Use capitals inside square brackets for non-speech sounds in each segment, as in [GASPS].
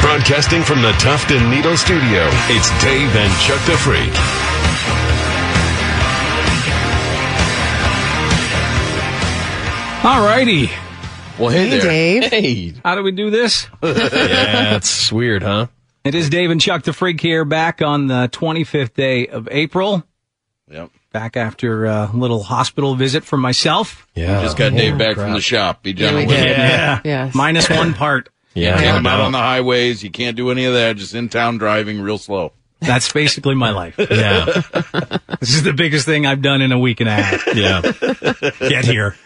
Broadcasting from the Tuft and Needle Studio, it's Dave and Chuck the Freak. All righty. Well, Hey, hey, there. Dave. Hey. How do we [LAUGHS] do this? Yeah, it's [LAUGHS] weird, huh? It is Dave and Chuck the Freak here back on the 25th day of April. Yep. Back after a little hospital visit for myself. Yeah. Just got Dave back from the shop. He done we away. did. Yeah. Yes. Minus one part. Yeah. Yeah. Can't him out on the highways. You can't do any of that. Just in town driving real slow. That's basically my [LAUGHS] life. Yeah, This is the biggest thing I've done in a week and a half. yeah. Get here.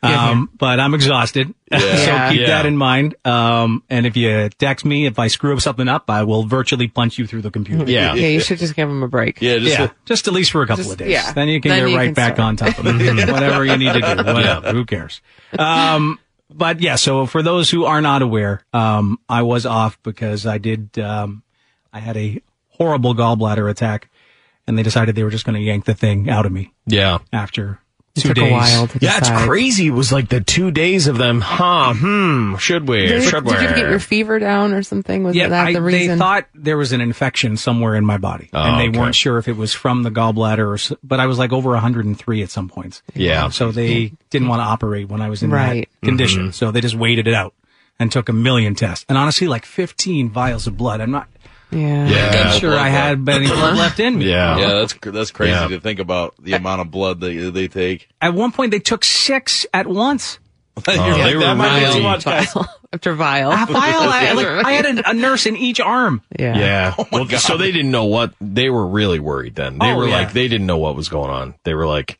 Um, but I'm exhausted. [LAUGHS] so Yeah. keep Yeah. that in mind. Um, and if you text me, if I screw something up, I will virtually punch you through the computer. [LAUGHS] Yeah. Yeah, you should just give him a break. Yeah. Just yeah, just at least for a couple Just- of days. yeah. Then you can Then get you right can back start. on top [LAUGHS] of it. [LAUGHS] Whatever you need to do. Whatever. Who cares? Um, but yeah, so for those who are not aware, um, I was off because I did, um, I had a horrible gallbladder attack and they decided they were just going to yank the thing out of me Yeah. after It two took days. a while to Yeah, it's decide. crazy. It was like the two days of [LAUGHS] them, huh? Hmm. Should we? Did, you- should we? did you get your fever down or something? Was Yeah, that I, the they reason? thought there was an infection somewhere in my body, and they Oh, okay. weren't sure if it was from the gallbladder. Or, s- but I was like over 103 at some points. Yeah. Mm-hmm. so they didn't want to operate when I was in Right. that condition, so they just waited it out and took a million tests. And honestly, like 15 vials of blood. I'm not yeah. Yeah. sure blood I [LAUGHS] had any [COUGHS] blood left in me. yeah. Yeah, that's cr- that's crazy Yeah. to think about the amount of blood they they take. At one point, they took six at [LAUGHS] once. You're they were "That might be really- too much, guys." After vial. A vial. I, like, [LAUGHS] I had a, a nurse in each arm. yeah. [LAUGHS] Oh Yeah. well, God. so they didn't know what they were really worried then. They Oh, were yeah. like they didn't know what was going on. They were like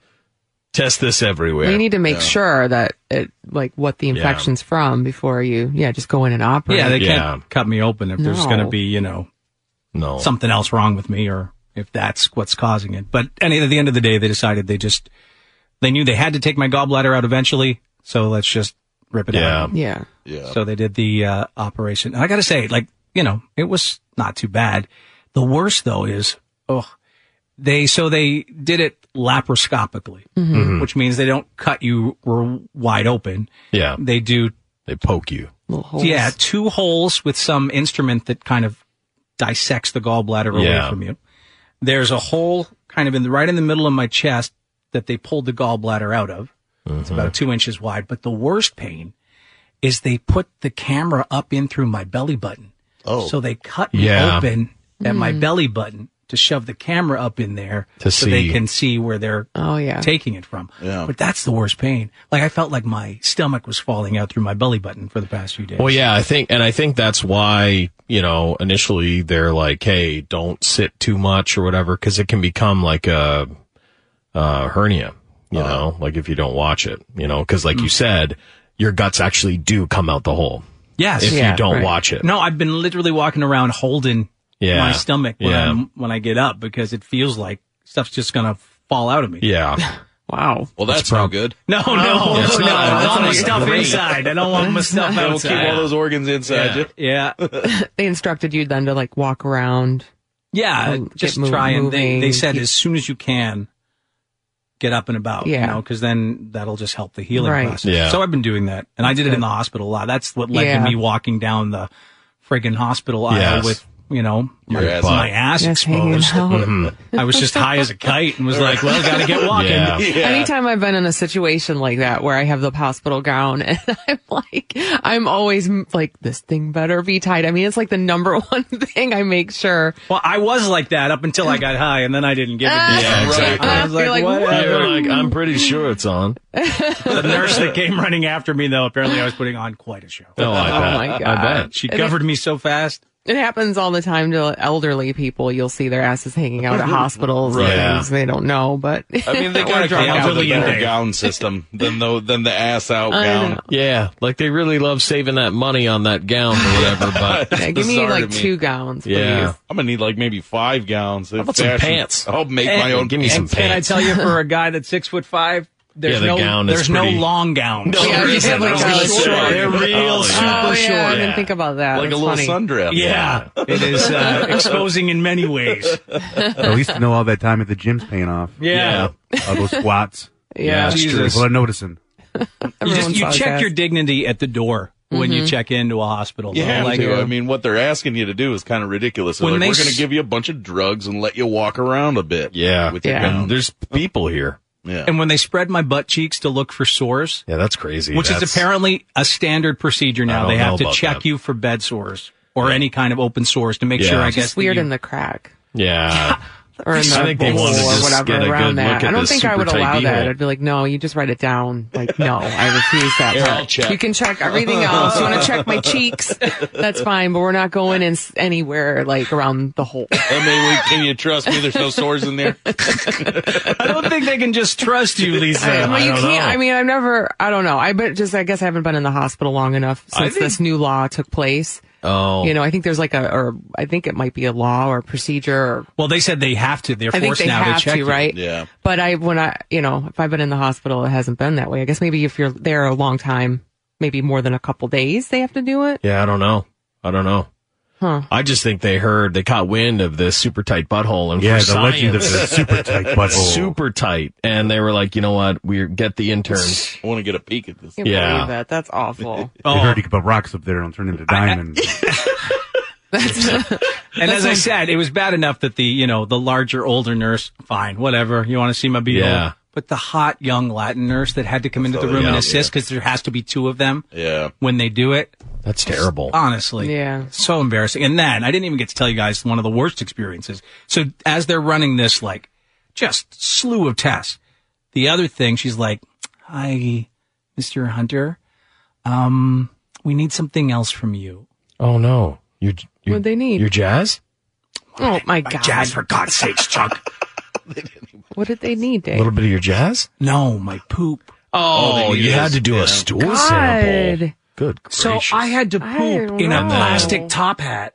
test this everywhere. We need to make sure that it, like, what the infection's from before you, yeah, just go in and operate. Yeah, they Yeah. can't cut me open if there's No. going to be you know no. something else wrong with me or if that's what's causing it. But and at the end of the day, they decided they just they knew they had to take my gallbladder out eventually, so let's just rip it Yeah. out. yeah. Yeah. So they did the uh, operation. And I got to say, like you know, it was not too bad. The worst though is oh, they so they did it laparoscopically, which means they don't cut you r- wide open. Yeah. They do They poke you. Little holes. yeah, two holes with some instrument that kind of dissects the gallbladder away Yeah. from you. There's a hole kind of in the, right in the middle of my chest that they pulled the gallbladder out of. It's Mm-hmm. about two inches wide. But the worst pain is they put the camera up in through my belly button. Oh. So they cut me Yeah. open at my Mm-hmm. belly button to shove the camera up in there To so they see. can see where they're Oh, yeah. taking it from. Yeah. But that's the worst pain. Like I felt like my stomach was falling out through my belly button for the past few days. Well, yeah, I think, and I think that's why, you know, initially they're like, hey, don't sit too much or whatever, because it can become like a, uh hernia, you Uh-huh. know, like if you don't watch it, you know, because like Mm. you said, your guts actually do come out the hole Yes. if Yeah, you don't right. watch it. No, I've been literally walking around holding Yeah. my stomach when Yeah. I'm, when I get up because it feels like stuff's just gonna fall out of me. [LAUGHS] Yeah. Wow. well, that's no good. No, [LAUGHS] no, it's no, not. I That's want my not stuff great. inside. I don't want my [LAUGHS] stuff Don't keep all outside. those organs inside you. Yeah, [LAUGHS] They instructed you then to, like, walk around. yeah. Don't just get mo- try and they, they moving. said as soon as you can, get up and about. Yeah. you know, because then that'll just help the healing Right. process. Yeah. So I've been doing that, and I did it in the hospital a lot. That's what led Yeah. to me walking down the friggin' hospital aisle Yes. with you know my, Your ass my ass Just hanging exposed. out. Mm-hmm. I was just high as a kite and was like, well, gotta get [LAUGHS] walking. [LAUGHS] Yeah. Anytime I've been in a situation like that where I have the hospital gown [LAUGHS] and I'm like, I'm always mm, like, this thing better be tight. I mean, it's like the number [LAUGHS] one thing I make sure. Well, I was like that up until I got high, and then I didn't give a damn. Yeah, exactly. I was like, Ah. You're like, whatever. You're like, I'm pretty sure it's on. The nurse that came running after me, though, apparently I was putting on quite a show. No, I Oh bet. my I God. bet. She covered me so fast. It happens all the time to elderly people. You'll see their asses hanging out at hospitals. and Right. things. They don't know, but I mean, they Or got to drunk come out with a elderly better intake. gown system than the than the ass out I gown. know. Yeah, like they really love saving that money on that gown or whatever. But [LAUGHS] Yeah, give me Bizarre to like me. two gowns, please. yeah, I'm gonna need like maybe five gowns. How about some pants? I'll make my own. give me some pants. Can I pants. tell you, for a guy that's six foot five, there's Yeah, the no gown is there's pretty- no long gowns. No, Yeah, there you isn't. have, like, I was a gonna little say, short. They're real Oh, yeah. Oh, super yeah, I short. didn't think about that. like a That's little funny. sundress. Yeah, it is uh, exposing in many ways. At least I know all that time at the gym's paying off. Yeah, All those squats. Yeah. that's Jesus. People are noticing. [LAUGHS] you, just, you Everyone's check podcast. your dignity at the door when you check into a hospital. You though. have Like, to. uh, I mean, what they're asking you to do is kind of ridiculous. They're When like, they we're going to s- give you a bunch of drugs and let you walk around a bit. Yeah. with your Yeah. gown. And there's people here. Yeah. [LAUGHS] and when they spread my butt cheeks to look for sores, Yeah, that's crazy. which That's- is apparently a standard procedure now, don't they know have to about check that. you for bed sores or any kind of open sores to make Yeah. sure. I Just guess It's that weird you- in the crack. [LAUGHS] Yeah. Or in the I think they bowl wanted to or just whatever get a around good that. look at I don't this think I super would tight allow that. beehole. I'd be like, no, you just write it down. Like, no, I refuse that. Here, part. I'll check. You can check everything else. You want to check my cheeks? That's fine, but we're not going in s- anywhere like around the hole. I mean, we- can you trust me? There's no sores in there. [LAUGHS] I don't think they can just trust you, Lisa. [LAUGHS] Well, you don't can't. know. I mean, I've never. I don't know. I but just I guess I haven't been in the hospital long enough since think- this new law took place. Oh. You know, I think there's like a, or I think it might be a law or procedure. Or, Well, they said they have to. They're I think forced they now have to check to, you. right? Yeah. But I, when I, you know, if I've been in the hospital, it hasn't been that way. I guess maybe if you're there a long time, maybe more than a couple days, they have to do it. Yeah, I don't know. I don't know. Huh. I just think they heard they caught wind of the super tight butthole and Yeah, for the legend of science, the super [LAUGHS] tight butthole. super tight, and they were like, you know what, we get the interns. I want to get a peek at this. Can't Yeah. believe that. That's [LAUGHS] awful. Oh, They heard you could put rocks up there and turn into [LAUGHS] diamonds. And as I said, it was bad enough that the you know the larger older nurse, fine, whatever. You want to see my beetle? Yeah. Oh, But the hot young Latin nurse that had to come into the room and yeah. assist because there has to be two of them Yeah. when they do it. That's terrible. Honestly, Yeah. so embarrassing. And then I didn't even get to tell you guys one of the worst experiences. So as they're running this like just slew of tests, the other thing she's like, "Hi, Mr. Hunter, um, we need something else from you." Oh no, you. you What'd they need? Your jazz? Oh my God. Jazz, for God's sakes, Chuck. [LAUGHS] What did they need, Dave? A little bit of your jazz? no, my poop. Oh, you had to do a stool sample. God. Good So gracious. I had to I poop in a know. plastic top hat.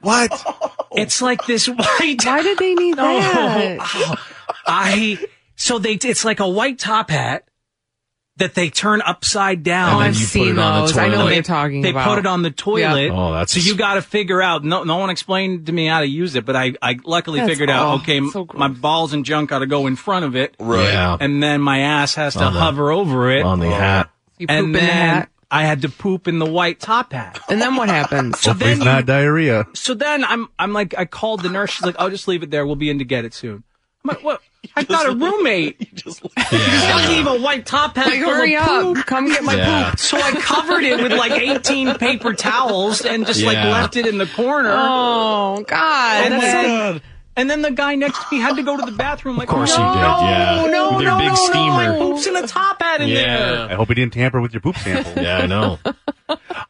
what? [LAUGHS] It's like [LAUGHS] this white. Oh, Why did they [LAUGHS] need that? I so they it's like a white top hat that they turn upside And down. then Oh, I've you put seen it on the those. I know toilet. what They- you're talking they about. put it on the toilet. Oh, that's- so you got to figure out. No, no one explained to me how to use it, but I, I luckily That's- figured out. oh, okay, m- so gross. my balls and junk got to go in front of it, Right. Yeah, and then my ass has to On the- hover over it. on the hat. You poop in and the then hat. I had to poop in the white top hat. And then what happens? So Hopefully then it's not diarrhea. so then I'm I'm like I called the nurse. She's like, "I'll just leave it there. We'll be in to get it soon." I'm like, [LAUGHS] "What? I got a roommate. [LAUGHS] You just gotta leave a white top hat Like, full of hurry up. poop." Come get my Yeah. poop. So I covered it with like 18 paper towels and just like Yeah. left it in the corner. Oh, God. and, that's then, so- and then the guy next to me had to go to the bathroom. Like, Of course no, you did. Yeah, no, with your no, big no, steamer. no, poops in a top hat in there. Yeah, I hope he didn't tamper with your poop [LAUGHS] sample. yeah, I know.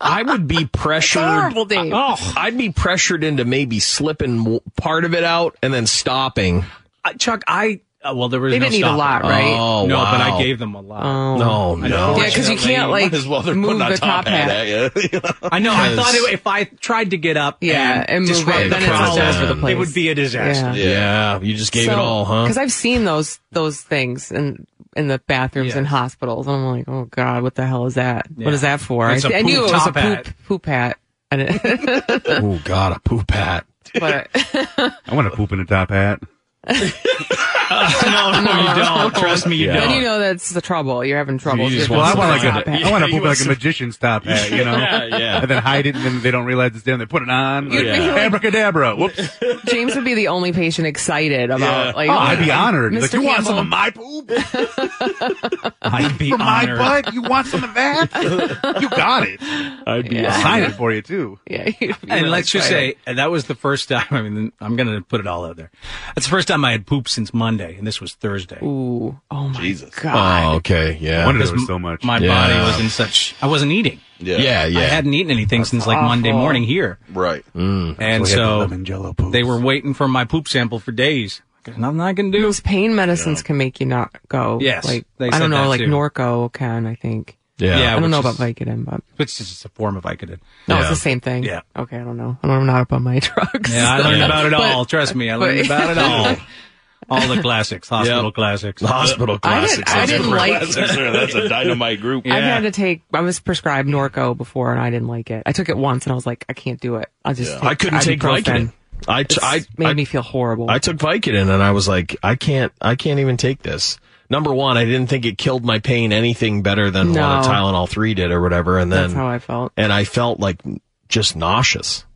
I [LAUGHS] would be pressured. horrible, Dave. Oh, I'd be pressured into maybe slipping w- part of it out and then stopping. Uh, Chuck, I uh, well, there was They no didn't need a stopping. lot, right? Oh. Oh, no, but wow. I gave them a lot. No, no. Yeah, because you can't like Might as well they're move putting a the top, hat, at you. I know. I 'Cause- thought it, if I tried to get up, Yeah, and move disrupt it, the then it's all process, over the place. It would be a disaster. Yeah. Yeah. you just gave it all, huh? Because I've seen those those things in in the bathrooms in Yes. hospitals, and I'm like, oh god, what the hell is that? What is that for? It's I a th- I knew poop it was a top hat. poop poop hat, and it, [LAUGHS] oh God, a poop hat. but I want to poop in a top hat. no, no, [LAUGHS] you don't. Trust me, you Yeah. then don't. you know that's the trouble. You're having trouble. just getting Well, I the want top like a, [LAUGHS] hat. I want to Yeah, poop you like a must- magician's top hat, you know, yeah. and then hide it, and then they don't realize it's there, and they put it on. Like, You'd be like- Abracadabra! Whoops! James would be the only patient excited about like. Oh, I'd be honored. Mr. Like, you want some Campbell. of my poop? I'd be From my honored. butt? You want some of that? you got it. I'd be. Yeah. Sign it for you too. yeah, you'd be And really let's just excited. say that was the first time. I mean, I'm going to put it all out there. That's the first time I had pooped since Monday, and this was Thursday. Ooh, oh my Jesus. god. Oh, okay. Yeah. Wonder Because there was m- so much. My Yeah. body was in such. I wasn't eating. Yeah. yeah. Yeah. I hadn't eaten anything since like Monday awful. morning here, Right. Mm. and We had the so lemon jello poops. they were waiting for my poop sample for days. There's nothing I can do. Those pain medicines can make you not go. Yes, like they I said don't know, that like too. Norco can. I think yeah. Yeah. I don't know which about is- Vicodin, but It's just a form of Vicodin. no, it's Yeah. the same thing. Yeah. Okay, I don't know. I'm not up on my [LAUGHS] drugs. Yeah, [LAUGHS] I learned Yeah. about it But- all. Trust me, I but- learned about it all. All the classics, hospital classics. Hospital I classics. didn't. I that's didn't different. like. That's a, that's a dynamite group. I've had to take. I was prescribed Norco before, and I didn't like it. I took it once, and I was like, I can't do it. I just. I couldn't take ibuprofen. Vicodin. I, t- It's I, made I- me feel horrible. I took Vicodin and I was like, I can't, I can't even take this. Number one, I didn't think it killed my pain anything better than No. what a Tylenol three did or whatever. And then, That's how I felt. and I felt like just nauseous.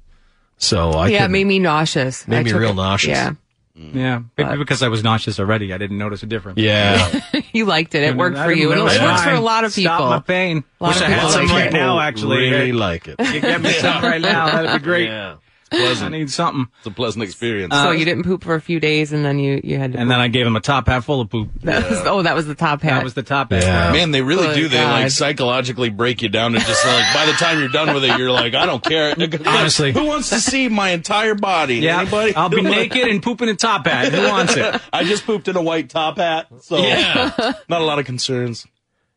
So I yeah, it couldn't- made me nauseous. Made I me took real it- nauseous. Yeah, [LAUGHS] Yeah, maybe because I was nauseous already, I didn't notice a difference. yeah, you liked it. It worked I for didn't you, and notice it works for a mine. lot of people. Stop my pain. A lot [LAUGHS] Wish of I had people some like right it. now. Actually, really like it. you get me some right now. That'd be great. Yeah. I need something. It's a pleasant experience. So you didn't poop for a few days, and then you you had to. And then I gave him a top hat full of poop. [LAUGHS] that was, oh, that was the top hat. That was the top hat. Yeah. Man, they really Oh, Good do. They God. like psychologically break you down to just like by the time you're done with it, you're like, I [LAUGHS] don't care. Honestly. who wants to see my entire body? Yeah, Anybody? I'll [LAUGHS] be naked and pooping a top hat. Who wants it? I just pooped in a white top hat, so Yeah. [LAUGHS] not a lot of concerns.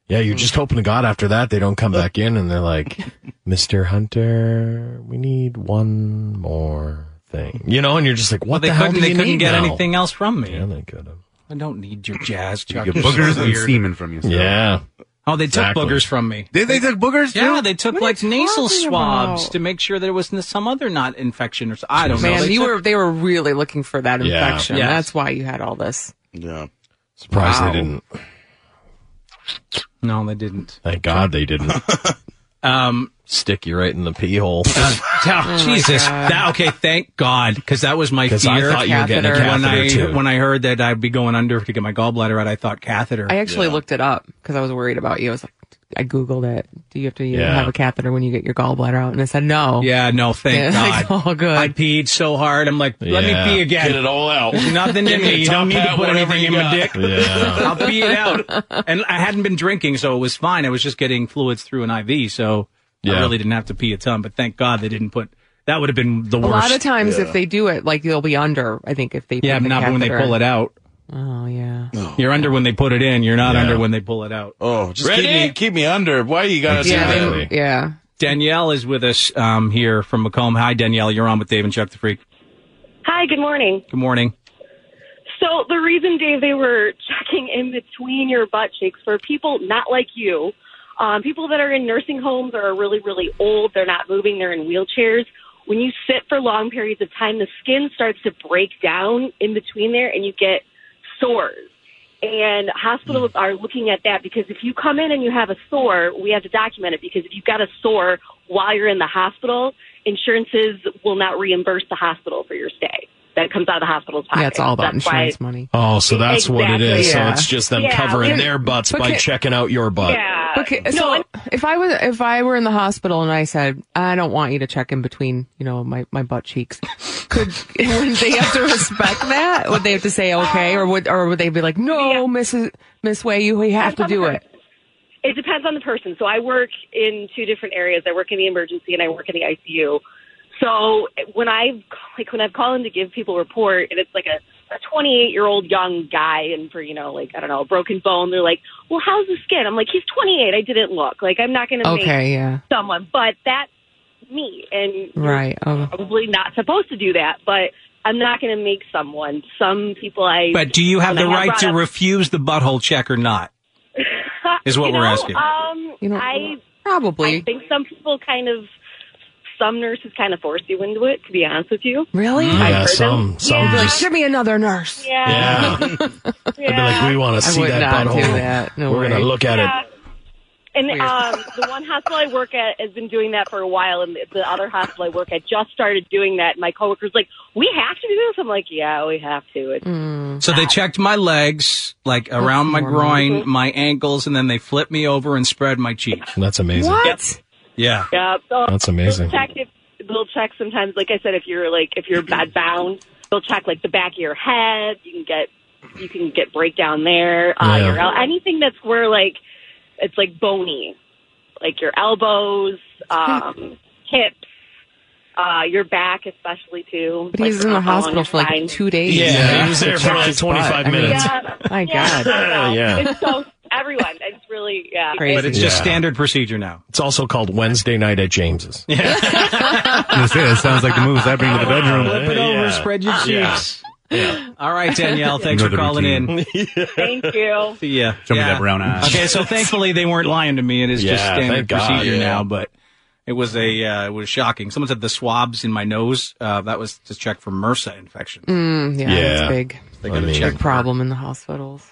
Yeah, you're just hoping to God after that they don't come back in and [LAUGHS] they're like, Mr. Hunter, we need one more thing. You know, and you're just like, what They the hell couldn't. do They you couldn't need get now? anything else from me. Yeah, they could have. I don't need your jazz, Chuck. Get You're so boogers and weird. semen from you. sir. Yeah. Oh, they took Exactly. boogers from me. They, they took boogers. Yeah, too? they took What are like you nasal talking swabs about? to make sure there was n- some other not infection or so. I don't know. man. They You took- were they were really looking for that Yeah. infection. Yes. That's why you had all this. Yeah. Surprised Wow. they didn't. no, they didn't. Thank God they didn't [LAUGHS] Um, Uh, stick you right in the pee [LAUGHS] hole. Oh, Oh Jesus. That, okay, thank God, because that was my Because I fear. thought you were getting a Catheter. when catheter I too. when I heard that I'd be going under to get my gallbladder out, I thought catheter. I actually looked it up because I was worried about you. I was like, I googled it. Do you have to you know, Yeah. have a catheter when you get your gallbladder out? And I said no. yeah, no, thank [LAUGHS] And it's God. all good. I peed so hard. I'm like, let Yeah. me pee again. Get it all out. Nothing in Give me me. a You don't top need to hat, put whatever anything in you my dick. got. yeah. I'll pee it out. [LAUGHS] And I hadn't been drinking, so it was fine. I was just getting fluids through an IV, so I Yeah. really didn't have to pee a ton. But thank God they didn't put. That would have been the a worst. lot of times, if they do it, like they'll be under. I think if they yeah, put the not when they catheter pull in. it out. Oh yeah. You're under when they put it in. You're not under when they pull it out. Oh, just Ready? keep me, keep me under. Why you gotta Yeah, do that? they- Exactly. yeah. Danielle is with us um, here from Macomb. Hi, Danielle. You're on with Dave and Chuck the Freak. Hi, good morning. Good morning. So the reason, Dave, they were checking in between your butt cheeks for people not like you, um, people that are in nursing homes or are really, really old, they're not moving, they're in wheelchairs. When you sit for long periods of time, the skin starts to break down in between there and you get sores. And hospitals Hmm. are looking at that because if you come in and you have a sore, we have to document it because if you've got a sore while you're in the hospital, insurances will not reimburse the hospital for your stay. That comes out of the hospital's pocket. Yeah, it's all about That's why- insurance money. Oh, so that's what it is. Exactly. So Yeah. it's just them Yeah, covering we're- their butts by Okay. checking out your butt. Yeah. Okay, so if I was if I were in the hospital and I said I don't want you to check in between, you know, my, my butt cheeks, could [LAUGHS] would they have to respect that? Would they have to [LAUGHS] say okay, or would or would they be like, no, Mrs. Miss Way, you have to do it? It depends on the person. So I work in two different areas. I work in the emergency and I work in the ICU. So when I like when I've called in to give people a report and it's like a a 28 year old young guy and for you know like I don't know a broken bone they're like well how's the skin I'm like he's 28 I didn't look like I'm not going to make Okay, yeah, someone but that's me and right. Oh, probably not supposed to do that but I'm not going to make someone some people I But do you have when the I got right to brought up- refuse the butthole check or not? [LAUGHS] is what You we're know, asking. um you know, I I probably. think some people kind of, some nurses kind of force you into it. To be honest with you, Really? Yeah, heard some, them. some Yeah. just. Give me another nurse. yeah, [LAUGHS] Yeah. yeah. Be like, we want to see would that not do butthole. that. No We're going way. to look at Yeah. it. And Weird. um, the one hospital I work at has been doing that for a while, and the- the other hospital I work at just started doing that. And my coworker's like, "We have to do this." I'm like, "Yeah, we have to." It's, Mm. So they checked my legs, like around my groin, my ankles, and then they flipped me over and spread my cheeks. That's amazing. What? Yeah. yeah, so That's amazing. They'll check, if, they'll check sometimes. Like I said, if you're like if you're bed bound, they'll check like the back of your head. You can get you can get breakdown there. Uh, Yeah. Your el- anything that's where like it's like bony, like your elbows, Hmm. um, hips, uh, your back especially too. But he was in the hospital for like two days. Yeah, Yeah. he was there for Check like his butt. 25 I mean, minutes. Yeah, [LAUGHS] My [LAUGHS] God. I know. Yeah. It's so everyone. It's really yeah. Crazy. But it's just Yeah. standard procedure now. It's also called Wednesday night at James's. [LAUGHS] This is. Sounds like the moves I bring to the bedroom. Flip it over, yeah. Ah. spread your Yeah. cheeks. All right, [LAUGHS] Danielle, thanks You know for the calling routine. in. Thank you. [LAUGHS] See ya. Show Yeah. me that brown eye. Okay, [LAUGHS] so thankfully they weren't lying to me. It is just Uh, Yeah, standard thank God, procedure yeah. now, but it was a uh, it was shocking. Someone said the swabs in my nose. Uh, that was to check for MRSA infection. Mm, yeah, Yeah. It's big. I gotta mean, check. Big problem in the hospitals.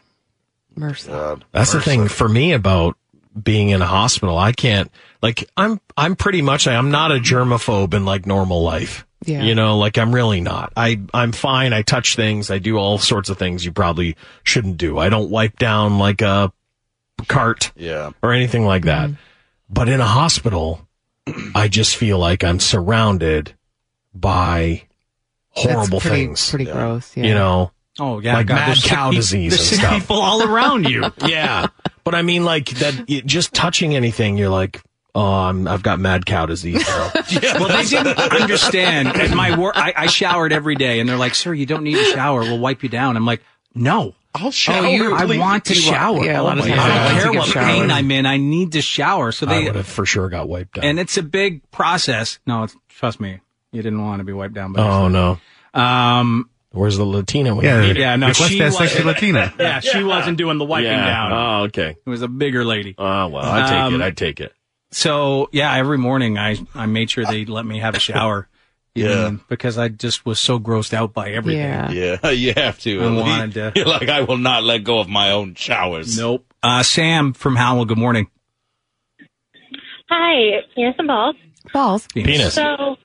MRSA. That's the thing for me about being in a hospital. I can't like I'm I'm pretty much I'm not a germaphobe in like normal life. Yeah. You know, like I'm really not. I I'm fine. I touch things. I do all sorts of things you probably shouldn't do. I don't wipe down like a cart Yeah. or anything like that. Mm-hmm. But in a hospital, I just feel like I'm surrounded by horrible That's pretty, things. Pretty gross. Yeah. You know, Oh yeah, Like God, mad there's sick cow peop- disease there's and sick stuff. people all around you. [LAUGHS] yeah, but I mean, like that. It, just touching anything, you're like, oh, I'm, I've got mad cow [LAUGHS] disease. Now. well, they [LAUGHS] didn't [LAUGHS] understand. At my work, I, I showered every day, and they're like, "Sir, you don't need to shower. We'll wipe you down." I'm like, "No." I'll Oh, shower. you, I please. want to shower. yeah, a lot of I times I like don't to care get what showered. pain I'm in. I need to shower. So I they would have for sure got wiped out. and it's a big process. No, it's, trust me, you didn't want to be wiped down by. oh no, this. Um, where's the Latina? when Yeah, you need it? yeah, no, Request she that was- sexy Latina. [LAUGHS] yeah, she wasn't doing the wiping down. Oh okay. it was a bigger lady. Oh well, I take Um, it. I take it. So yeah, every morning I I made sure they let me have a shower. Yeah. And because I just was so grossed out by everything. Yeah. Yeah, [LAUGHS] you have to. I At wanted to. least- You're like, I will not let go of my own showers. Nope. Uh, Sam from Howell. Good morning. Hi, penis and balls. Balls. Penis. So,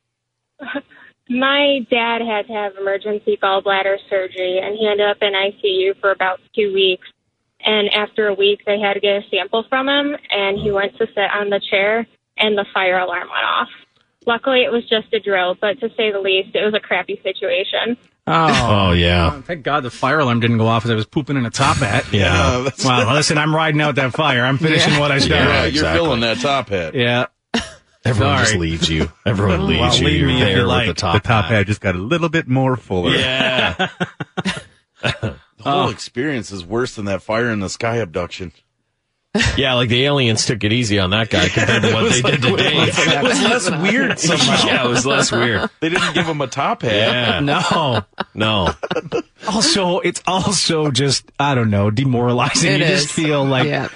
my dad had to have emergency gallbladder surgery, and he ended up in ICU for about two weeks. And after a week, they had to get a sample from him, and he went to sit on the chair, and the fire alarm went off. Luckily, it was just a drill, but to say the least, it was a crappy situation. Oh. Oh yeah, Thank God the fire alarm didn't go off as I was pooping in a top hat. yeah. Wow. Listen, I'm riding out that fire. I'm finishing what I started. Yeah, Yeah, you're exactly. filling that top hat. Yeah. Everyone just Sorry. leaves you. Everyone leaves you. leave You're me if there you with like. the The top. top hat just got a little bit more fuller. Yeah. [LAUGHS] the Oh. whole experience is worse than that fire in the sky abduction. Um, Yeah, like the aliens took it easy on that [LAUGHS] guy compared to what they did to Dave. It was less weird somehow. [LAUGHS] Yeah, it was less weird. They didn't give him a top hat. Yeah. No. No. also it's also just i don't know demoralizing It you is. just feel like yeah.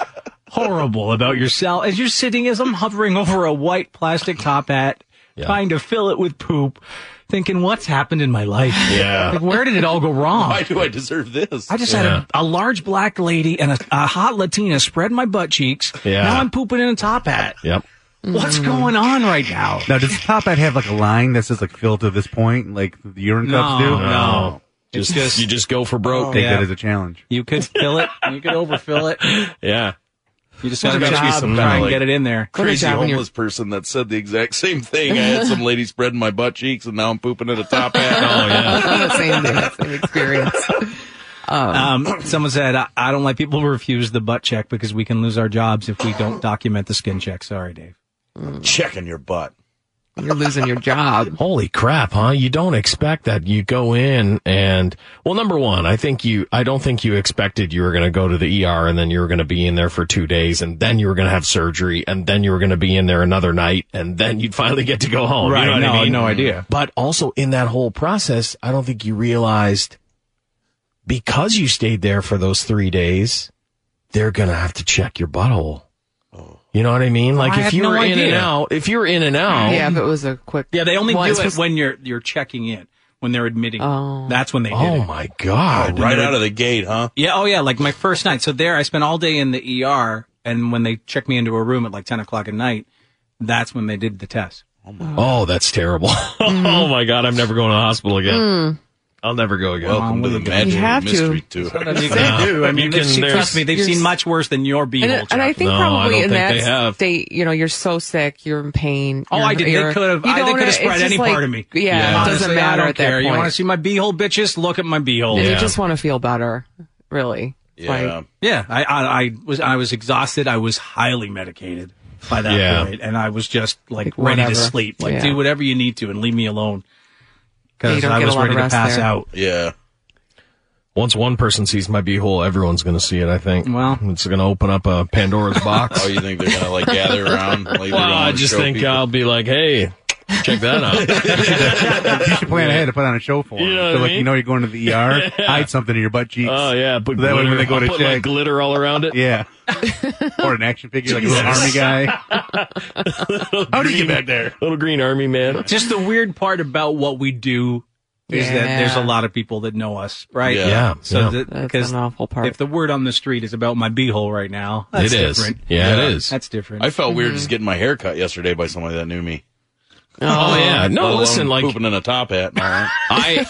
horrible about yourself as you're sitting as i'm hovering over a white plastic top hat Yeah. trying to fill it with poop thinking what's happened in my life Yeah. like where did it all go wrong Why do I deserve this? I just had Yeah. a, a large black lady and a, a hot Latina spread my butt cheeks. Yeah. Now I'm pooping in a top hat. Yep. What's Mm. going on right now? Now, does the top hat have like a line that says like filled to this point, like the urine cups do? No, no. Just, you just go for broke. Take Yeah. that as a challenge. You could fill it. You could overfill it. [LAUGHS] Yeah. You just got to There's gotta be try some and kinda like- get it in there. What a crazy job when you're- homeless person that said the exact same thing. I had some lady spreading my butt cheeks, and now I'm pooping at a top hat. [LAUGHS] Oh yeah. same, thing, same experience. [LAUGHS] Um, someone said, I, I don't like people who refuse the butt check because we can lose our jobs if we don't document the skin check. Sorry, Dave. Checking your butt. You're losing your job. [LAUGHS] Holy crap, huh? You don't expect that you go in and well, number one, I think you I don't think you expected you were gonna go to the ER and then you were gonna be in there for two days and then you were gonna have surgery and then you were gonna be in there another night and then you'd finally get to go home. You know what no, I mean? Mm-hmm. no idea. But also in that whole process, I don't think you realized because you stayed there for those three days, they're gonna have to check your butthole. Oh. You know what I mean? Like I if had you no were in and idea. out, if you were in and out, Yeah, if it was a quick. Yeah, they only Well, do it's it supposed- when you're you're checking in, when they're admitting. Oh. That's when they did oh it. my god, Right out of the gate, huh? Yeah, oh yeah, like my first night. So there, I spent all day in the ER, and when they checked me into a room at like ten o'clock at night, that's when they did the test. Oh, that's terrible. [LAUGHS] Mm-hmm. oh my god, I'm never going to the hospital again. Mm. I'll never go again. Welcome to the You magical have to. mystery tour. [LAUGHS] Yeah. do. I mean, You they've can- seen- trust there's- me, they've you're seen s- much worse than your beehole. And, and I Jeff. think No, I probably don't in think they that have. state, you know, you're so sick, you're in pain. Oh, you're- I did. They you're- could have. you I, they don't- could have it's spread just any like- part of me. Yeah, it Honestly, doesn't I matter don't at that care. point. You want to see my beehole, bitches? Look at my beehole. And Yeah. you just want to feel better. really. Yeah. Like, Yeah, I, I, I was I was exhausted. I was highly medicated by that Yeah. point, and I was just like, Like, ready to whatever. sleep. Like Yeah. do whatever you need to and leave me alone Yeah, you because don't I get a was lot of ready to rest pass there. out. yeah. Once one person sees my beehole, everyone's going to see it. I think. Well. it's going to open up a [LAUGHS] Pandora's box. Oh, you think they're gonna like gather [LAUGHS] around? Like, they're Well, gonna I just show think uh, people- I'll be like, hey, check [LAUGHS] that out. [LAUGHS] You should plan ahead to put on a show for them. You know what so, I like, you mean? know you're going to the ER, hide something in your butt cheeks. oh yeah, put That way when glitter, they go I'll to put like, check- glitter all around it. [LAUGHS] Yeah. or an action figure, like a little army guy. [LAUGHS] How do you get back there? Little green army man. Just the weird part about what we do is that Yeah. there's a lot of people that know us, right? Yeah. Yeah, yeah. So That's because an awful part. if the word on the street is about my beehole right now, that's It is. different. Yeah, it is. That's different. I felt weird just getting my hair cut yesterday by somebody that knew me. Oh yeah. No, Let alone listen, like pooping in a top hat. and all that. [LAUGHS] I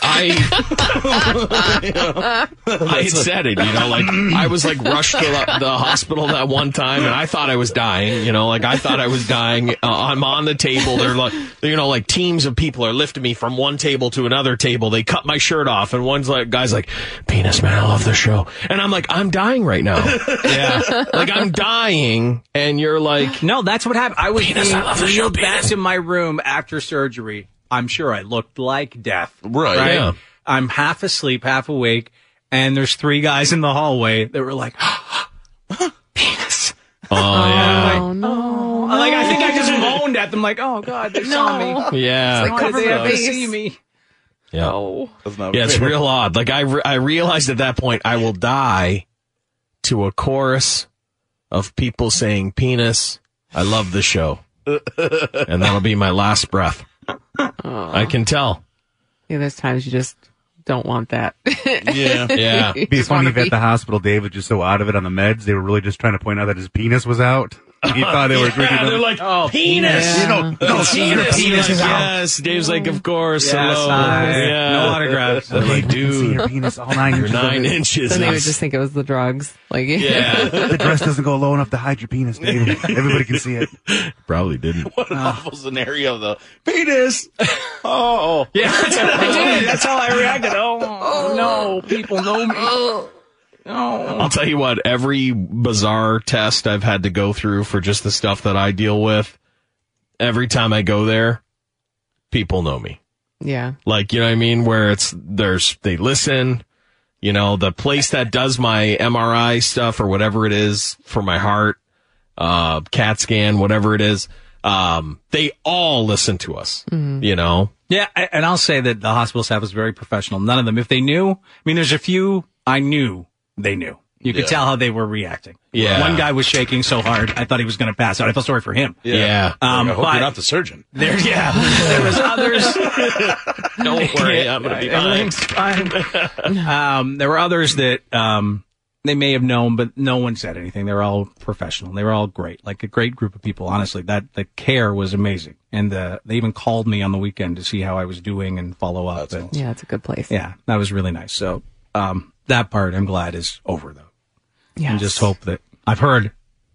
I I had said it, you know, like I was like rushed to the, the hospital that one time, and I thought I was dying, you know, like I thought I was dying. Uh, I'm on the table. They're like, you know, like teams of people are lifting me from one table to another table. They cut my shirt off, and one's like, "Guys, like, penis man, I love the show," and I'm like, "I'm dying right now." [LAUGHS] Yeah, like I'm dying, and you're like, No, that's what happened. I was Penis, being I love the show, wheeled penis. back to my room after surgery. I'm sure I looked like death. Right, yeah. I'm half asleep, half awake, and there's three guys in the hallway that were like, [GASPS] penis. [LAUGHS] "Oh yeah, oh no! I'm Like, I think I just moaned at them, like, oh, God, they saw me. Why yeah." It's like, did cover they my have to face. see me? yeah. Oh, That's not Yeah, it's fair. real odd. Like I, re- I realized at that point I will die to a chorus of people saying "penis." I love [LAUGHS] the show, and that'll be my last breath. I can tell. oh. yeah. There's times you just don't want that. Yeah. Yeah, You It'd be just funny wanna if at be- the hospital Dave was just so out of it on the meds, they were really just trying to point out that his penis was out. He Uh-huh. thought they were drinking. them. oh, penis. you know, no, see your penis is out. yes, Dave's like, of course. hello. hi. Yeah. No autographs. I'm like, See dude, your penis all nine you're inches. of nine it. inches. Then they would just think it was the drugs. Like, [LAUGHS] yeah, [LAUGHS] The dress doesn't go low enough to hide your penis, Dave. [LAUGHS] Everybody can see it. probably didn't. [LAUGHS] What an Ah. awful scenario, though. Penis. Oh, Yeah, that's what I did. That's how I reacted. Oh, no, people know me. I'll tell you what, every bizarre test I've had to go through for just the stuff that I deal with, every time I go there, people know me. [LAUGHS] yeah. Like, you know what I mean? Where it's, there's, they listen, you know, the place that does my MRI stuff or whatever it is for my heart, uh, CAT scan, whatever it is, um, they all listen to us, Mm-hmm. you know? Yeah, a- and I'll say that the hospital staff was very professional. None of them, if they knew, I mean, there's a few I knew they knew. You could tell how they were reacting. Yeah. One guy was shaking so hard, I thought he was going to pass out. I felt sorry for him. Yeah. Um, I hope but you're not the surgeon. there, [LAUGHS] yeah, there was others. [LAUGHS] Don't worry. I'm going to be fine. Everything's fine. um, there were others that um, they may have known, but no one said anything. They were all professional. They were all great, like a great group of people. Honestly, that the care was amazing, and the, they even called me on the weekend to see how I was doing and follow up. and, Yeah, it's a good place. Yeah, that was really nice. So um, that part, I'm glad is over though. yeah. And just hope that I've heard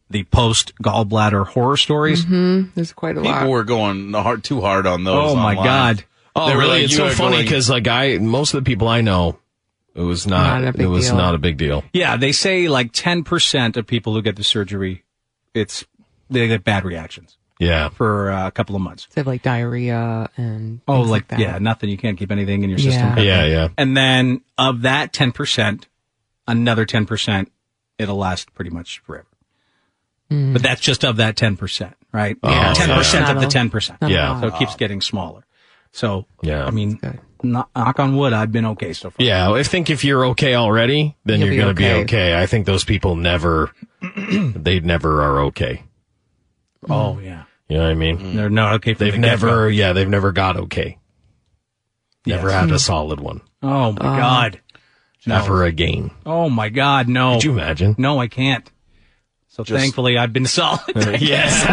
the post gallbladder horror stories. Mm, There's Mm-hmm. quite a lot. People were going hard, too hard on those. Oh my online. god. Oh, They were really? like, it's you so are funny going- because like I, most of the people I know, it was not, Not a big it was deal. not a big deal. Yeah, they say like 10% of people who get the surgery, it's they get bad reactions Yeah. for uh, a couple of months. They have like diarrhea and Oh, things like, that. yeah, nothing. You can't keep anything in your system. Yeah. Yeah. Yeah. And then of that 10%, another 10%, it'll last pretty much forever. But that's just of that 10%, right? Oh, Yeah. 10% of Hmm. the Not a- 10%. not a Yeah. lot. So it keeps getting smaller. So, Yeah. I mean, That's good. kno- knock on wood, I've been okay so far. Yeah, I think if you're okay already, then You'll you're be going to be okay. okay. I think those people never, [CLEARS THROAT] they never are okay. [LAUGHS] Oh, [LAUGHS] yeah. You know what I mean? They're not okay for They've never, yeah, they've never got okay. Never had a solid one Oh, my Uh, God. ever again. Oh, my God. No. Could you imagine? No, I can't. So thankfully, I've been [LAUGHS] solid. [LAUGHS] Yes,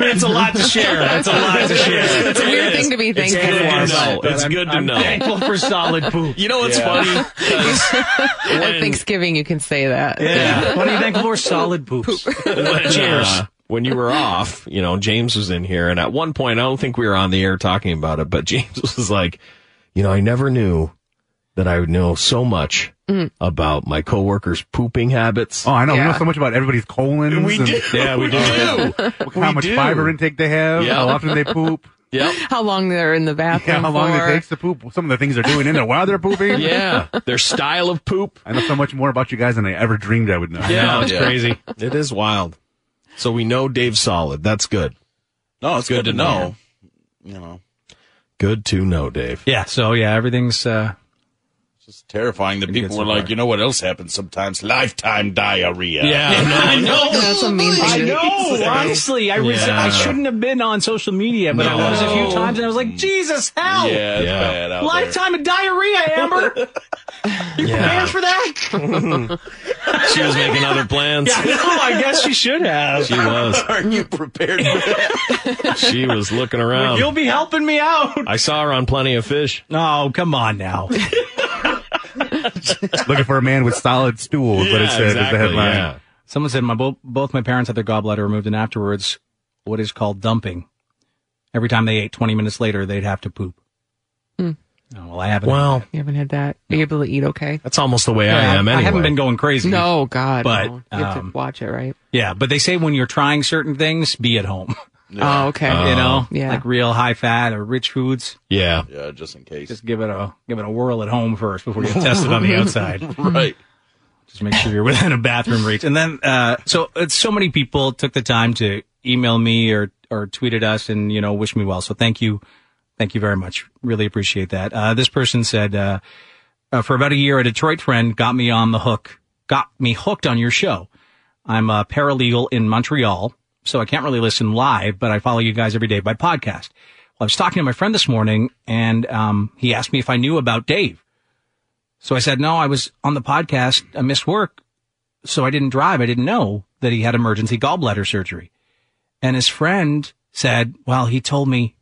it's a lot to [LAUGHS] share. It's a lot to share. It's a weird thing to be thankful good for. to know. But It's I'm- good to I'm know. Thankful for [LAUGHS] solid poop. You know what's [LAUGHS] funny? 'Cause At Thanksgiving, you can say that. [LAUGHS] Yeah. What are you thankful for? Solid [LAUGHS] poops. [LAUGHS] when, uh, when you were off, you know, James was in here, and at one [LAUGHS] point, I don't think we were on the air talking about it, but James was like, you know, I never knew that I know so much about my coworkers' pooping habits. Oh, I know. Mm. We Yeah. know so much about everybody's colons. [LAUGHS] We and do. [LAUGHS] Yeah, we do. How much do. fiber intake they have. Yeah. How often they poop. [LAUGHS] Yep. How long they're in the bathroom Yeah, how long for. it takes to poop. Some of the things they're doing in there while they're pooping. [LAUGHS] Yeah. Their style of poop. I know so much more about you guys than I ever dreamed I would know. Yeah, know, it's yeah. crazy. It is wild. So we know Dave's solid. [LAUGHS] That's good. No, it's good, Good to to know. You know, Good to know, Dave. Yeah. So yeah, everything's. Uh, it's just terrifying that Didn't get people so were like, far. you know what else happens sometimes? Lifetime diarrhea. [LAUGHS] Yeah. I know. That's a mean thing. to- know. Honestly, I res- Yeah. I shouldn't have been on social media, but I was a few times, and I was [LAUGHS] like, Jesus hell! Yeah, it's Yeah. bad out Lifetime of diarrhea, Amber. You prepared for that? she was making other plans. Yeah, no, I guess you should have. [LAUGHS] She was. there. Are you prepared for that? She was looking around. You'll be helping me out. I saw her on Plenty of Fish. No, come on now. Looking for a man with solid stools, but it said is the headline. Yeah. Someone said my bo- both my parents had their gallbladder removed, and afterwards, what is called dumping. Every time they ate, twenty minutes later, they'd have to poop. Oh, well, I haven't. Well, You haven't had that. Are you able to eat okay? that's almost the way I am anyway. I haven't been going crazy. No, God. But, no. You have um, to watch it, right? Yeah, but they say when you're trying certain things, be at [LAUGHS] home. Oh, okay. you know, yeah. like real high fat or rich foods. yeah. yeah, just in case. Just give it a give it a whirl at home first before you test it on [LAUGHS] the outside. right. Just make sure you're within a bathroom reach. And then, uh, so it's so many people took the time to email me or or tweeted us and you know wish me well. So thank you, thank you very much. Really appreciate that. Uh, this person said, uh, uh, for about a year, a Detroit friend got me on the hook, got me hooked on your show. I'm a paralegal in Montreal, so I can't really listen live, but I follow you guys every day by podcast. Well, I was talking to my friend this morning, and um, he asked me if I knew about Dave. So I said, no, I was on the podcast. I missed work, so I didn't drive. I didn't know that he had emergency gallbladder surgery. And his friend said, well, he told me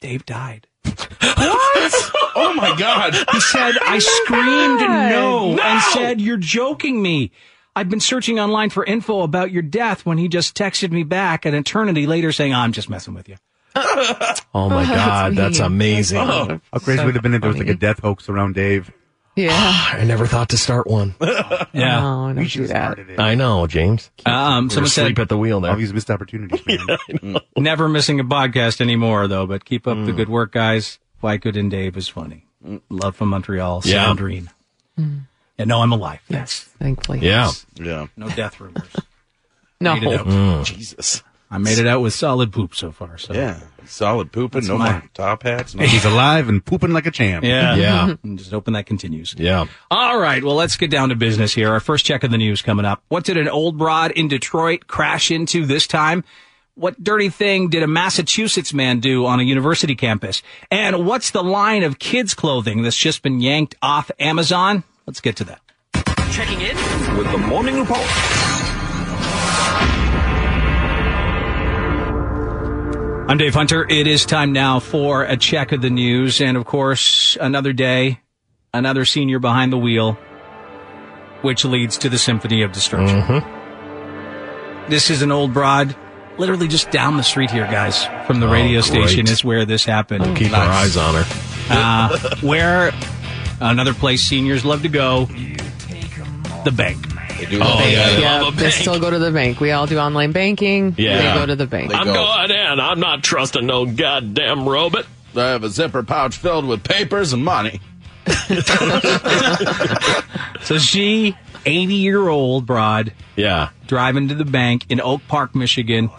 Dave died. [LAUGHS] Oh my God. He said, I screamed no, and said, You're joking me. I've been searching online for info about your death when he just texted me back an eternity later saying, I'm just messing with you. Oh my God, [LAUGHS] that's, Oh. mean. amazing. How crazy would it have been if there was like a death hoax around Dave? yeah. [SIGHS] I never thought to start one. Yeah. No, We don't should do have that. started it. I know, James. Um, Someone someone said, sleep at the wheel All there. these missed opportunities. Man. Mm. Never missing a podcast anymore, though, but keep up the good work, guys. Wygood and Dave is funny. Love from Montreal, Mm. Yeah. Sandrine. Yeah, no, I'm alive. Mm. Yes, thankfully. Yeah. Yeah. No death rumors. No. Made it out. Mm. Jesus. I made it out with solid poop so far. So Yeah. Solid pooping. no my- more top [LAUGHS] hats. No. He's alive and pooping like a champ. yeah, [LAUGHS] Yeah. And just hoping that continues. Yeah. All right, well, let's get down to business here. Our first check of the news coming up. What did an old broad in Detroit crash into this time? What dirty thing did a Massachusetts man do on a university campus? And what's the line of kids' clothing that's just been yanked off Amazon? Let's get to that. Checking in. With the morning report. I'm Dave Hunter. It is time now for a check of the news. And of course, another day, another senior behind the wheel, which leads to the Symphony of Destruction. Mm-hmm. This is an old broad, literally just down the street here, guys, from the Oh, radio great. [LAUGHS] station is where this happened. Keep our eyes on her. Uh, where another place seniors love to go, the bank. They do Oh, that. yeah. Yeah, Love a they bank. still go to the bank. We all do online banking. Yeah. They go to the bank. They- I'm go. going in. I'm not trusting no goddamn robot. I have a zipper pouch filled with papers and money. So she, 80 year old broad, Yeah. driving to the bank in Oak Park, Michigan,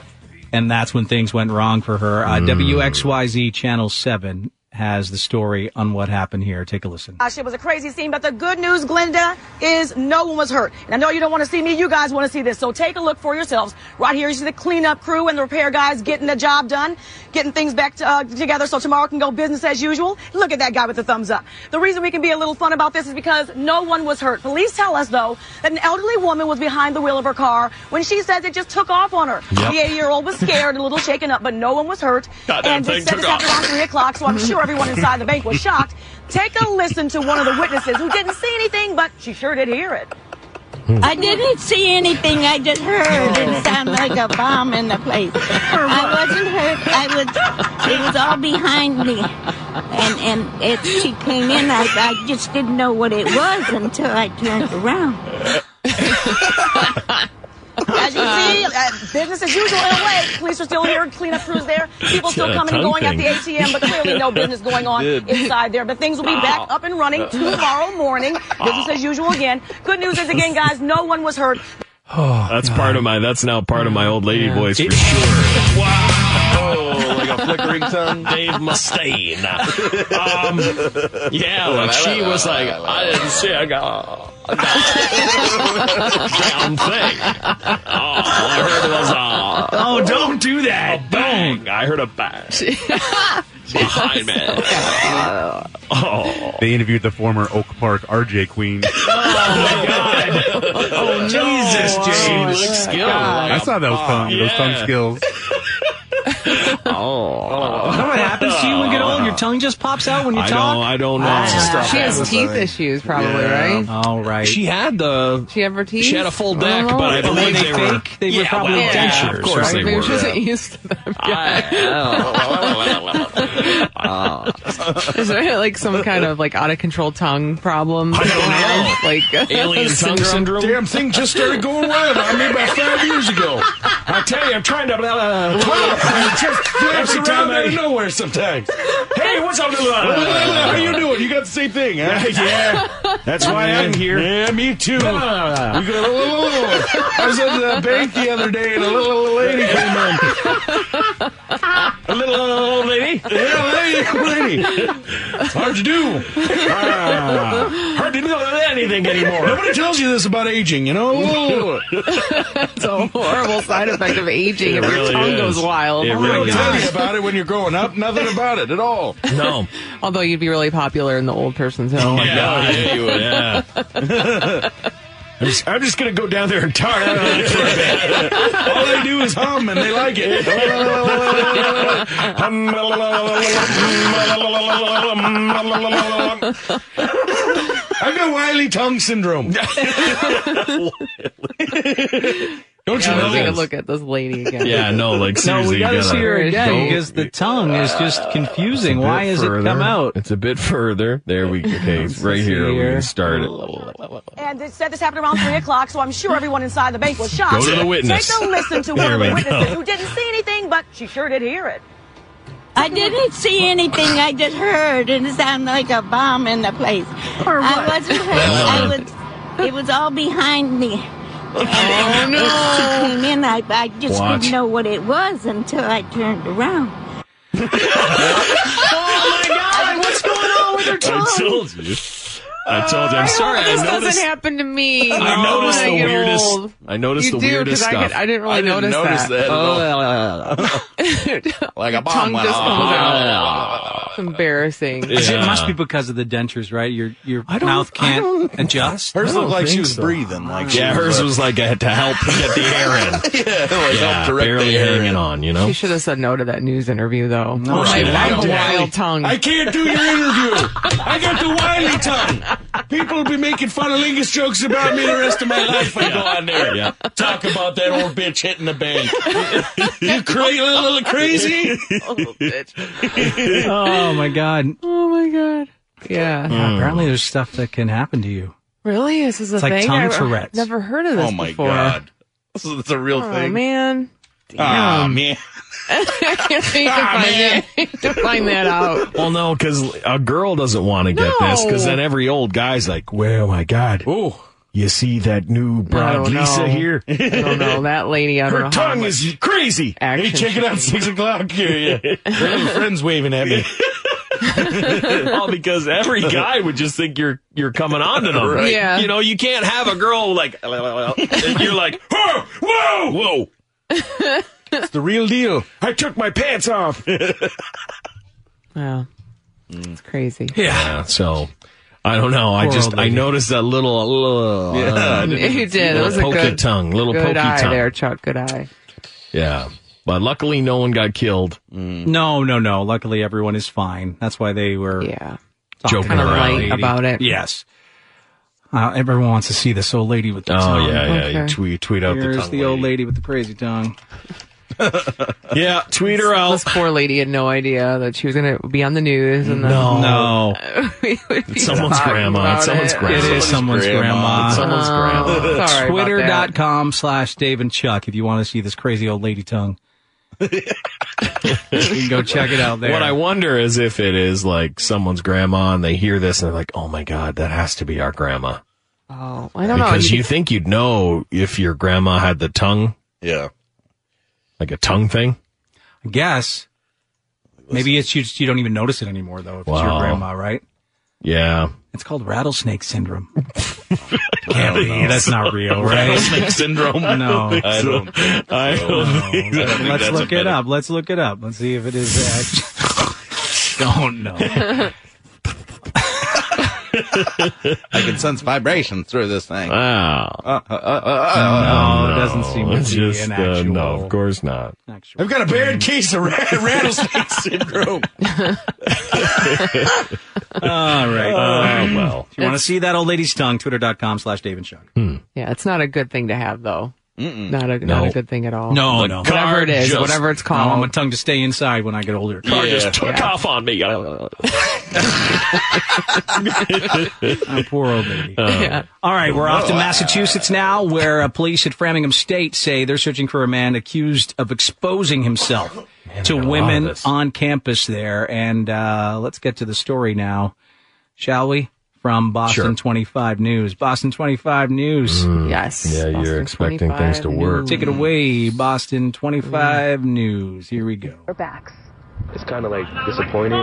and that's when things went wrong for her. Hmm. Uh, WXYZ Channel 7 has the story on what happened here. Take [LAUGHS] a listen. Gosh, it Uh, was a crazy scene, but the good news, Glenda, is no one was hurt. And I know you don't want to see me, you guys want to see this. So take a look for yourselves. Right here, you see the cleanup crew and the repair guys getting the job done, getting things back to, uh, together so tomorrow can go business as usual. Look at that guy with the thumbs up. The reason we can be a little fun about this is because no one was hurt. Police tell us, though, that an elderly woman was behind the wheel of her car when she says it just took off on her. The 80 year old was scared, a little shaken up, but no one was hurt. Goddamn and they thing said took this off. happened around 3 o'clock, so I'm sure everyone inside the bank was shocked. Take a listen to one of the witnesses who didn't see anything, but she sure did hear it. Hmm. I didn't see anything. I just heard. It sounded like a bomb in the place. I wasn't hurt. I was It was all behind me, and and it, she came in. I, I just didn't know what it was until I turned around. As you see, uh, business as usual in a way. Police are still here, cleanup crews there. People still Yeah, coming and tongue going at the thing. ATM, but clearly no business going on Did. inside there. But things will be back Wow. up and running tomorrow morning. Business as usual again. Good news is again, guys, no one was hurt. Oh, that's part of my. That's now part of my old lady voice for sure. Oh, like a [LAUGHS] flickering tongue. Dave Mustaine. Um, yeah, like she was like, I didn't see a go- a go- damn thing. [LAUGHS] Oh, all I heard was a. Oh, don't do that. Bang! I heard a [LAUGHS] bang behind me. Oh, They interviewed the former Oak Park RJ [LAUGHS] Queen. Oh, Jesus, James. I saw those tongue, those tongue skills. You know what happens to you when you get old? Your tongue just pops out when you I talk. don't. I don't know. Ah, she has teeth issues, probably, right? All right. She had the. She have her teeth. She had a full deck, Oh. but I Were believe they they were. fake? They were Yeah, probably well, yeah, dentures, Of course right? they Maybe were. Oh, she wasn't used to them. [LAUGHS] [LAUGHS] Oh. Is there like some kind of like out of control tongue problem? I don't know. Like [LAUGHS] Alien tongue syndrome. Damn thing just started going wild on me about five years ago. I tell you, I'm trying to. Uh, It just flaps Every around time out of I- nowhere sometimes. hey, what's up, little? [LAUGHS] How you doing? You got the same thing, huh? yeah, eh? [LAUGHS] That's why I'm here. Yeah, me too. We got a little. I was at the bank the other day, and a little, little lady came in. a little old lady. Yeah, lady, lady. It's [LAUGHS] hard to do. Ah, Hard to do anything anymore. nobody tells you this about aging, you know. It's a horrible side effect of aging if your really tongue is. goes wild. It They don't really tell you is. about it when you're growing up. Nothing about it at all. No. Although you'd be really popular in the old person's home. Oh, yeah, yeah, you would. Yeah. I'm just, I'm just gonna go down there and tar All they do is hum, and they like it. Oh, [LAUGHS] it. I've got Wiley tongue [LAUGHS] syndrome. Don't you Yeah, know let's take a that? look at this lady again. yeah, no, like No, seriously, we got you to see her Go- again because the tongue is just confusing. Oh, uh, It's a Why bit has it come further. out? It's a bit further. There we okay, right see here. We here. can start it. Oh, And it said this happened around 3 o'clock, so I'm sure everyone inside the bank was shocked. Go to the witness. Take a listen to one There of the we witnesses go. who didn't see anything, but she sure did hear it. I didn't see anything. I just heard, and it sounded like a bomb in the place. I wasn't hurt. I was. It was all behind me. Oh no! She came in. I, I just Watch. didn't know what it was until I turned around. Oh my God! What's going on with her I told you. I told you. I'm sorry. I this noticed. doesn't happen to me. I noticed when the I get weirdest. old. I noticed you the do, weirdest 'cause I, stuff. could- I didn't really notice, that. Oh, Oh. [LAUGHS] like a bomb tongue went just comes off. [LAUGHS] out. It's embarrassing. Yeah. It must be because of the dentures, right? Your your don't- mouth I can't don't- adjust. Hers looked like she think was so. breathing. Like she Yeah, hers was like a, to help get the air in. yeah, like yeah, helped direct barely the air hanging in. on. You know. She should have said no to that news interview, though. No, she I didn't. have a Exactly. wild tongue. I can't do your interview. I got the wily tongue. People will be making funnelingus jokes about me the rest of my life. I go on there. Yeah. Talk about that old bitch hitting the bank. you crazy little crazy. [LAUGHS] [LAUGHS] Oh my God! oh my god. Yeah. Hmm. Apparently, there's stuff that can happen to you. Really? This is a It's like thing. tongue I've Tourette's. never heard of this Oh my before. god, this is it's a [LAUGHS] real Oh thing. man. Ah, man. I can't think to Ah, find that- to find that out. Well, no, because a girl doesn't want to get this, because then every old guy's like, "Well, my God, Oh, you see that new broad don't Lisa know. here? I don't know. That lady, I don't Her know. how tongue much is crazy." action hey, check it out. Six o'clock here. Yeah. Friend- Friends waving at me. [LAUGHS] All because every guy would just think you're you're coming on to them. Right. Yeah. You know, you can't have a girl like [LAUGHS] [LAUGHS] and you're like, "Whoa, whoa, whoa! It's the real deal. I took my [LAUGHS] pants off." Wow. Mm. It's crazy. Yeah. So I don't know. I Poor just old I lady. noticed that little little uh, You did. It was a little pokey good tongue, little Good pokey eye tongue. there, Chuck. Good eye. Yeah. But luckily, no one got killed. Hmm. No, no, no. Luckily, everyone is fine. That's why they were Yeah. talking Joking to Kind of the around. light lady. about it. [LAUGHS] Yes. Uh, everyone wants to see this old lady with the Oh tongue. yeah, yeah. Okay. You tweet tweet out Here's the the, tongue. old lady with the crazy tongue. yeah, tweet her out. This poor lady had no idea that she was going to be on the news. And No. No. [LAUGHS] it's someone's grandma. It's someone's grandma. It is someone's grandma. It's someone's grandma. sorry about that. Twitter.com slash Dave and Chuck if you want to see this crazy old lady tongue. you can go check it out there. What I wonder is if it is like someone's grandma and they hear this and they're like, "Oh my god, that has to be our grandma." Oh, I don't know. because you, think you'd know if your grandma had the tongue. Yeah. Like a tongue thing. I guess. Maybe it's you, you don't even notice it anymore, though, if it's your Wow. grandma, right? Yeah. It's called rattlesnake [LAUGHS] syndrome. Can't be. That's not real, right? Rattlesnake syndrome? [LAUGHS] I No. don't think I so. don't- I don't think so. I think Let's that's look it a up. Let's look it up. Let's see if it is actually. [LAUGHS] don't know. I can sense vibration through this thing. Wow. Uh, uh, uh, uh, No, it doesn't seem to Ah. it's be just, an uh, actual- no, of [LAUGHS] course not. I've got a bad case [LAUGHS] of rat- rattlesnake [LAUGHS] syndrome. All right. Um, Oh, well. Hmm. If you want to see that old lady's tongue, twitter.com slash Dave and Chuck. [LAUGHS] Yeah, it's not a good thing to have, though. Not a No. not a good thing at all. No, But no. Whatever it is, whatever it's I want my called. tongue to stay inside when I get older. Car just took Yeah. off on me. [LAUGHS] Oh, poor old lady. Uh, All right, we're off to Massachusetts now, where uh, police at Framingham State say they're searching for a man accused of exposing himself to got a lot of women this. on campus there. And uh, let's get to the story now, shall we? From Boston 25 News. Boston 25 News. Yes. Mm. Yeah, you're expecting things to work. Take it away, Boston 25 News. Here we go. Our backs. It's kind of like disappointed,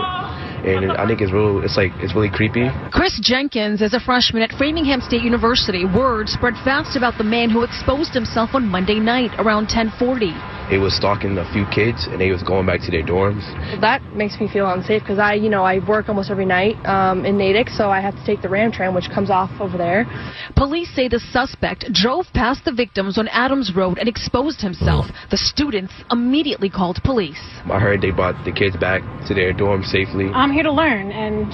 and I think it's real. It's like it's really creepy. Chris Jenkins is a freshman at Framingham State University. Word spread fast about the man who exposed himself on Monday night around 1040. They was stalking a few kids, and they was going back to their dorms. That makes me feel unsafe because I, you know, I work almost every night um, in Natick, so I have to take the Ram tram, which comes off over there. Police say the suspect drove past the victims on Adams Road and exposed himself. The students immediately called police. I heard they brought the kids back to their dorm safely. I'm here to learn, and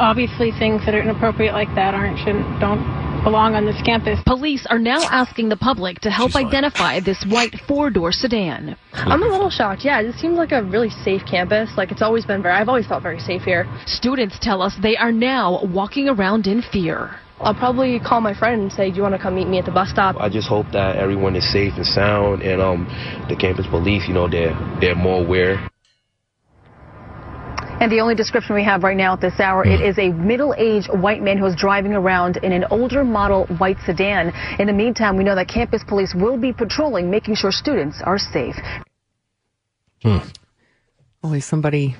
obviously things that are inappropriate like that aren't shouldn't don't belong on this campus. Police are now asking the public to help identify this white four-door sedan. I'm a little shocked. Yeah, this seems like a really safe campus. Like it's always been very. I've always felt very safe here. Students tell us they are now walking around in fear. I'll probably call my friend and say, "Do you want to come meet me at the bus stop?" I just hope that everyone is safe and sound, and um, the campus police, you know, they're they're more aware. And the only description we have right now at this hour, it is a middle-aged white man who is driving around in an older model white sedan. In the meantime, we know that campus police will be patrolling, making sure students are safe. Always somebody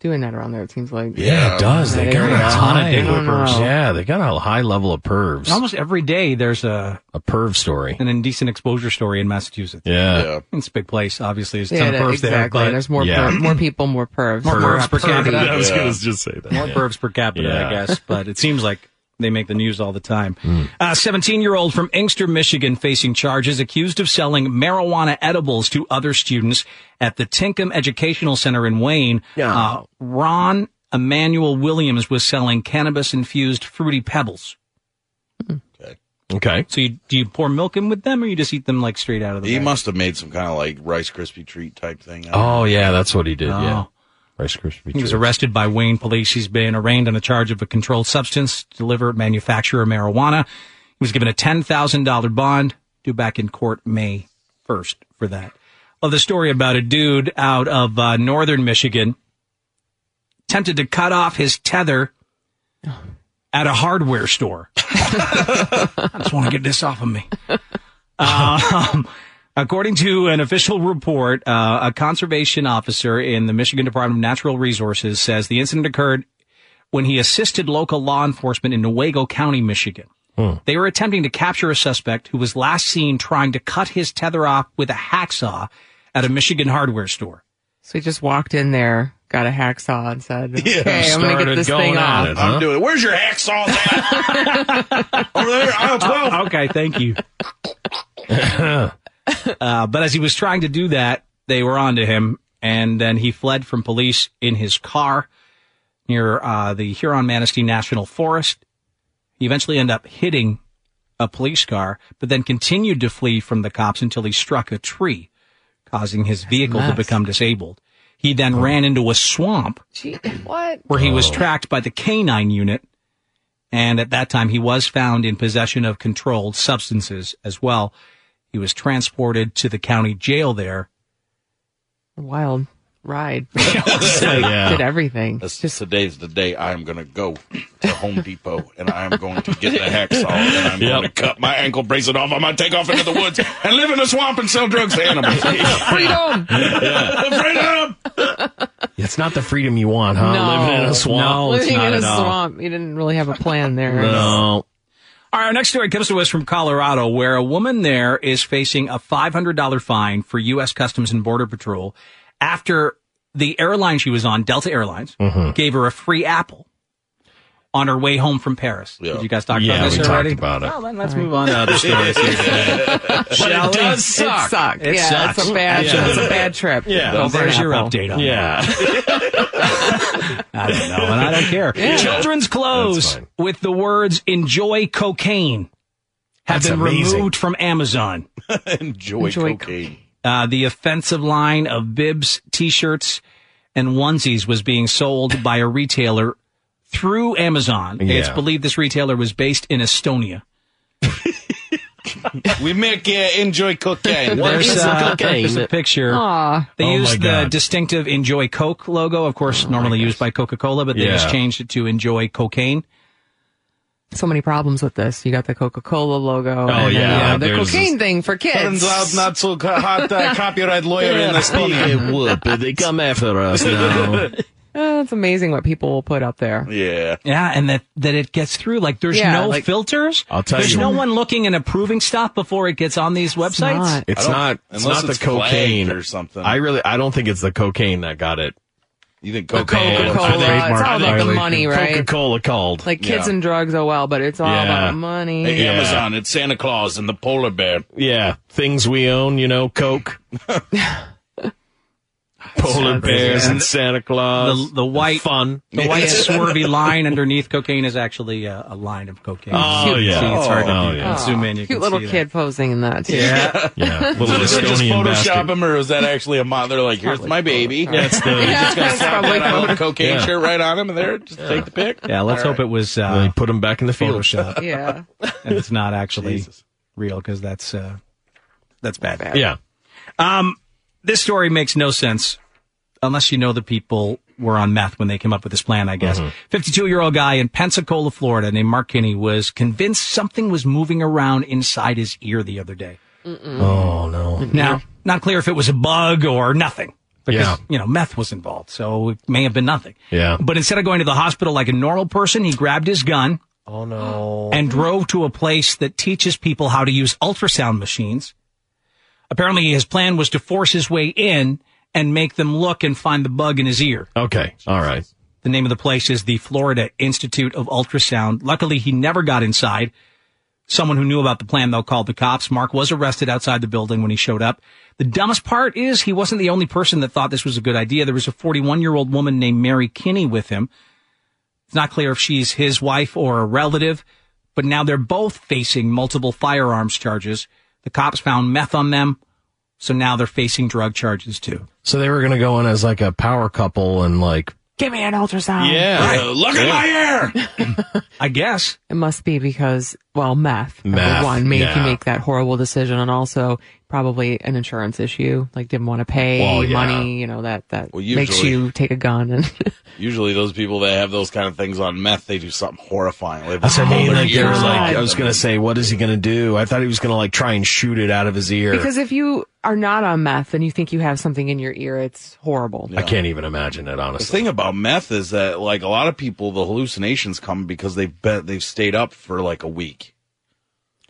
doing that around there, it seems like. Yeah, it does. They That got area. a ton of I dick don't whippers. know. Yeah, they got a high level of pervs. Almost every day there's a a perv story, an indecent exposure story in Massachusetts. Yeah, it's a big place. Obviously, there's a Yeah, ton of that- pervs exactly. there. But There's more per- more people, more pervs. More pervs per capita. [LAUGHS] I was gonna just say that. More Yeah. pervs per capita, Yeah. Hmm. I guess. But it seems like they make the news all the time. A 17 year old from Inkster, Michigan, facing charges accused of selling marijuana edibles to other students at the Tinkham Educational Center in Wayne. Uh, Ron Emmanuel Williams was selling cannabis infused fruity pebbles. Hmm. Okay. So you, do you pour milk in with them, or you just eat them like straight out of the? He bag? must have made some kind of like Rice Krispie treat type thing. Oh yeah, that's what he did. Yeah, Oh. Rice Krispie. He was treat. arrested by Wayne police. He's been arraigned on a charge of a controlled substance, deliver, manufacture, of marijuana. He was given a $10,000 bond due back in court May 1st for that. Well, the story about a dude out of uh, northern Michigan attempted to cut off his tether at a hardware store. [LAUGHS] I just want to get this off of me. Um, according to an official report, uh, a conservation officer in the Michigan Department of Natural Resources says the incident occurred when he assisted local law enforcement in Newaygo County, Michigan. Hmm. They were attempting to capture a suspect who was last seen trying to cut his tether off with a hacksaw at a Michigan hardware store. So he just walked in there, got a hacksaw, and said, Yeah, "Okay, I'm gonna get started this going thing at off." it, huh? I'm doing it. Where's your hacksaw? [LAUGHS] at? Over there, aisle twelve. okay, thank you. [LAUGHS] uh, but as he was trying to do that, they were onto him, and then he fled from police in his car near uh, the Huron Manistee National Forest. He eventually ended up hitting a police car, but then continued to flee from the cops until he struck a tree. causing his vehicle to Mess. become disabled. He then ran into a swamp Gee, what? where he Oh. was tracked by the K9 unit. And at that time, he was found in possession of controlled substances as well. He was transported to the county jail there. Wild [LAUGHS] ride. [LAUGHS] Yeah. Did everything. That's just today's the day I am going to go to Home Depot and I am going to get the hacksaw and I'm going to cut my ankle bracelet off. I'm going to take off into the woods and live in the swamp and sell drugs [LAUGHS] to animals. Freedom! Freedom! It's not the freedom you want, huh? Uh, Living in a swamp. Living in a swamp. You didn't really have a plan there. No. All right, our next story comes to us from Colorado, where a woman there is facing a $500 fine for U.S. Customs and Border Patrol after the airline she was on, Delta Airlines, Mhm. gave her a free apple on her way home from Paris. Did you guys talk Yeah, about this we talked already? about it. Well, then let's All right. move on to other [LAUGHS] stories. here today. But Shall it we? does suck. It sucked. It yeah, sucks. it's a bad. Yeah. It's a bad trip. Yeah. Well, Over an there's your apple. update on Yeah. I don't know, and I don't care. Yeah. Children's clothes with the words "Enjoy cocaine" have That's been amazing. removed from Amazon. [LAUGHS] [LAUGHS] Enjoy, Enjoy cocaine. Uh, the offensive line of bibs, t-shirts, and onesies was being sold by a retailer through Amazon. It's Yeah. believed this retailer was based in Estonia. We make uh, enjoy cocaine. There's, uh, There's a picture. Aw. They Oh my used the God. Oh distinctive Enjoy Coke logo, of course, normally used by Coca-Cola, but they Yeah. just changed it to Enjoy Cocaine. So many problems with this. You got the Coca Cola logo. Oh, and then, uh, yeah, the there's- cocaine thing for kids. Turns out not so co- [LAUGHS] hot uh, copyright lawyer [LAUGHS] in Estonia. whoop. They come after us now. Uh, it's amazing what people will put up there. [LAUGHS] Yeah. Yeah, and that that it gets through. Like there's Yeah, no like- filters. I'll tell there's you. no one looking and approving stuff before it gets on these websites. It's not. It's not the cocaine or something. I really. I don't think it's the cocaine that got it. You think cocaine- Coca-Cola, it's all about the money, right? Coca-Cola called. Like kids and drugs, oh well, but it's all Yeah. about money. Hey, Amazon. It's Santa Claus and the polar bear. Yeah, [LAUGHS] things we own. You know, [LAUGHS] Coke, polar bears, and Santa Claus. The, the white fun, the white [LAUGHS] [LAUGHS] swervy line underneath cocaine is actually uh, a, a line of cocaine. You Oh, can yeah. see it's hard Oh, to yeah. zoom in. You Cute can little see that. kid posing in that. too. [LAUGHS] Yeah. Yeah, So did they just Photoshop him, or is that actually a model? They're like, here's my baby. Yeah, it's the- We're just [LAUGHS] gonna Yeah, slap probably that on a little cocaine Yeah. shirt right on him, and there, just take the pic. Yeah, let's All hope it was. Uh, they put him back in the field. Photoshop. Yeah. and it's not [LAUGHS] actually real because that's uh, that's bad. Yeah. Um, this story makes no sense unless you know the people were on meth when they came up with this plan. I Mm-hmm. guess. 52 year old guy in Pensacola, Florida, named Mark Kinney, was convinced something was moving around inside his ear the other day. Oh no! Now, not clear if it was a bug or nothing. Because, Yeah. you know, meth was involved, so it may have been nothing. Yeah. But instead of going to the hospital like a normal person, he grabbed his gun Oh no! and drove to a place that teaches people how to use ultrasound machines. Apparently, his plan was to force his way in and make them look and find the bug in his ear. Okay, all right. The name of the place is the Florida Institute of Ultrasound. Luckily, he never got inside. Someone who knew about the plan, though, called the cops. Mark was arrested outside the building when he showed up. The dumbest part is he wasn't the only person that thought this was a good idea. There was a 41 year old woman named Mary Kinney with him. It's not clear if she's his wife or a relative, but now they're both facing multiple firearms charges. The cops found meth on them, so now they're facing drug charges too. So they were gonna go in as like a power couple and like Give me an ultrasound. Yeah. Uh, look at my ear. I guess it must be because well, meth. number Meth, One made yeah. you make that horrible decision, and also probably an insurance issue. Like didn't want to pay Well, yeah. money. You know that that Well, makes usually- you take a gun [LAUGHS] and Usually, those people that have those kind of things on meth, they do something horrifying. They That's what I mean. pull their Like they were ears like, out. I was gonna say, what is he gonna do? I thought he was gonna like try and shoot it out of his ear. because if you are not on meth and you think you have something in your ear, it's horrible. I can't even imagine it. Honestly, The thing about meth is that, like, a lot of people, the hallucinations come because they've been, they've stayed up for like a week,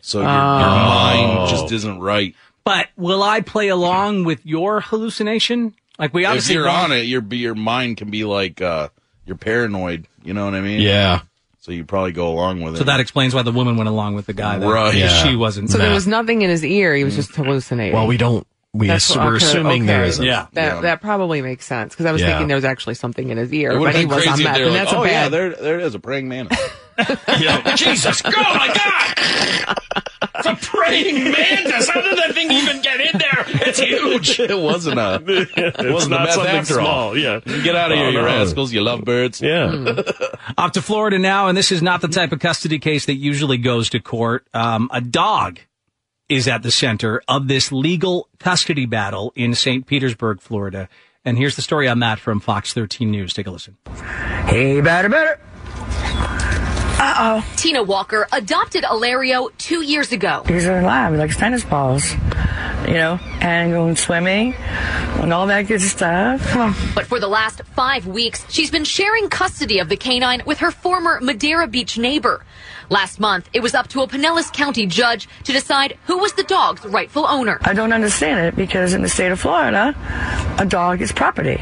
so your, your Oh. mind just isn't right. But will I play along with your hallucination? Like we if obviously you're won't- on it, your your mind can be like uh, you're paranoid. You know what I mean? Yeah. So you probably go along with it. So that explains why the woman went along with the guy. Then, Right. because Yeah. She wasn't. So there was nothing in his ear. He was just hallucinating. Mm. Well, we don't. We That's assu- what- we're okay, assuming okay. there isn't. That that probably makes sense because I was Yeah. thinking there was actually something in his ear, It would've but he been was on crazy if meth, they were and like, that's oh, a bad. yeah, there, there it is, a praying mantis. Jesus, go, my God! It's a praying mantis. How did that thing even get in there? It's [LAUGHS] huge. it wasn't a. It wasn't a not meth something after all. small, Yeah. Get out of here, Oh, you no. rascals, you lovebirds. Uh, [LAUGHS] Yeah. Off Hmm. to Florida now, and this is not the type of custody case that usually goes to court. Um, a dog is at the center of this legal custody battle in St. Petersburg, Florida. And here's the story on that from Fox 13 News. Take a listen. Hey, better, better. Uh oh. Tina Walker adopted Alario two years ago. These are alive, like tennis balls, you know, and going swimming and all that good stuff. But for the last five weeks, she's been sharing custody of the canine with her former Madeira Beach neighbor. Last month, it was up to a Pinellas County judge to decide who was the dog's rightful owner. I don't understand it because in the state of Florida, a dog is property.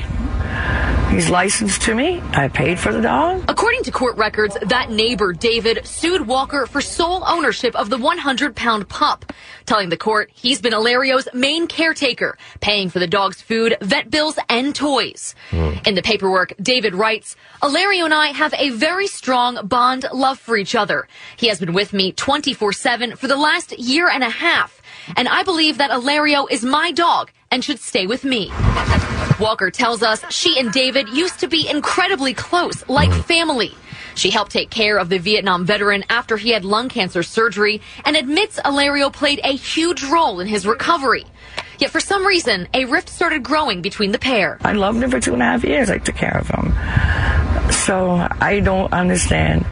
He's licensed to me. I paid for the dog. According to court records, that neighbor, David, sued Walker for sole ownership of the 100 pound pup, telling the court he's been Alario's main caretaker, paying for the dog's food, vet bills, and toys. In the paperwork, David writes, Alario and I have a very strong bond love for each other. He has been with me 24 7 for the last year and a half, and I believe that Alario is my dog and should stay with me. Walker tells us she and David used to be incredibly close, like family. She helped take care of the Vietnam veteran after he had lung cancer surgery and admits Alario played a huge role in his recovery. Yet for some reason, a rift started growing between the pair. I loved him for two and a half years. I took care of him. So I don't understand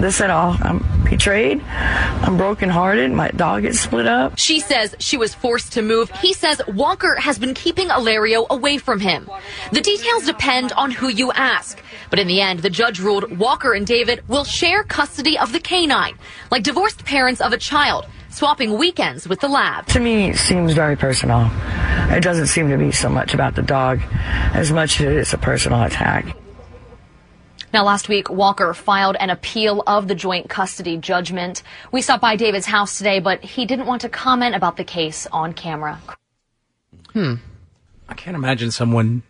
this at all. I'm betrayed. I'm brokenhearted. My dog is split up. She says she was forced to move. He says Walker has been keeping Alario away from him. The details depend on who you ask. But in the end, the judge ruled Walker and David will share custody of the canine, like divorced parents of a child, swapping weekends with the lab. To me, it seems very personal. It doesn't seem to be so much about the dog as much as it is a personal attack. Now, last week, Walker filed an appeal of the joint custody judgment. We stopped by David's house today, but he didn't want to comment about the case on camera. Hmm. I can't imagine someone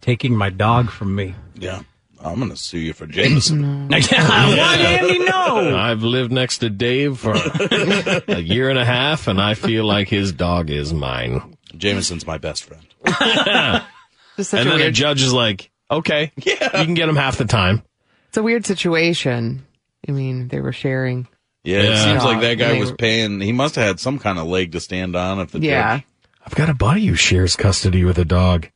taking my dog from me. Yeah. I'm going to [LAUGHS] sue you for [LAUGHS] Jameson. I've lived next to Dave for a year and a half, and I feel like his dog is mine. Jameson's my best friend. It's such and a then the weird- judge is like, okay, you can get him half the time. It's a weird situation. I mean, they were sharing. Yeah, it Yeah. seems like that guy They was were- paying. He must have had some kind of leg to stand on. If the Yeah. judge I've got a buddy who shares custody with a dog,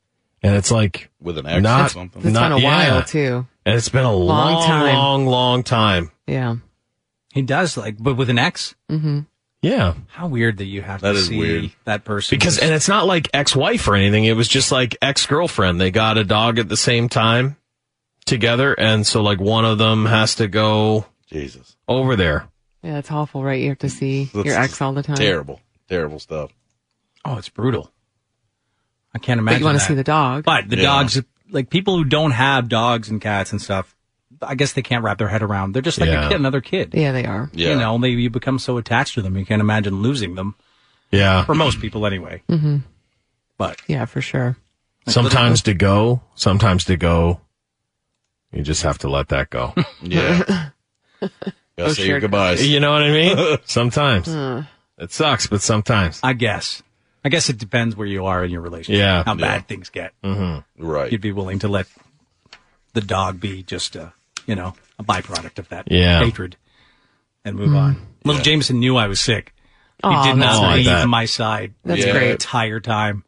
and it's like with an ex not, or something. not yeah. too. And it's been a long, Long time. long, long time. Yeah. He does, like, but with an ex? Mm-hmm. Yeah. How weird that you have That to is see weird. that person. Because, and it's not like ex wife or anything. It was just like ex girlfriend. They got a dog at the same time together. And so, like, one of them has to go Jesus over there. Yeah, it's awful, right? You have to see That's your ex all the time. Terrible, terrible stuff. Oh, it's brutal. I can't But imagine. you want to that. see the dog. But the Yeah. dogs, like people who don't have dogs and cats and stuff, I guess they can't wrap their head around. They're just like Yeah. a kid, another kid. Yeah, they are. You know, they, you become so attached to them, you can't imagine losing them. Yeah. For most people, anyway. Mm-hmm. But yeah, for sure. Sometimes to go, sometimes to go. You just have to let that go. [LAUGHS] Yeah. [LAUGHS] Gotta say your goodbyes. You know what I [LAUGHS] mean? Sometimes. Oh, Uh. It sucks, but sometimes. I guess. I guess it depends where you are in your relationship. Yeah. How Yeah. bad things get. Mm-hmm. Right. You'd be willing to let the dog be just a, you know, a byproduct of that Yeah. hatred and move Mm. on. Little Jameson knew I was sick. Aw, he did that's not great. leave Like that. my side That's the great. entire time.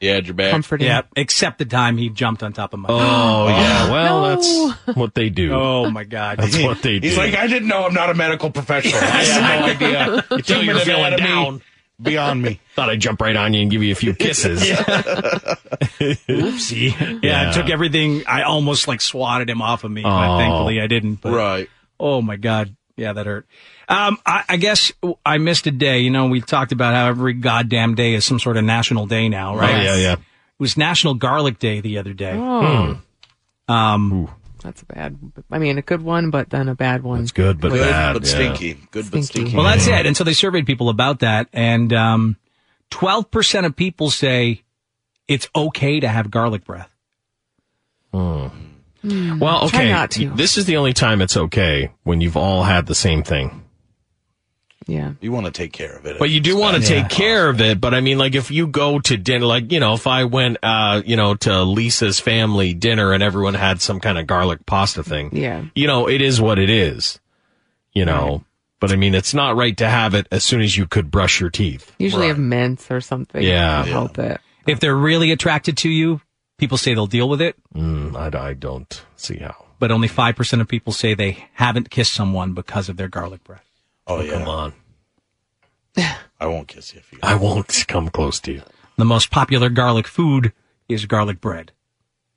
Yeah, your back. Comforting. Yeah, except the time he jumped on top of my. [GASPS] Oh, yeah. Well, [LAUGHS] that's [LAUGHS] what they do. Oh my God. That's what they do. He's like, I didn't know. I'm not a medical professional. [LAUGHS] I had no [LAUGHS] idea. Until [LAUGHS] Two you're minutes feeling ahead of me, down. Beyond me. [LAUGHS] Thought I'd jump right on you and give you a few kisses. Oopsie. Yeah, Yeah. it took everything. I almost like swatted him off of me, but Oh. thankfully I didn't. But, right. Oh my God. Yeah, that hurt. Um, I, I guess I missed a day. You know, we talked about how every goddamn day is some sort of national day now, right? Oh, yeah, yeah. Hmm. It was National Garlic Day the other day. Oh. Hmm. Um, That's a bad. I mean, a good one, but then a bad one. It's good, Good but stinky. Good but stinky. Well, that's it. And so they surveyed people about that, and um, 12% of people say it's okay to have garlic breath. Hmm. Hmm. Well, Try okay. not to. This is the only time it's okay when you've all had the same thing. Yeah. You want to take care of it. But you do want to [LAUGHS] take care of it. But I mean, like, if you go to dinner, like, you know, if I went, uh, you know, to Lisa's family dinner and everyone had some kind of garlic pasta thing, Yeah. you know, it is what it is, you know. But I mean, it's not right to have it as soon as you could brush your teeth. Usually have mints or something. Yeah. to Help it. If they're really attracted to you, people say they'll deal with it. Mm, I, I don't see how. But only 5% of people say they haven't kissed someone because of their garlic breath. Oh, yeah. [SIGHS] Come on. I won't kiss you if you. I won't [LAUGHS] come close to you. The most popular garlic food is garlic bread.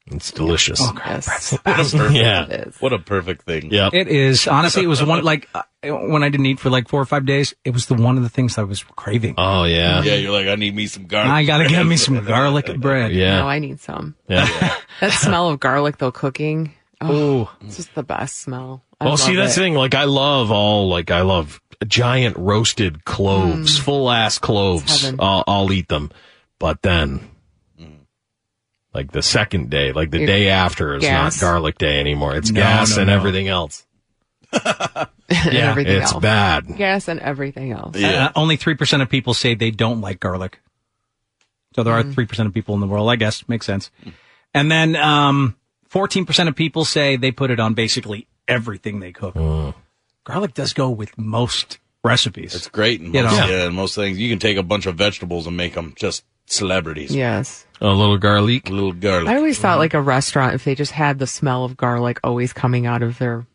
It's delicious. Oh, garlic bread's [LAUGHS] the What a best. [LAUGHS] perfect, What a perfect thing. Yeah. It is. Honestly, it was one, like, uh, when I didn't eat for like four or five days, it was the one of the things I was craving. Oh, yeah. [LAUGHS] Yeah, you're like, I need me some garlic. I got to bread. get me some garlic bread. No, Oh, I need some. Yeah. That smell of garlic though cooking. Oh, it's just the best smell. I well, see, love that's it. the thing. Like, I love all, like, I love giant roasted cloves, full ass Mm. It's cloves. heaven. I'll, I'll eat them. But then, Mm. like, the second day, like, the It- day after is gas. not garlic day anymore. It's No, gas no, and no. [LAUGHS] [LAUGHS] everything else. And Yeah, everything it's else. bad. Yes, and everything else. Uh, only 3% of people say they don't like garlic. So there are 3% of people in the world, I guess. Makes sense. And then um, 14% of people say they put it on basically everything they cook. Garlic does go with most recipes. Mm. It's great. In most, You know. Yeah, in most things. You can take a bunch of vegetables and make them just celebrities. Yes. A little garlic. A little garlic. I always Mm-hmm. thought like a restaurant, if they just had the smell of garlic always coming out of their,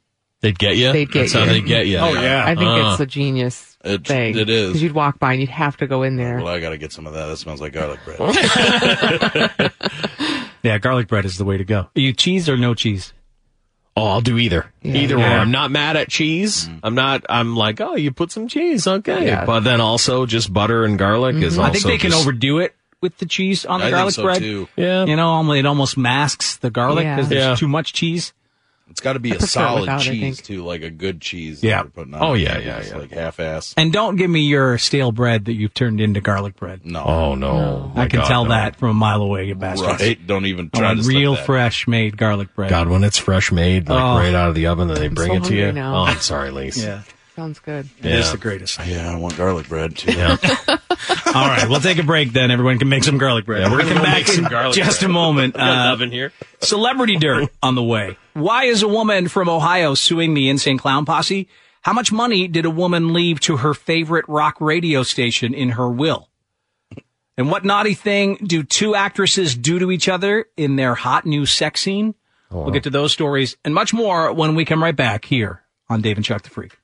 They'd get you. they'd get Oh, Uh-huh. you. That's how they get you. Oh, I think Uh, it's a genius It- thing. it is. 'Cause you'd walk by and you'd have to go in there. Well, I got to get some of that. That smells like garlic bread. Yeah, garlic bread is the way to go. Are you cheese or no cheese? Oh, I'll do either. Either way, Yeah. I'm not mad at cheese. Hmm. I'm not. I'm like, oh, you put some cheese, okay. Yeah. But then also, just butter and garlic is. Mm-hmm. I Also think they can just- overdo it with the cheese on the I think garlic so, bread. too. Yeah. You know, almo- it almost masks the garlic Yeah. because there's Yeah. too much cheese. [LAUGHS] It's got to be I a prefer it solid without, I cheese think. too, like a good cheese. Yeah. that you're putting on Oh, it. yeah, yeah, It's Like half-ass. And don't give me your stale bread that you've turned into garlic bread. No. Oh no. I My can God, tell no. that from a mile away, you bastards. Right? Don't even I try want to stop real that. fresh made garlic bread. God, when it's fresh made, like Oh. right out of the oven, and they bring so it to you. hungry now. Oh, I'm sorry, Lise. [LAUGHS] Yeah. Sounds good. Yeah. It is the greatest. Yeah, I want garlic bread too. Yeah. All right, we'll take a break then. Everyone can make some garlic bread. Yeah, we're We'll gonna come go back make some in garlic just bread. a moment. We've got an oven here. Celebrity [LAUGHS] dirt on the way. Why is a woman from Ohio suing the Insane Clown Posse? How much money did a woman leave to her favorite rock radio station in her will? And what naughty thing do two actresses do to each other in their hot new sex scene? We'll get to those stories and much more when we come right back here on Dave and Chuck the Freak.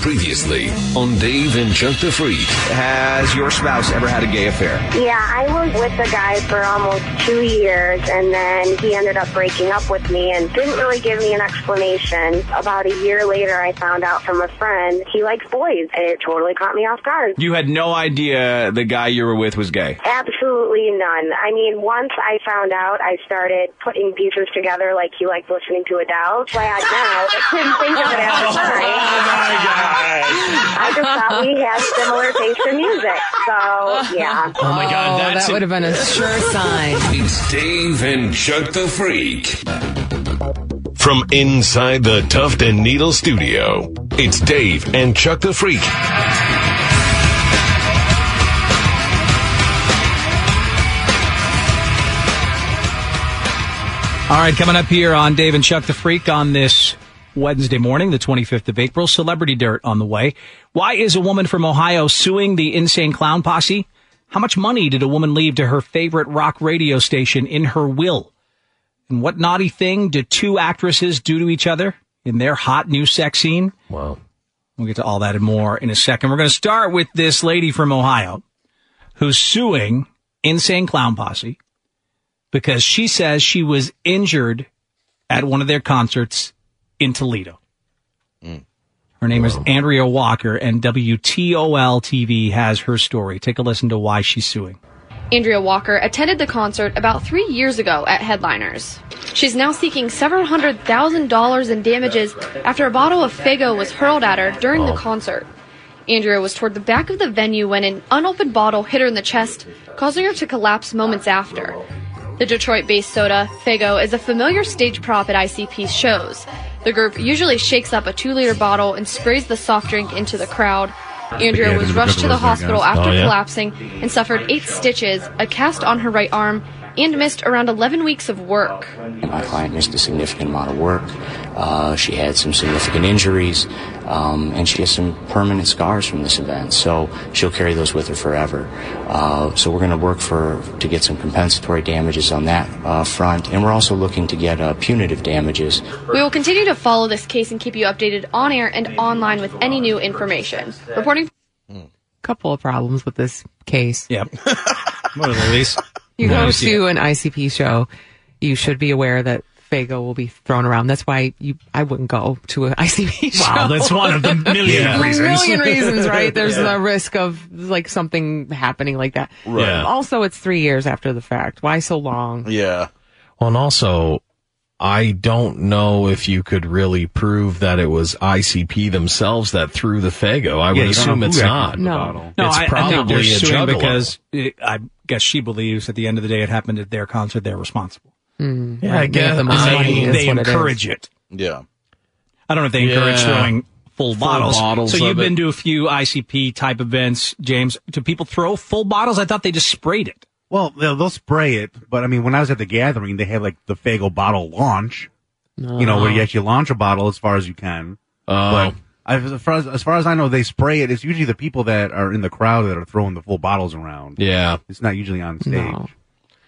Previously on Dave and Chuck the Freak. Has your spouse ever had a gay affair? Yeah, I was with a guy for almost two years, and then he ended up breaking up with me and didn't really give me an explanation. About a year later, I found out from a friend he likes boys. It totally caught me off guard. You had no idea the guy you were with was gay. Absolutely none. I mean, once I found out, I started putting pieces together like he liked listening to Adele. So I had now, I couldn't think of it at [LAUGHS] the time. Oh, I just thought we had similar taste in music. So, yeah. Oh my God, Oh, that's that a- would have been a sure sign. [LAUGHS] It's Dave and Chuck the Freak. From inside the Tuft and Needle studio, it's Dave and Chuck the Freak. All right, coming up here on Dave and Chuck the Freak on this Wednesday morning, the 25th of April, celebrity dirt on the way. Why is a woman from Ohio suing the insane clown posse? How much money did a woman leave to her favorite rock radio station in her will? And what naughty thing did two actresses do to each other in their hot new sex scene? Wow. We'll get to all that and more in a second. We're going to start with this lady from Ohio who's suing Insane Clown Posse because she says she was injured at one of their concerts in Toledo. Her name is Andrea Walker, and WTOL TV has her story. Take a listen to why she's suing. Andrea Walker attended the concert about three years ago at Headliners. She's now seeking several hundred thousand dollars in damages after a bottle of Fago was hurled at her during the concert. Andrea was toward the back of the venue when an unopened bottle hit her in the chest, causing her to collapse moments after. The Detroit based soda, Fago, is a familiar stage prop at ICP shows. The group usually shakes up a two liter bottle and sprays the soft drink into the crowd, Yeah, Andrea there's was a rushed couple to the of those there, hospital guys. after Oh, yeah. collapsing and suffered eight stitches, a cast on her right arm, and missed around 11 weeks of work. My client missed a significant amount of work. Uh, she had some significant injuries, um, and she has some permanent scars from this event. So she'll carry those with her forever. Uh, so we're going to work for to get some compensatory damages on that uh, front, and we're also looking to get uh, punitive damages. We will continue to follow this case and keep you updated on air and online with any new information. Reporting [LAUGHS] Couple of problems with this case. Yep. [LAUGHS] One of the least. You Yeah, I go see to an ICP show, you should be aware that Fago will be thrown around. That's why you, [LAUGHS] I wouldn't go to an ICP show. Wow, that's one [LAUGHS] of the A million reasons. million reasons, right? There's Yeah. the risk of like something happening like that. Right. Yeah. Also, it's three years after the fact. Why so long? Yeah. Well, and also, I don't know if you could really prove that it was ICP themselves that threw the Fago. Yeah, I you don't would know assume who it's acted not. in the bottle. No, it's I, I think probably they're a suing juggalo. because it, I guess she believes at the end of the day it happened at their concert. They're responsible. [LAUGHS] Yeah, I Right, guess. They, the money is they what it encourage is. it. Yeah. I don't know if they encourage Yeah. throwing full, Full bottles. bottles So of you've been it. to a few ICP type events, James. Do people throw full bottles? I thought they just sprayed it. Well, they'll, they'll spray it, but I mean, when I was at the gathering, they had like the Fagel bottle launch. You know, where you actually launch a bottle as far as you can. Uh-huh. Oh. But I, as, far as, as far as I know, they spray it. It's usually the people that are in the crowd that are throwing the full bottles around. Yeah. It's not usually on stage.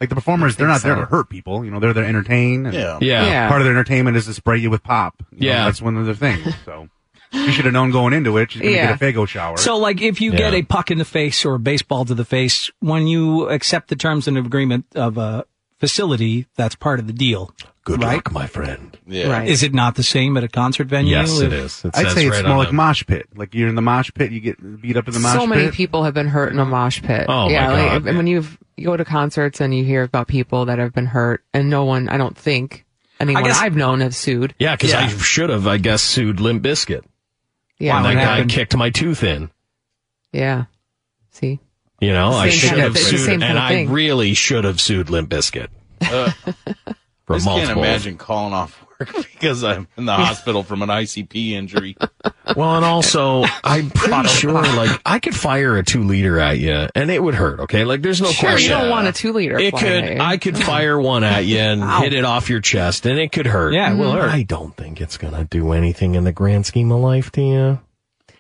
Like the performers, they're not think there so. to hurt people. You know, they're there to entertain. and Yeah. Yeah. Yeah. Part of their entertainment is to spray you with pop. You know, Yeah. that's one of their things. So you should have known going into it. She's going to Yeah. get a Fagel shower. So, like, if you get a puck in the face or a baseball to the face, when you accept the terms and agreement of a facility, that's part of the deal. Good right? luck, my friend. Yeah. Right. Is it not the same at a concert venue? Yes, it If- is. I'd say it's more like mosh pit. Like you're in the mosh pit, you get beat up in the mosh so pit. many people have been hurt in a mosh pit. Oh, my yeah, like, God. and when you've, you go to concerts and you hear about people that have been hurt, and no one, I don't think anyone guess- I've known have sued. Yeah, because I should have, I guess, sued Limp Biscuit. Yeah. Wow, that what guy happened? kicked my tooth in. yeah. See, You know, I Same should kind of have thing. It's the sued, same and kind of I thing. really should have sued Limp Biscuit Uh, for just can't multiple. imagine calling off work [LAUGHS] because I'm in the hospital from an ICP injury. Well, and also, I'm pretty sure, like, I could fire a two liter at you, and it would hurt. Okay, like, there's no sure, you question. don't want a two liter. It could. I could fire one at you and Ow. hit it off your chest, and it could hurt. Yeah, it will hurt. I don't think it's gonna do anything in the grand scheme of life to you.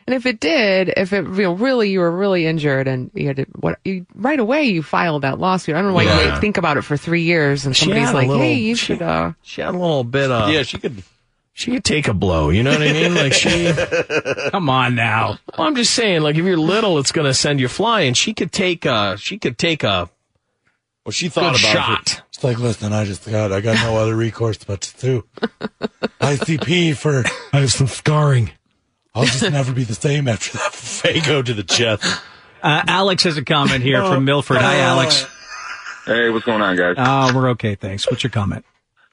And if it did, if it real, really you were really injured and you had to what you right away you filed that lawsuit. I don't know why you Yeah. didn't think about it for three years and She somebody's had a like, little- hey, you she- should. Uh, She had a little bit of. Yeah, she could. She could take a blow. You know what I mean? Like she. Come on now. Well, I'm just saying, like if you're little, it's gonna send you flying. She could take a. She could take a. Well, she good shot. it. It's like, listen, I just got, I got no other recourse but to [LAUGHS] sue ICP for. I have some scarring. I'll just never be the same after that fago to the chest. Uh, Alex has a comment here from Milford. Hi, uh, Alex. Hey, what's going on, guys? Uh, we're okay, thanks. What's your comment?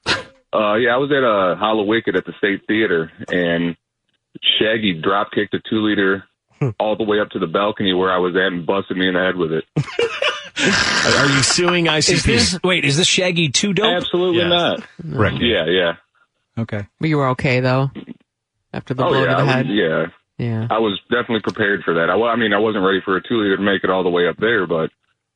Uh, yeah, I was at a Hollow Wicked at the State Theater, and Shaggy drop kicked a two liter Hmm. all the way up to the balcony where I was at and busted me in the head [LAUGHS] with it. Are you suing ICP? Is this, wait, is this Shaggy too dope? Absolutely not. Right. Yeah, yeah. Okay. But you were okay though after the oh blow yeah, to the I head. was, yeah. Yeah. I was definitely prepared for that. I, wa- I mean, I wasn't ready for a two liter to make it all the way up there, but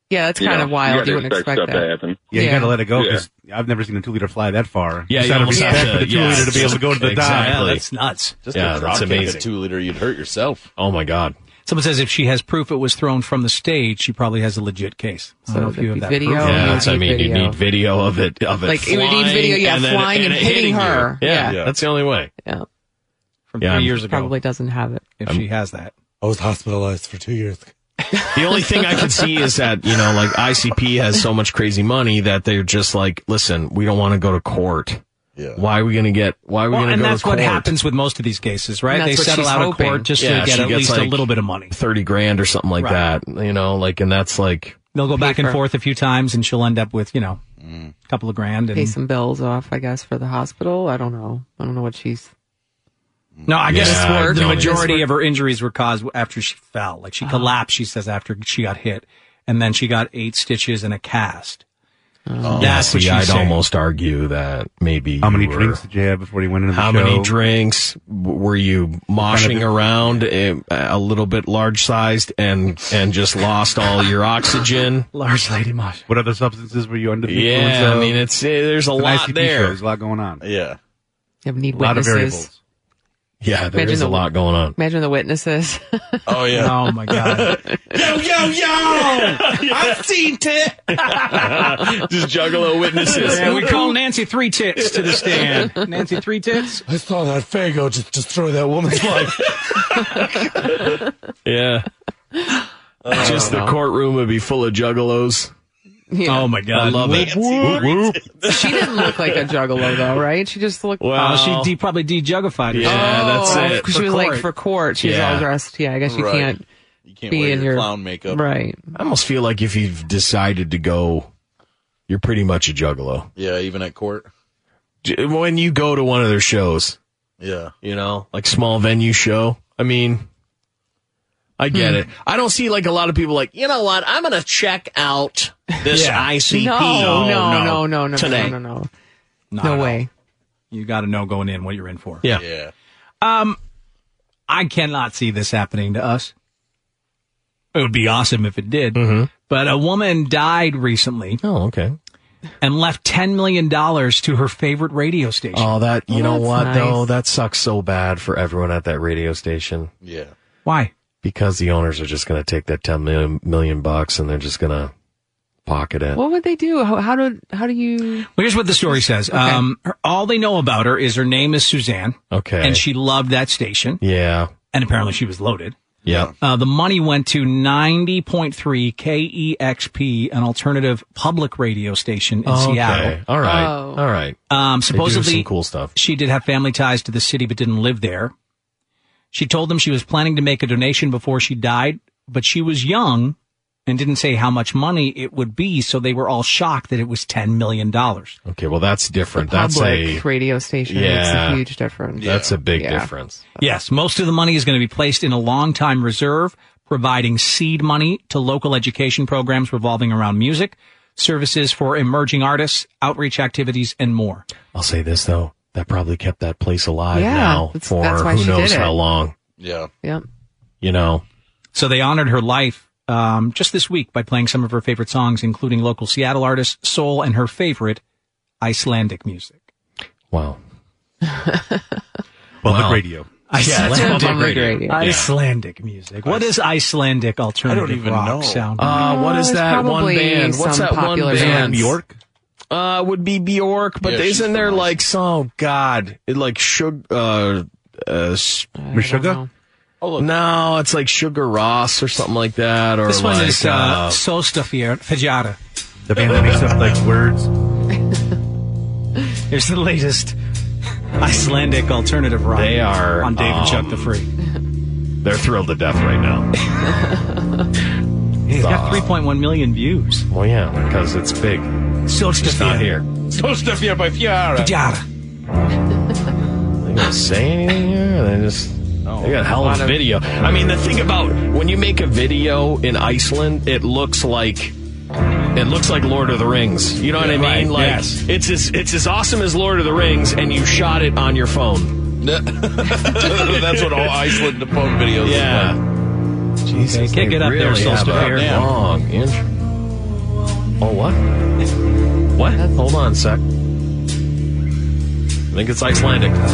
Yeah, that's you kind know, of wild. You, You gotta wouldn't expect stuff that. to happen. Yeah, you got to let it go Yeah. because I've never seen a two liter fly that far. Yeah, You just you gotta almost respect have for the to- two yeah, liter to be able to go to the dive. Exactly. Yeah, that's nuts. Just yeah, a drop that's kick of the amazing. two liter, you'd hurt yourself. Oh my god. Someone says if she has proof it was thrown from the stage, she probably has a legit case. I don't know if you have that proof. Yeah, that's, I mean, you need video of it. Of it Like, you would need flying video, yeah, and then- flying and it hitting you. her. Yeah, Yeah. Yeah. that's the only way. Yeah. From Yeah, three I'm- years ago. Probably doesn't have it. If she has that. I was hospitalized for two years. [LAUGHS] The only thing I could see is that, you know, like ICP has so much crazy money that they're just like, listen, we don't want to go to court. Yeah. Why are we going to get, why are we Well, going and to go that's to court? what happens with most of these cases, right? And They that's what settle she's out of hoping. court just Yeah, to get she at gets, least a like, little bit of money. 30 grand or something like that, you know, like, and that's like, They'll go back and Paper. forth a few times and she'll end up with, you know, a couple of grand. And Pay some bills off, I guess, for the hospital. I don't know. I don't know what she's. No, I guess Yeah, I the don't majority either. of her injuries were caused after she fell. Like she collapsed, she says, after she got hit. And then she got eight stitches and a cast. That's what see, she's I'd saying. almost argue that maybe Oh. How many you were- drinks did you have before you went into the how show? many drinks w- were you moshing Kind of- around a, a little bit large sized and and just lost all your oxygen? Large lady mosh. What other substances were you under the Yeah, influence I of? mean, it's- eh, there's a It's an lot ICP there. show. There's a lot going on. Yeah. You need A lot of witnesses. variables. Yeah, there Imagine is a the- lot going on. Imagine the witnesses. [LAUGHS] [LAUGHS] Oh yeah. Oh my god. yo, yo, yo! I've seen tit. Just juggalo witnesses. Yeah, [LAUGHS] we call Nancy Three Tits to the [LAUGHS] stand. [LAUGHS] Nancy Three Tits. I saw that Fago just destroy that woman's life. [LAUGHS] Yeah. Just the courtroom would be full of juggalos. Oh my god. I love it. she didn't look like a juggalo though, right? She just looked. Well, she de- probably dejuggified. Yeah, herself. that's it. 'cause she was, like, for court, she was all dressed- yeah, I guess you Right. can't You can't be wear in your your- clown makeup. Right. I almost feel like if you've decided to go, you're pretty much a juggalo. [LAUGHS] Yeah, even at court. J- When you go to one of their shows, Yeah. you know, like small venue show. I mean, I Hmm. get it. I don't see like a lot of people like, you know what? I'm going to check out this Yeah. ICP. No, No, no, no, no, no, no, today. no, no, Not no at all. way. You got to know going in what you're in for. Yeah. Yeah. Um, I cannot see this happening to us. It would be awesome if it did. But a woman died recently. Mm-hmm. Oh, okay. And left $10 million to her favorite radio station. Oh, that, you know that's what nice. though? That sucks so bad for everyone at that radio station. Yeah. Why? Because the owners are just going to take that 10 million, million bucks and they're just going to pocket it. What would they do? How, how do how do you? Well, here's what the story says. Um, her, all they know about her is her name is Suzanne. Okay. And she loved that station. Yeah. And apparently she was loaded. Yeah. Uh, the money went to 90.3 KEXP, E an alternative public radio station in Okay. Seattle. All right. All right. Um, They do have supposedly, some cool stuff. She did have family ties to the city, but didn't live there. She told them she was planning to make a donation before she died, but she was young and didn't say how much money it would be. So they were all shocked that it was ten million dollars. Okay. Well, that's different. That's public a- radio station makes Yeah. a huge difference. That's a big Yeah. difference. Yes, most of the money is going to be placed in a long time reserve, providing seed money to local education programs revolving around music, services for emerging artists, outreach activities, and more. I'll say this though. That probably kept that place alive Yeah, now that's- for that's why who she knows did it. how long. Yeah. Yep. You know. So they honored her life um, just this week by playing some of her favorite songs, including local Seattle artists, soul, and her favorite Icelandic music. Wow. Public radio. Icelandic, Public radio. Yeah. Icelandic music. What is Icelandic alternative even rock know. sound? Uh, what is that one band? What's that one band? York. Uh, would be Bjork, but Yeah, she's isn't there like some? Oh God! It like sugar. Uh, uh, sugar. Oh, No, it's like Sugar Ross or something like that. Or This one like, is uh, Solstafir Fejada. the band that makes up like words. Here's the latest Icelandic alternative rock. They are on Dave and Chuck the um, Free. They're thrilled to death right [LAUGHS] now. It's got 3.1 million views. Well, yeah, because it's big. Solstafir. It's not here. So stuff here by Fiara. They don't say anything here. They just they got hell A of lot a of- video. I mean, the thing about when you make a video in Iceland, it looks like it looks like Lord of the Rings. You know what I mean? Yeah, right, Like yes. it's as it's as awesome as Lord of the Rings, and you shot it on your phone. That's what all Iceland phone videos look Yeah. Jesus, kick they it up there, really have Solskjaer. a Yeah. long intro. Oh what? What? Hold on a sec. I think it's Icelandic. Uh,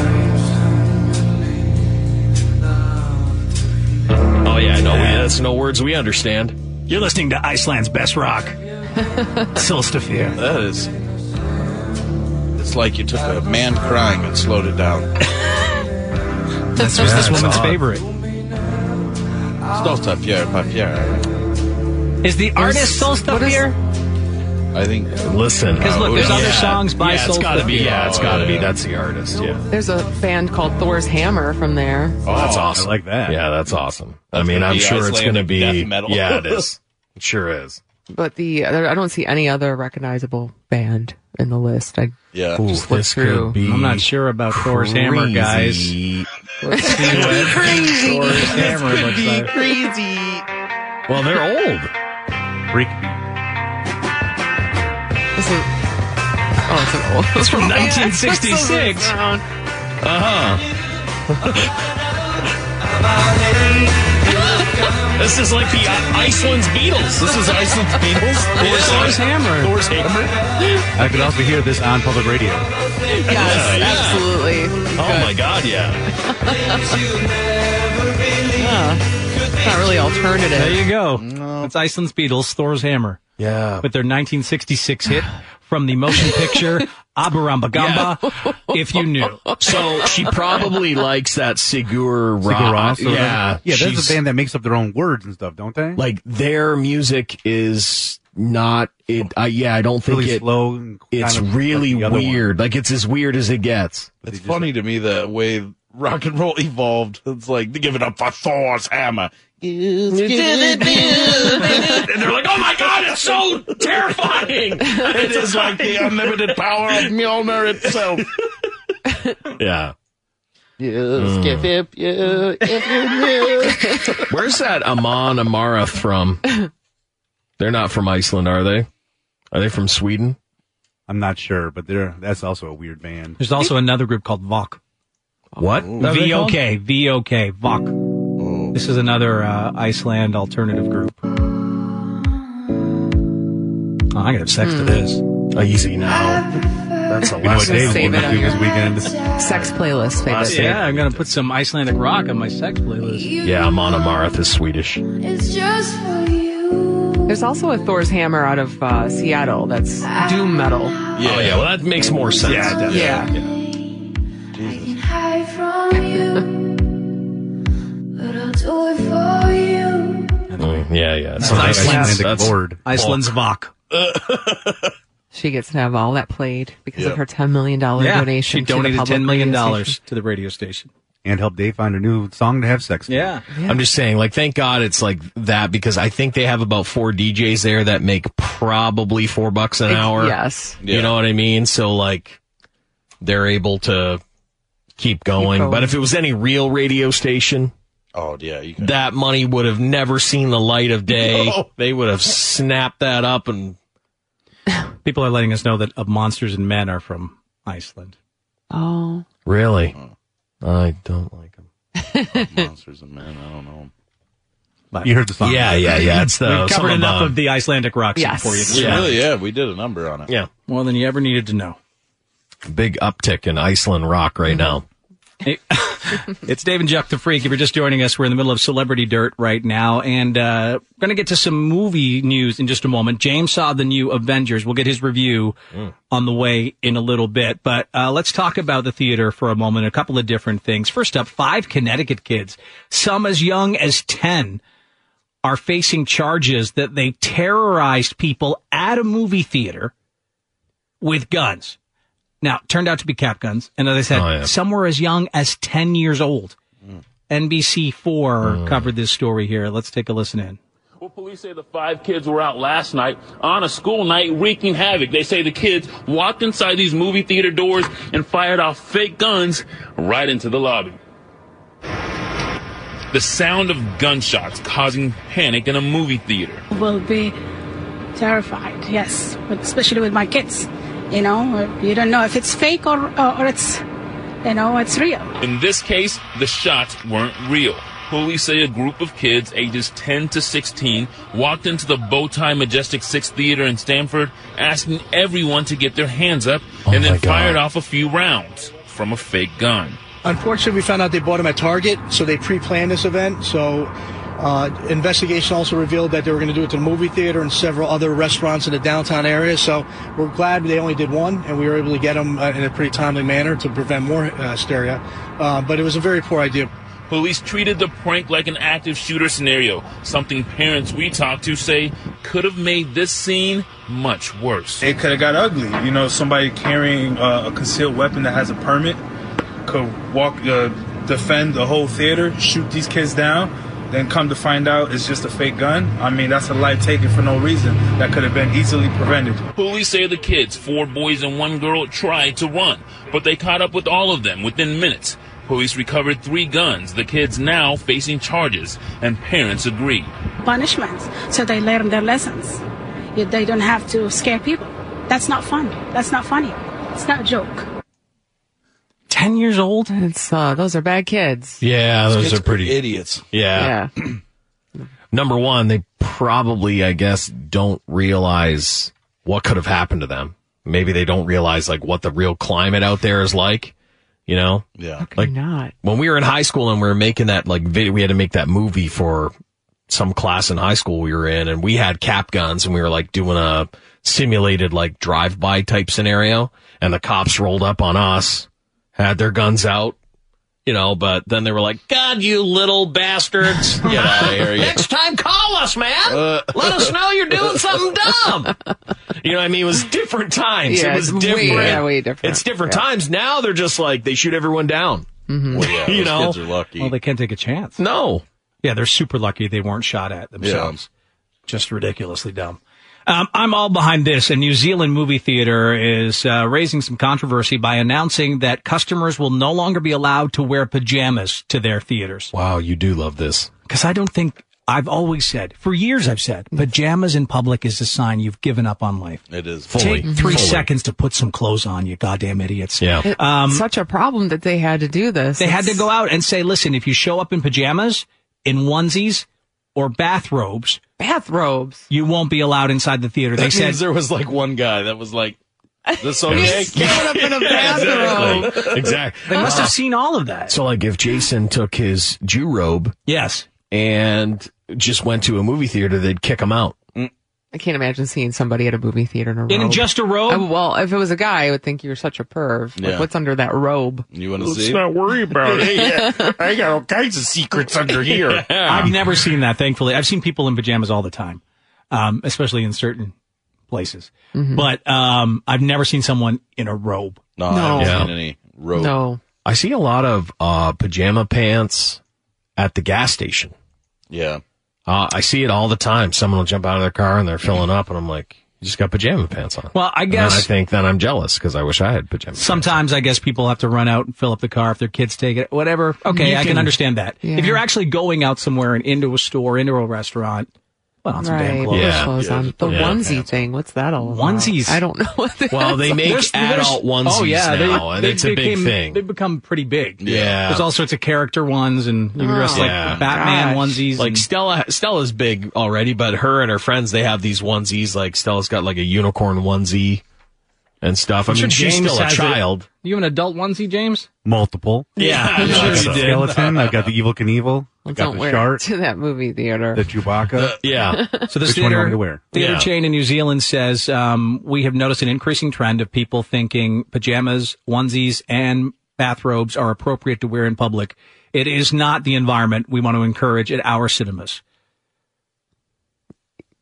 Oh yeah, no, we, that's no words we understand. You're listening to Iceland's best rock, Solstafir. That is. It's like you took a man crying and slowed [LAUGHS] it down. That's was this woman's favorite. Still tough, yeah, tough, yeah. Is the artist Solstafir? I think. uh, Listen, 'Cause look, there's other songs by yeah, it's gotta be. Solskjaer. Yeah, it's gotta be. Yeah. That's the artist. Yeah. [LAUGHS] There's a band called Thor's Hammer from there. Oh, that's awesome. I like that. Yeah, that's awesome. I That's mean, gonna I'm be sure it's Icelandic going to be. death metal. Yeah, it [LAUGHS] is. It sure is. But the I don't see any other recognizable band in the list. I Yeah. just looked through. I'm not sure about Thor's Hammer, guys. Let's see what Crazy. Thor's Hammer looks like. crazy. Well, they're old. Freak. This isn't. Oh, it's an old. It's [LAUGHS] from 1966. Around. Uh huh. this is like the uh, Iceland's Beatles. This is Iceland's [LAUGHS] Beatles. Thor's- Thor's Hammer. Thor's [LAUGHS] Hammer. I could also hear this on public radio. Yes, absolutely. Oh my God, yeah. [LAUGHS] It's not really alternative. There you go. It's Iceland's Beatles, Thor's Hammer. Yeah. With their 1966 hit from the motion [LAUGHS] picture Abarambagamba, if you knew. So she probably likes that Sigur Sigur Ros. Rós or yeah, whatever. yeah. There's she's- a band that makes up their own words and stuff, don't they? like their music is not it. I yeah, I don't think Really it. slow and kind it's of like really the other one. weird. Like it's as weird as it gets. It's funny to me the way rock and roll evolved. It's like they give it up for Thor's hammer. and they're like, oh my god, [LAUGHS] it's so terrifying. [LAUGHS] it is like the unlimited power of Mjolnir itself. Yeah. Mm. Mm. Where's that Amon Amara from? They're not from Iceland, are they? Are they from Sweden? I'm not sure, but they're that's also a weird band. There's also another group called Vok. What? Oh. VOK. VOK. Vok. This is another uh, Iceland alternative group. Oh, I can have sex to Hmm. this. Easy Oh, now. That's a You know what Dave's Save gonna it do on this your weekend. sex playlist. Favorite. Yeah, I'm gonna put some Icelandic rock on my sex playlist. Yeah, Amon Amara is Swedish. It's just for you. There's also a Thor's Hammer out of uh, Seattle that's doom metal. Yeah, oh, yeah. Well, that makes more sense. Yeah, it does. Yeah. [LAUGHS] Hide from you, but I'll do it for you. Mm, yeah, yeah. That's So that's- Iceland's, that's- Lord. Iceland's Vok. She gets to have all that played because Yeah. of her $10 million Yeah, donation. she to the donated public $10 million radio station. to the radio station. And help Dave find a new song to have sex. Yeah. I'm just saying, like, thank God it's like that because I think they have about four DJs there that make probably four bucks an Ex- hour. yes. You know what I mean? So, like, they're able to keep going. going. Oh. But if it was any real radio station, Oh yeah, you that money would have never seen the light of day. No. They would have snapped that up and. People are letting us know that of Monsters and Men are from Iceland. Oh. Really? Uh-huh. I don't like monsters and men. I don't know. You heard the song. Yeah, yeah, yeah. It's the [LAUGHS] We've covered enough of the Icelandic rock scene Yes. for you. We really Yeah, we did a number on it. Yeah. More than you ever needed to know. big uptick in Iceland rock right now. Hey, it's Dave and Chuck the Freak. If you're just joining us, we're in the middle of celebrity dirt right now, and uh, we're going to get to some movie news in just a moment. James saw the new Avengers. We'll get his review Mm. on the way in a little bit, but uh, let's talk about the theater for a moment. A couple of different things. First up, five Connecticut kids, some as young as ten, are facing charges that they terrorized people at a movie theater with guns. Now, it turned out to be cap guns, and as I said, Oh, yeah. some were as young as ten years old. NBC4 Hmm. covered this story here. Let's take a listen in. Well, police say the five kids were out last night on a school night wreaking havoc. They say the kids walked inside these movie theater doors and fired off fake guns right into the lobby. The sound of gunshots causing panic in a movie theater. Will be terrified, yes, but especially with my kids. You know, you don't know if it's fake or, or, or it's, you know, it's real. In this case, the shots weren't real. Police say a group of kids ages 10 to 16 walked into the Bowtie Majestic 6 Theater in Stamford asking everyone to get their hands up and then fired off a few rounds from a fake gun. Unfortunately, we found out they bought them at Target, so they pre-planned this event. So, uh, investigation also revealed that they were going to do it to the movie theater and several other restaurants in the downtown area. So, we're glad they only did one, and we were able to get them uh, in a pretty timely manner to prevent more uh, hysteria. Uh, but it was a very poor idea. Police treated the prank like an active shooter scenario, something parents we talked to say could have made this scene much worse. It could have got ugly. You know, somebody carrying uh, a concealed weapon that has a permit could walk, uh, defend the whole theater, shoot these kids down, then come to find out it's just a fake gun. I mean, that's a life taken for no reason. That could have been easily prevented. Police say the kids, four boys and one girl, tried to run, but they caught up with all of them within minutes. Police recovered three guns, the kids now facing charges, and parents agree. Punishments, so they learn their lessons. You- They don't have to scare people. That's not fun. That's not funny. It's not a joke. 10 years old? It's, uh, those are bad kids. Yeah, Those those kids are pretty idiots. Yeah. [CLEARS THROAT] Number one, they probably, I guess, don't realize what could have happened to them. Maybe they don't realize like what the real climate out there is like. You know? Yeah. Like not. When we were in high school and we were making that like video, we had to make that movie for some class in high school we were in, and we had cap guns, and we were like doing a simulated like drive-by type scenario, and the cops rolled up on us, had their guns out, you know, but then they were like, God, you [LAUGHS] little bastards. Get out of here. you- Next time, call us, man. Uh. Let us know you're doing [LAUGHS] something dumb. You know what I mean? It was different times. Yeah, it was it's way- different. yeah, way different. It's different Yeah. times. Now they're just like, they shoot everyone down. Well, [LAUGHS] yeah, you those know? kids are lucky. Well, they can't take a chance. No. Yeah, they're super lucky they weren't shot at themselves. Just ridiculously dumb. Um, I'm all behind this. A New Zealand movie theater is uh, raising some controversy by announcing that customers will no longer be allowed to wear pajamas to their theaters. Wow, you do love this. Because I don't think I've always said for years I've said pajamas in public is a sign you've given up on life. It is Take three seconds to put some clothes on, you goddamn idiots. Um, Yeah. It's such a problem that they had to do this. They had to It's- go out and say, listen, if you show up in pajamas, in onesies, or bathrobes, bathrobes, you won't be allowed inside the theater. That they said means there was like one guy that was like, [LAUGHS] this He okay? showed up in a exactly. bathrobe. Exactly. [LAUGHS] They must have seen all of that. So, like, if Jason took his Jew robe, yes, and just went to a movie theater, they'd kick him out. Mm. I can't imagine seeing somebody at a movie theater in a robe. In just a robe? Uh, well, if it was a guy, I would think you were such a perv. Like, Yeah. what's under that robe? You want Let's see? not worry about [LAUGHS] it. [LAUGHS] I got all kinds of secrets under [LAUGHS] here. I've never seen that, thankfully. I've seen people in pajamas all the time, um, especially in certain places. But um, I've never seen someone in a robe. No, I haven't seen any rope. I see a lot of uh, pajama pants at the gas station. Yeah. Uh, I see it all the time. Someone will jump out of their car and they're filling up, and I'm like, you just got pajama pants on. Well, I And guess- then I think then I'm jealous because I wish I had pajamas. Sometimes I guess people have to run out and fill up the car if their kids take it, whatever. Okay, You I can can- understand that. Yeah. If you're actually going out somewhere and into a store, into a restaurant, put on some damn Right, clothes. put clothes on. The onesie thing, what's that all about? Onesies. I don't know [LAUGHS] what that Well, they make adult onesies oh, yeah, they- now, and they- it's a they big became- thing. They've become pretty big. Yeah. Oh. There's all sorts of character ones, and you can dress Oh, like the Batman onesies. Like and- Stella, Stella's big already, but her and her friends they have these onesies. Like Stella's got like a unicorn onesie and stuff. I mean, she's still a has it. child. You have an adult onesie, James? Multiple. [LAUGHS] Yeah, I've [LAUGHS] I'm got sure the you did. skeleton. I've got the [LAUGHS] evil Knievel. Let's I've got not the wear shark. it to that movie theater. The Uh, Chewbacca. Uh, yeah. [LAUGHS] So this Which one do you theater, want me to wear? theater Yeah. chain in New Zealand says um, we have noticed an increasing trend of people thinking pajamas, onesies, and bathrobes are appropriate to wear in public. It is not the environment we want to encourage at our cinemas.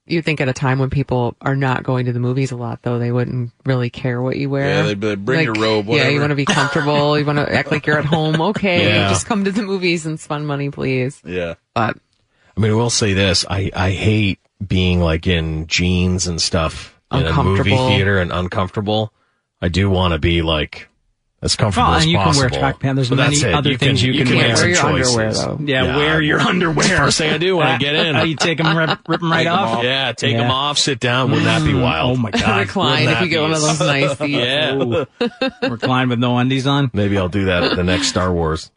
You think at a time when people are not going to the movies a lot, though, they wouldn't really care what you wear. Yeah, they'd be like, "Bring your robe, Yeah, you whatever." want to be comfortable. you want to act like you're [LAUGHS] at home. Okay, Yeah. just come to the movies and spend money, please. Yeah. But I mean, I will say this: I I hate being like in jeans and stuff in a movie Uncomfortable. theater and uncomfortable. I do want to be like as comfortable Well, as Ah, and you can possible. wear track pants. There's But many that's it. other things you can make wear. some Wear your choices. underwear, though. Yeah, wear your [LAUGHS] underwear. First thing I [LAUGHS] do when I get in, You take 'em, rip- rip 'em right Take 'em off? Yeah, take Yeah. them off. Sit down. Wouldn't that be Mm. wild? Oh, [LAUGHS] my God. Recline if you get one of those [LAUGHS] nice seats. [LAUGHS] yeah, [LAUGHS] recline with no undies on. Maybe I'll do that at the next Star Wars.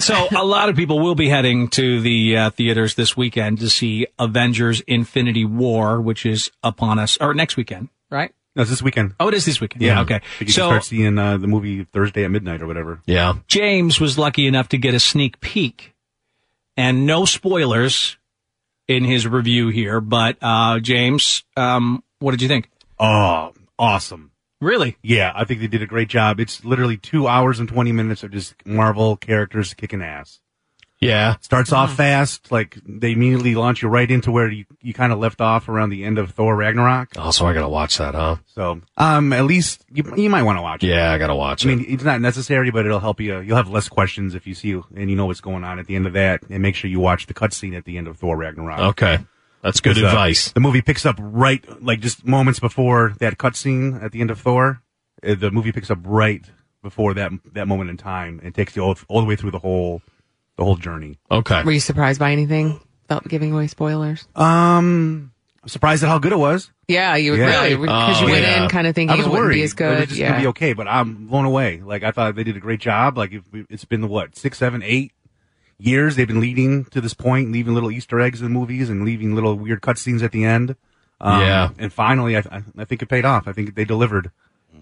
So a lot of people will be heading to the uh, theaters this weekend to see Avengers: Infinity War, which is upon us, or next weekend, right? No, it's this weekend. Oh, it is this weekend. Yeah, okay. You can So- start seeing uh, the movie Thursday at midnight or whatever. Yeah. James was lucky enough to get a sneak peek, and no spoilers in his review here. But uh, James, um, what did you think? Oh, awesome. Really? Yeah, I think they did a great job. It's literally two hours and 20 minutes of just Marvel characters kicking ass. Yeah. Starts off fast. Like, they immediately launch you right into where you, you kind of left off around the end of Thor Ragnarok. Oh, so I gotta watch that, huh? So, um, at least you, you might want to watch it. Yeah, I gotta watch I mean, it's not necessary, but it'll help you. You'll have less questions if you see and you know what's going on at the end of that, and make sure you watch the cutscene at the end of Thor Ragnarok. Okay. That's good 'Cause, uh, advice. the movie picks up right, like just moments before that cutscene at the end of Thor. Uh, The movie picks up right before that that moment in time and takes you all, all the way through the whole the whole journey. Okay. were you surprised by anything without giving away spoilers? Um, I'm surprised at how good it was. Yeah, you would really Oh, because Oh, you went in kind of thinking I was it wouldn't worried. be as good. It's yeah. gonna be okay, but I'm blown away. Like I thought they did a great job. Like if we- it's been what six, seven, eight years they've been leading to this point, leaving little Easter eggs in the movies and leaving little weird cutscenes at the end. Um, Yeah. and finally, I, I- I think it paid off. I think they delivered.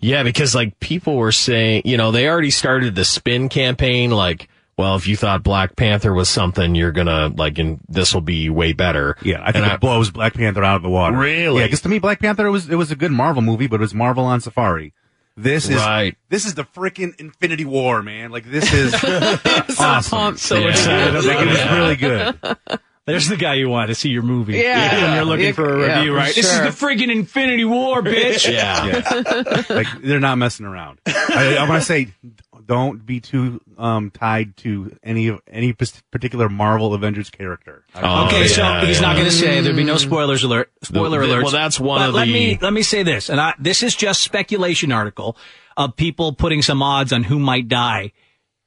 Yeah, because like people were saying, you know, they already started the spin campaign. Like, well, if you thought Black Panther was something, you're gonna like, and this will be way better. Yeah, I think it blows Black Panther out of the water. Really? Yeah, because to me, Black Panther it was it was a good Marvel movie, but it was Marvel on Safari. This is Right. this is the freaking Infinity War, man. Like this [LAUGHS] is awesome. pumped. So excited. Like, [LAUGHS] it was really good. [LAUGHS] There's the guy you want to see your movie. Yeah. When you're looking for a Yeah, review, for right? This is sure. the friggin' [LAUGHS] Infinity War, bitch. like they're not messing around. I, I want to say, don't be too um, tied to any of any pers- particular Marvel Avengers character. okay, Oh, so he's not going to say. There'd be no spoilers alert. Spoiler The- the- alert. well, that's one but of let the- me let me say this, and I, this is just speculation article of people putting some odds on who might die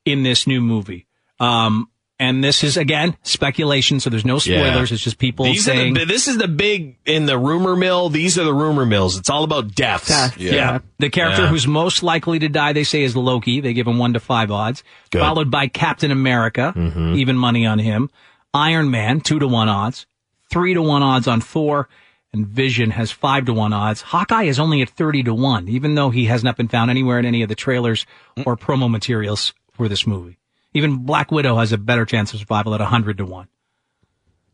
in this new movie. Um, and this is again speculation, so there's no spoilers. Yeah. It's just people These are the saying bi- this is the big in the rumor mill. These are the rumor mills. It's all about deaths. Yeah. The character Yeah. who's most likely to die, they say, is Loki. They give him one to five odds. Good. Mm-hmm. Followed by Captain America, even money on him. Iron Man, two to one odds. Three to one odds on Thor. And Vision has five to one odds. Hawkeye is only at 30 to one, even though he has not been found anywhere in any of the trailers or promo materials for this movie. Even Black Widow has a better chance of survival at 100 to one.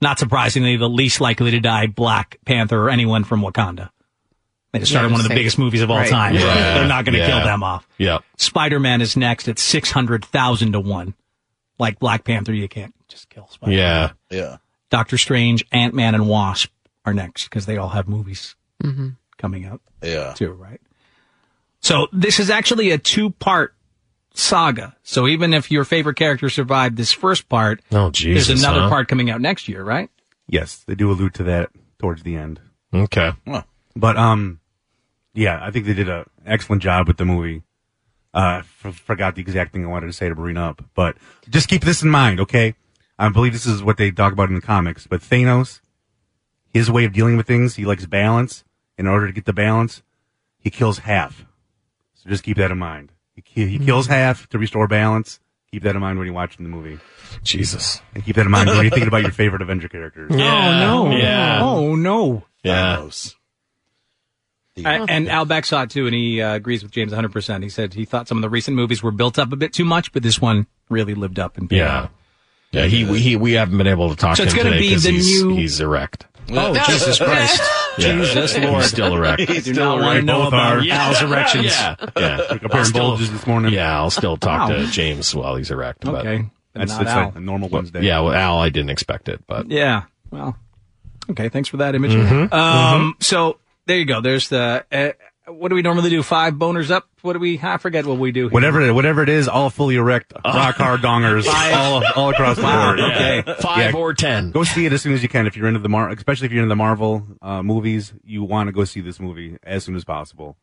Not surprisingly, the least likely to die Black Panther or anyone from Wakanda. They just started Yeah, one of the safe. biggest movies of all Right. time. Yeah. They're not going to Yeah. kill them off. Yeah. Spider Man is next at 600,000 to 1. Like Black Panther, you can't. Just kill Spider Yeah. Yeah. Doctor Strange, Ant Man, and Wasp are next because they all have movies Mm-hmm. Mhm. coming out. Yeah. Too, right? So this is actually a two part saga. So even if your favorite character survived this first part, Oh, there's Jesus, another huh? part coming out next year, right? Yes, they do allude to that towards the end. Okay. But um, yeah, I think they did an excellent job with the movie. Uh, f- forgot the exact thing I wanted to say to bring up, but just keep this in mind, okay? I believe this is what they talk about in the comics. But Thanos, his way of dealing with things, he likes balance. In order to get the balance, he kills half. So just keep that in mind. He, ki- he Hmm. kills half to restore balance. Keep that in mind when you're watching the movie. Jesus. And keep that in mind when you're thinking about your favorite Avenger characters. Oh, no. Oh, no. Yeah. I- and Al Beck saw it too, and he uh, agrees with James 100%. He said he thought some of the recent movies were built up a bit too much, but this one really lived up and paid off. Yeah. Yeah. He we he, we haven't been able to talk So to it's him gonna today be 'cause the he's, new- he's erect. Oh, Jesus Christ. Yeah. Jesus He's Lord. still erect. I He's do still not want to erect. know Both about are. Yeah. Al's erections. Yeah. Yeah. Like a pair of bulges this morning. Yeah, I'll still talk Wow. to James while he's erect. But Okay. But That's- not it's Al. a normal But- Wednesday. Yeah, well, Al, I didn't expect it, but Yeah. Well, okay. Thanks for that image. Mhm. Um, So there you go. There's the. Uh, what do we normally do? Five boners up? What do we. I forget what we do. Here. Whatever it, whatever it is, all fully [LAUGHS] erect, rock hard dongers, Five. all, all across the Wow, board. okay. Five or ten. Go see it as soon as you can. If you're into the Mar, especially if you're into the Marvel uh, movies, you want to go see this movie as soon as possible.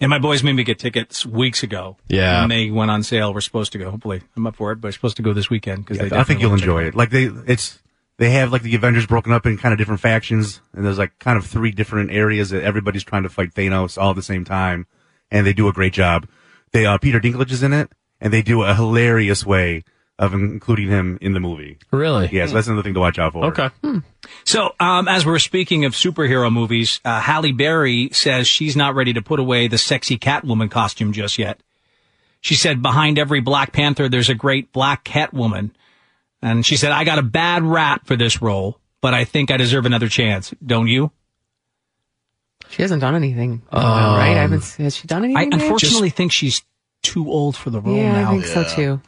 And my boys made me get tickets weeks ago. Yeah. And they went on sale. We're supposed to go. Hopefully, I'm up for it, but we're supposed to go this weekend because Yeah, they. I think definitely you'll wanna check enjoy it. Like they, it's they have like the Avengers broken up in kind of different factions, and there's like kind of three different areas that everybody's trying to fight Thanos all at the same time, and they do a great job. They uh, Peter Dinklage is in it, and they do a hilarious way of including him in the movie. Really? Yeah, so that's another thing to watch out for. Okay. Hmm. So, um, as we're speaking of superhero movies, uh, Halle Berry says she's not ready to put away the sexy Catwoman costume just yet. She said, behind every Black Panther, there's a great Black Catwoman. And she said, I got a bad rap for this role, but I think I deserve another chance. Don't you? She hasn't done anything, Oh. right? I Um, haven't. Has she done I anything? yet? unfortunately think she's too old for the role yeah, now. I think so too.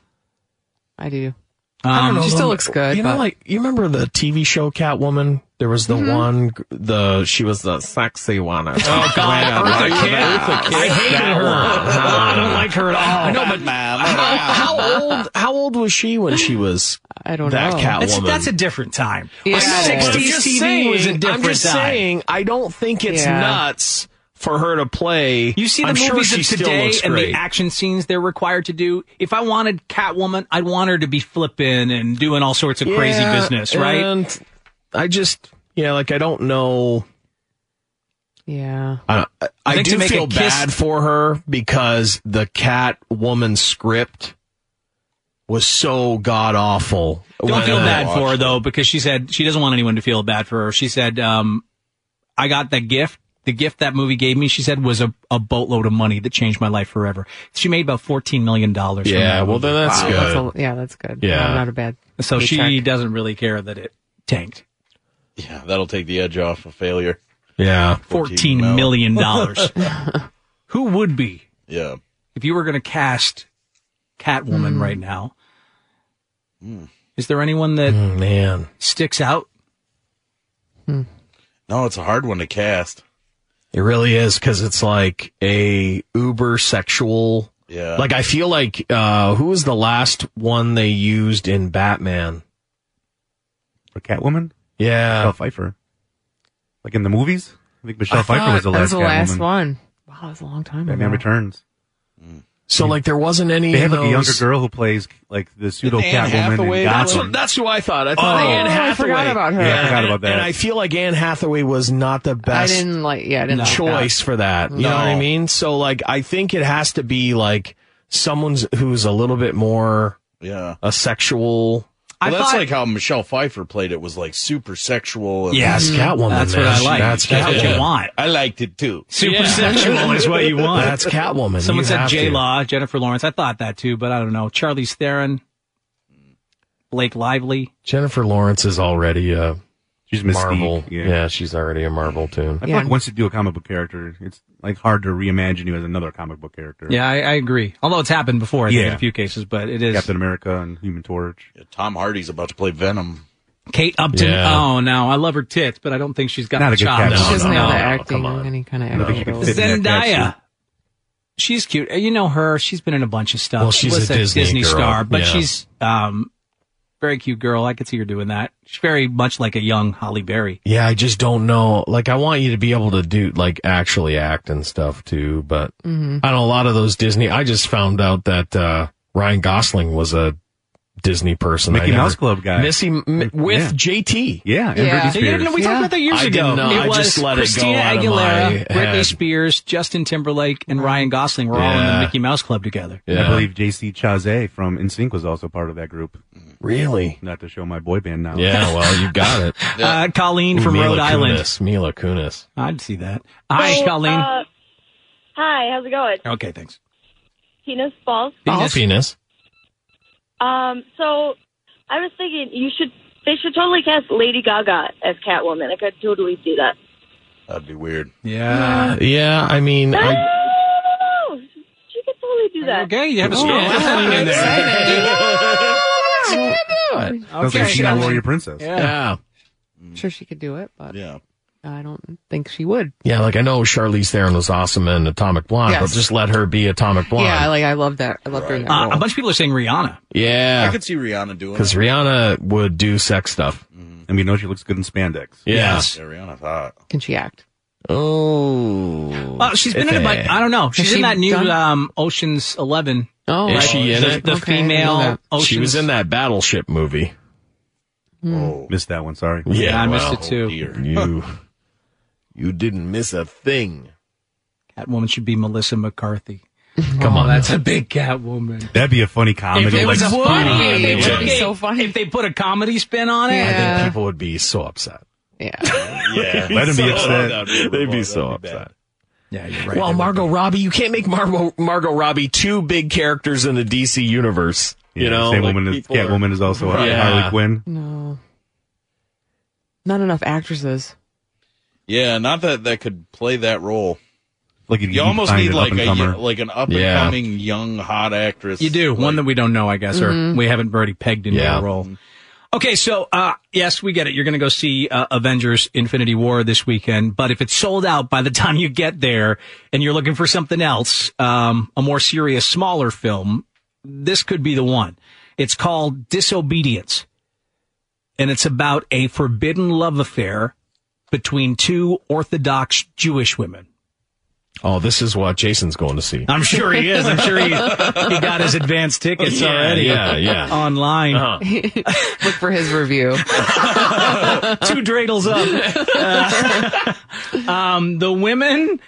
I do. she still looks good. Um, You know, but- Mm-hmm. like you remember the TV show Catwoman? There was the one, gr- the she was the sexy one. Oh God, Eartha Kitt. I hated her. I don't like her at all. [LAUGHS] I know, but how, how [LAUGHS] old? How old was she when she was? I don't that know. Oh. That's- Catwoman. that's a different time. I know, Yeah, but I'm 60s just TV saying- was a different I'm just time. saying, I don't think it's Yeah. nuts for her to play. You see the I'm sure movies she of still today looks and the great. action scenes they're required to do. If I wanted Catwoman, I'd want her to be flipping and doing all sorts of crazy Yeah, business, right? And I just, yeah, like I don't know. Yeah. I, I, I think do to make feel a kiss- bad for her because the Cat Woman script was so god awful. Don't feel bad for her though, because she said she doesn't want anyone to feel bad for her. She said, um, "I got that gift. The gift that movie gave me," she said, "was a, a boatload of money that changed my life forever." She made about fourteen million dollars. from Yeah, that well, movie. then that's Wow. good. That's a- yeah, that's good. Yeah. Not- not a bad. So she paycheck. doesn't really care that it tanked. Yeah, that'll take the edge off of failure. Yeah, fourteen [LAUGHS] million dollars. [LAUGHS] Who would be? Yeah. If you were going to cast Catwoman Hmm. right now, is there anyone that Mm, man sticks out? No, it's a hard one to cast. It really is because it's like a uber sexual. Yeah. Like I feel like uh who was the last one they used in Batman? For Catwoman? Yeah. Michelle Pfeiffer. Like in the movies? I think Michelle I Pfeiffer thought was the that last was the last Catwoman. one. Wow, that was a long time Batman ago. Returns. So like there wasn't any. They have of like a younger those- girl who plays like the pseudo Catwoman Anne Hathaway, in that's, Gotham. what- that's who I thought. I thought Oh, Anne I Hathaway. forgot about her. Yeah, I forgot about that. And I feel like Anne Hathaway was not the best. didn't like- yeah, I didn't like that. choice for that. You know what I No. mean? So like, I think it has to be like someone's who's a little bit more yeah a sexual. Well, that's like how Michelle Pfeiffer played it was like super sexual. And Mm, Yes, Mhm. Catwoman, That's man. what I like. That's That's what you Catwoman. want. I liked it too. Super sexual is [LAUGHS] what you want. That's Catwoman. Someone You said have to. J Law, Jennifer Lawrence. I thought that too, but I don't know. Charlize Theron, Blake Lively. Jennifer Lawrence is already a she's Mystique, Marvel. yeah. she's already a Marvel too. I feel like once you do a comic book character, it's like hard to reimagine you as another comic book character. Yeah, I, I agree. Although it's happened before, I think, in Yeah. a few cases, but it is Captain America and Human Torch. Tom Hardy's about to play Venom. Kate Upton. Yeah. Oh no, I love her tits, but I don't think she's got Not the a good chops. Catwoman. She doesn't No, have no, the no, acting, any kind of No. acting. Zendaya's ability. Zendaya. She's cute. Uh, You know her. She's been in a bunch of stuff. Well, she's was a Disney girl. star, but Yeah. she's um very cute girl. I could see her doing that. She's very much like a young Holly Berry. Yeah, I just don't know. Like, I want you to be able to do, like, actually act and stuff too, but Mm-hmm. I don't know. A lot of those Disney, I just found out that, uh, Ryan Gosling was a Disney person. Mickey I Mouse Club guy. Missy, m- with JT. Yeah, and Yeah. Britney You didn't know- we talked about that years I ago. Didn't know. It I was just let Christina it go out Aguilera, of my Britney head. Spears, Justin Timberlake, and Ryan Gosling were all in Yeah. the Mickey Mouse Club together. I believe JC Chazé from NSYNC was also part of that group. Really? Not to show my boy band now. Yeah, well, you [LAUGHS] got it. Uh, Colleen from Mila Rhode Island. Kunis, Mila Kunis. I'd see that. Hi, Colleen. uh, hi, how's it going? okay, thanks. Penis balls. Oh, Penis. Um, so I was thinking you should they should totally cast Lady Gaga as Catwoman. I could totally see that. That'd be weird. Yeah. Uh, Yeah, I mean, I, Oh, she could totally do that. Okay, you have a Oh, strong I'm feeling in there. [LAUGHS] do it. Okay. she's not Warrior Princess. Yeah. Yeah. I'm sure she could do it, but yeah, I don't think she would. yeah, like I know Charlize Theron was awesome in Atomic Blonde, Yes. but just let her be Atomic Blonde. Yeah, like I love that. I love doing that. Uh, a bunch of people are saying Rihanna. Yeah. I could see Rihanna doing Because Rihanna would do sex stuff. And we know she looks good in spandex. Yeah. Yeah, Rihanna's hot. Can she act? Oh. Well, she's been in a bunch. I don't know. Has She's in she that new done- um, Ocean's Eleven. Oh, Is she in the, it? The Okay, I didn't know female that. Ocean's. She was in that battleship movie. Hmm. Missed that one, sorry. Yeah, I missed well, it Oh, too. [LAUGHS] You, you didn't miss a thing. Catwoman should be Melissa McCarthy. Oh, Come on. that's a big Catwoman. That'd be a funny comedy. If it was a like, funny, spin-off. if it Yeah. would be so funny. If they put a comedy spin on it, I think people would be so upset. [LAUGHS] Yeah. Let them be upset. They'd be so upset. Yeah, [LAUGHS] you're Well, Margot Robbie, you can't make Margot Margot Robbie two big characters in the DC universe. You Yeah, know, same Like, woman as people are- Catwoman is also uh, Yeah. Harley Quinn. No. Not enough actresses. Yeah, not that that could play that role. Like you, almost need like a up-and-comer. like an up and Yeah. coming young hot actress. You do one that we don't know, I guess, Mhm. or we haven't already pegged into Yeah. a role. Okay, so uh, yes, we get it. You're going to go see uh, Avengers: Infinity War this weekend, but if it's sold out by the [LAUGHS] time you get there, and you're looking for something else, um, a more serious, smaller film, this could be the one. It's called Disobedience, and it's about a forbidden love affair between two Orthodox Jewish women. Oh, this is what Jason's going to see. I'm sure he is. I'm sure he, he got his advance tickets Yeah, already. yeah, yeah. Uh-huh. Online. Look [LAUGHS] for his review. Two dreidels up. Uh, [LAUGHS] um, the women,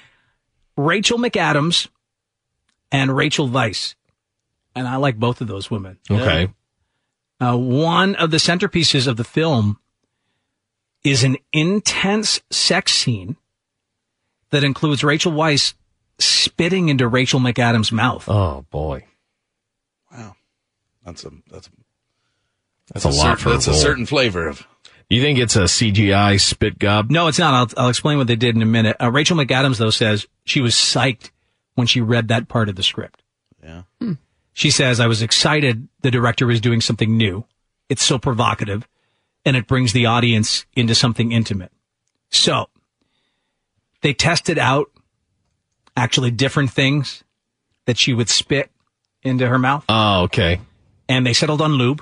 Rachel McAdams and Rachel Weiss. And I like both of those women. Okay. Uh, one of the centerpieces of the film is an intense sex scene that includes Rachel Weiss spitting into Rachel McAdams' mouth. Oh boy. That's a that's a, That's a lot certain, for a That's a role. certain flavor of You think it's a CGI spit gob? No, it's not. I'll, I'll explain what they did in a minute. Uh, Rachel McAdams, though, says she was psyched when she read that part of the script. Yeah. Hmm. She says, I was excited the director was doing something new. It's so provocative and it brings the audience into something intimate. So they tested out actually different things that she would spit into her mouth. Oh, okay. And they settled on lube.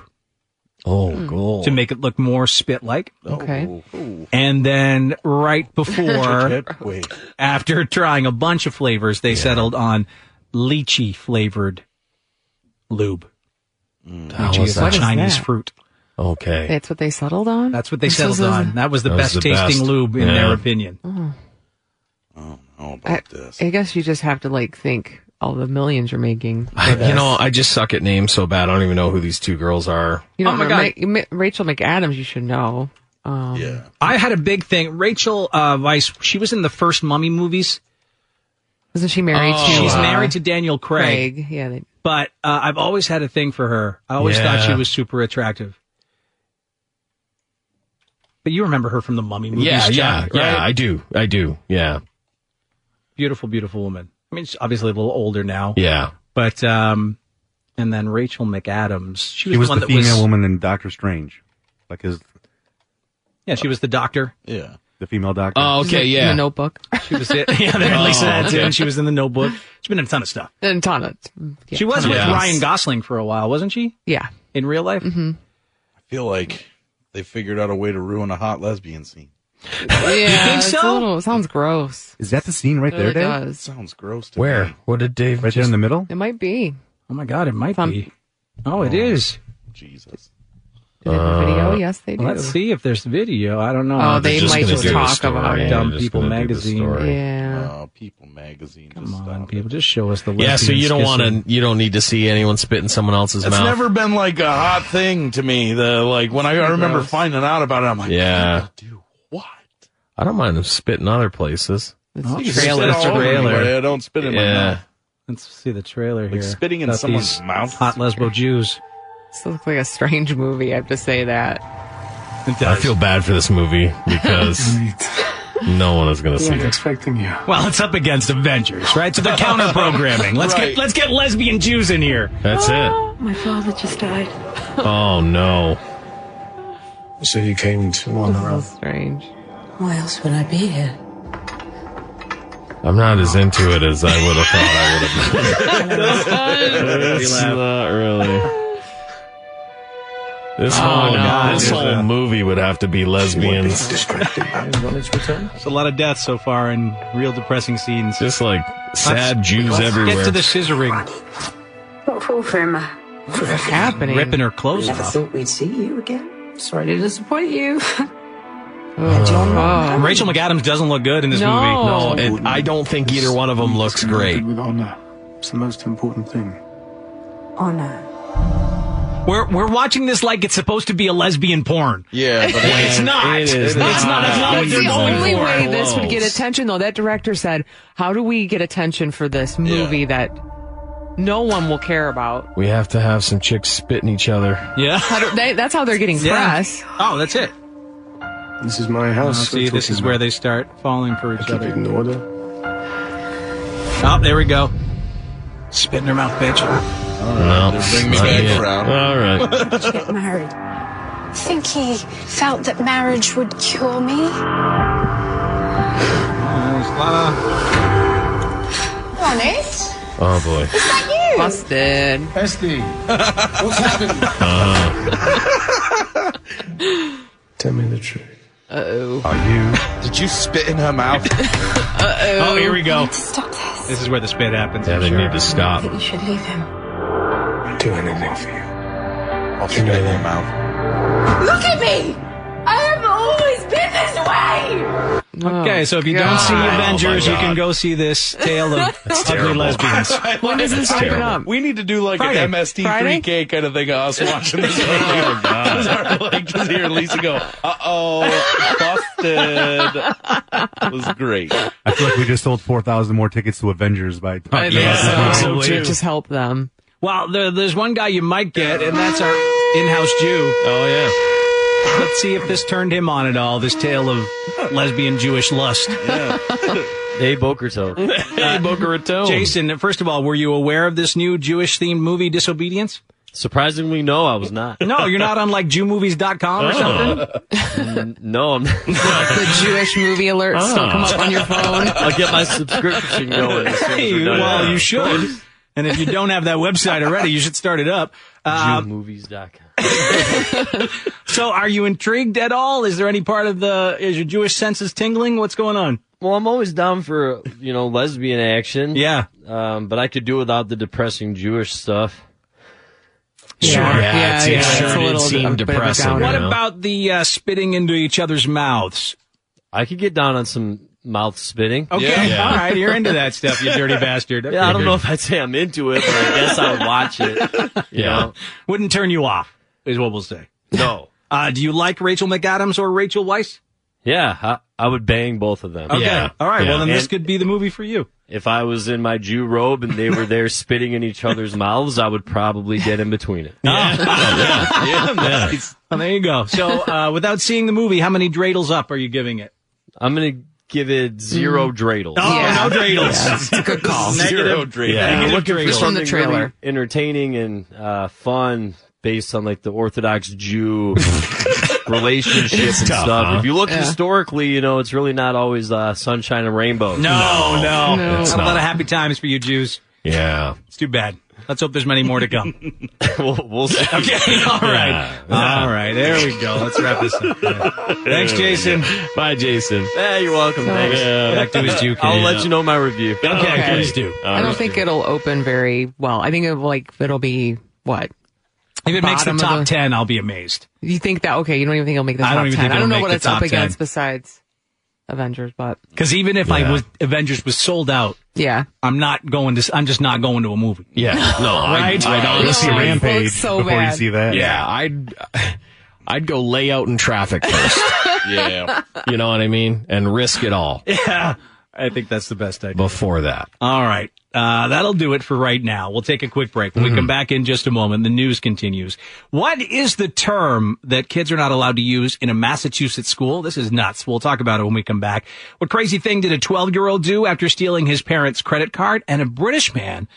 Oh, Hmm. cool. Oh. To make it look more spit like. Okay. And then right [LAUGHS] before, Wait. after trying a bunch of flavors, they settled on lychee flavored lube. How Lychee was is a that? Chinese fruit. Okay. That's what they settled on. That's what they settled on. That was the best tasting lube in Yeah. their opinion. Oh. Oh, I, I guess you just have to like think all the millions you're [LAUGHS] making. for I, you this. know, I just suck at names so bad. I don't even know who these two girls are. You Oh know, my Ma- Ma- Rachel McAdams, you should know. Um, yeah. I had a big thing. Rachel uh, Weiss, she was in the first Mummy movies. Isn't she married to? Oh, She's uh, married to Daniel Craig. Craig. Yeah. They, But uh, I've always had a thing for her. I always Yeah. thought she was super attractive. But you remember her from the Mummy movies? yeah, yeah, John, yeah. right? I do, I do. Yeah, Beautiful, beautiful woman. I mean, she's obviously a little older now. yeah. But um, and then Rachel McAdams. She She was, was, the one the that was female woman in Doctor Strange, like his Yeah, she was the doctor. yeah the female doctor. Oh, okay, yeah. Notebook. She was it. [LAUGHS] Yeah, there, Oh, Lisa had to, okay. and she was in the Notebook. She's been in a ton of stuff. then Tana. Yeah, she was ton with of things. Ryan Gosling for a while, wasn't she? Yeah. In real life. Mm-hmm. I feel like they figured out a way to ruin a hot lesbian scene. Yeah. think it's a so? little- it sounds gross. Is that the scene right Uh, It there, really Dave? does. Sounds gross. To Where? What did Dave? Right there in the middle. It might be. Oh my God, it might be. Oh, it is. Jesus. Do they have a video? Yes, they do. Let's see if there's video. I don't Oh, know. they Uh, They're just might gonna just do the talk story. about it. Dumb They're just People gonna do the magazine. story. Yeah. Oh, People magazine. Come on, people, just show us the. Yeah, so you don't lesbians want kissing. to, you don't need to see anyone spit in someone else's It's mouth. never been like a hot thing to me. The like when I, I remember Gross. finding out about it, I'm like, yeah, what? I don't mind them spitting other places. Oh, you spit all over me, but I don't spit in my mouth. Let's see the trailer Like here. spitting in About someone's these mouth? Hot lesbo Jews. This looks like a strange movie. I have to say that. I feel bad for [LAUGHS] this movie because no one is going to see it. expecting you. Well, it's up against Avengers, right? So they're counter programming. Let's Right. get let's get lesbian Jews in here. That's it. My father just died. Oh no. So you came to on your own. Strange. Why else would I be here? I'm not as into it as I would have thought [LAUGHS] I would have been. That's It's funny. not really. This Oh, whole, no, this dude. whole movie would have to [LAUGHS] be lesbians. [LAUGHS] It's a lot of deaths so far and real depressing scenes. Just like sad Let's- Jews let's Get everywhere. to the scissoring. What for, Firma? What's happening? Ripping her clothes Never off. thought we'd see you again. Sorry to disappoint you. [LAUGHS] Oh, Uh, Rachel McAdams doesn't look good in this No. movie. No, and I don't think either one of them looks great. With honor. It's the most important thing. Honor. We're we're watching this like it's supposed to be a lesbian porn. [LAUGHS] Yeah, [LAUGHS] but it's not. It is it's not. That's not what That's they're the going only for. way this would Oh. get attention, though. That director said, "How do we get attention for this movie that no one will care about?" We have to have some chicks spitting each other. Yeah. How do, they, that's how they're getting Yeah. press. Oh, that's it. This is my Oh, house. see, we're this is talking where they start falling for each about. other. keep it in order. Oh, there we go. Spit in her mouth, bitch. Oh, No, bringing me not back yet. around. All right. get married. I think he felt that marriage would cure me. There's a lot of- Honest? Oh boy. Is that you? Busted. Esty, what's happened? Uh, Uh-huh. Tell me the truth. Uh oh. Are you? Did you spit in her mouth? Uh Oh, here we go. Stop this. This is where the spit happens. Yeah, they need to stop. You should leave him. Do anything for you. I'll spit in her mouth. Look at me! I have always been this way! Okay, so if you don't God. see Oh, my Avengers, you God. can go see this tale [LAUGHS] of ugly lesbians. When does this That's open terrible. up? We need to do like Friday. an MST3K kind of thing of us watching this movie. oh, [LAUGHS] God. like just hear Lisa go, uh oh, busted. It was great. I feel like we just sold four thousand more tickets to Avengers by. [LAUGHS] I think [LAUGHS] so, too. Just help them. Well, there, there's one guy you might get, and that's our in-house Jew. Oh yeah. Let's see if this turned him on at all. This tale of lesbian Jewish [LAUGHS] lust. Hey, Bokerto. hey, Boca Raton. Jason, first of all, were you aware of this new Jewish themed movie, Disobedience? Surprisingly, no, I was not. No, you're not on like JewMovies.com or Oh. [LAUGHS] something. N- no, [LAUGHS] I'm not. [LAUGHS] The Jewish movie alerts don't come up on your phone. I'll Ah. get my subscription going. as soon as Hey, we're done. well, you should. And if you don't have that website already, you should start it up. Uh, JewMovies.com. so, are you intrigued at all? Is there any part of the is your Jewish senses tingling? What's going on? Well, I'm always down for you know lesbian action. Yeah, um, but I could do without the depressing Jewish stuff. Sure. Yeah, Yeah, it's- it yeah, sure it's a did little seem bit of a depressing, downer. What you know? about the uh, spitting into each other's mouths? I could get down on some mouth spitting. Okay, all right, you're into that stuff, you [LAUGHS] dirty bastard. Yeah, I don't know if I'd say I'm into it, but I guess I'd watch it. Yeah, wouldn't turn you off, is what we'll say. No. Uh, do you like Rachel McAdams or Rachel [LAUGHS] Weisz? Yeah, I, I would bang both of them. Okay, all right. Yeah. Well, then this And could be the movie for you. If I was in my Jew robe and they [LAUGHS] were there spitting in each other's mouths, I would probably get in between it. yeah, Well, there you go. So, uh, without seeing the movie, how many dreidels up are you giving it? I'm gonna give it zero dreidels. Oh, no dreidels. That's a [LAUGHS] good call. Zero Negative- dreidels. Yeah. I'm Negative looking dreidels. for From the something trailer. really entertaining and uh, fun, based on like the Orthodox Jew relationship It's and tough, stuff. huh? If you look Yeah. historically, you know it's really not always uh, sunshine and rainbows. No, no, It's Not a lot not. of happy times for you Jews. Yeah, it's too bad. Let's hope there's many more to come. we'll, we'll see. [LAUGHS] Okay, all right. All right, there we go. Let's wrap this [LAUGHS] up. Thanks, Jason. Bye, Jason. Yeah, you're welcome. Thanks. Back to his Jew I'll kid. let you know my review. Okay, Okay. please do. I don't think it'll open very well. I think it'll like it'll be what. If it makes the Bottom of top the- ten, I'll be amazed. You think that okay? You don't even think it'll make the I top don't even ten. think I don't it'll know make what the it's up top 10. against besides Avengers, but Because even if I Yeah. was Avengers was sold out, yeah, I'm not going to. I'm just not going to a movie. Yeah, no, I- right. I'd honestly- You'll see Right. Rampage Looks so before you bad. see that. Yeah, I'd I'd go lay out in traffic first. Yeah. you know what I mean, and risk it all [LAUGHS] Yeah, I think that's the best idea. before that. All right. Uh, that'll do it for right now. We'll take a quick break. When we come back in just a moment, the news continues. What is the term that kids are not allowed to use in a Massachusetts school? This is nuts. We'll talk about it when we come back. What crazy thing did a 12 year old do after stealing his parents' credit card? And a British man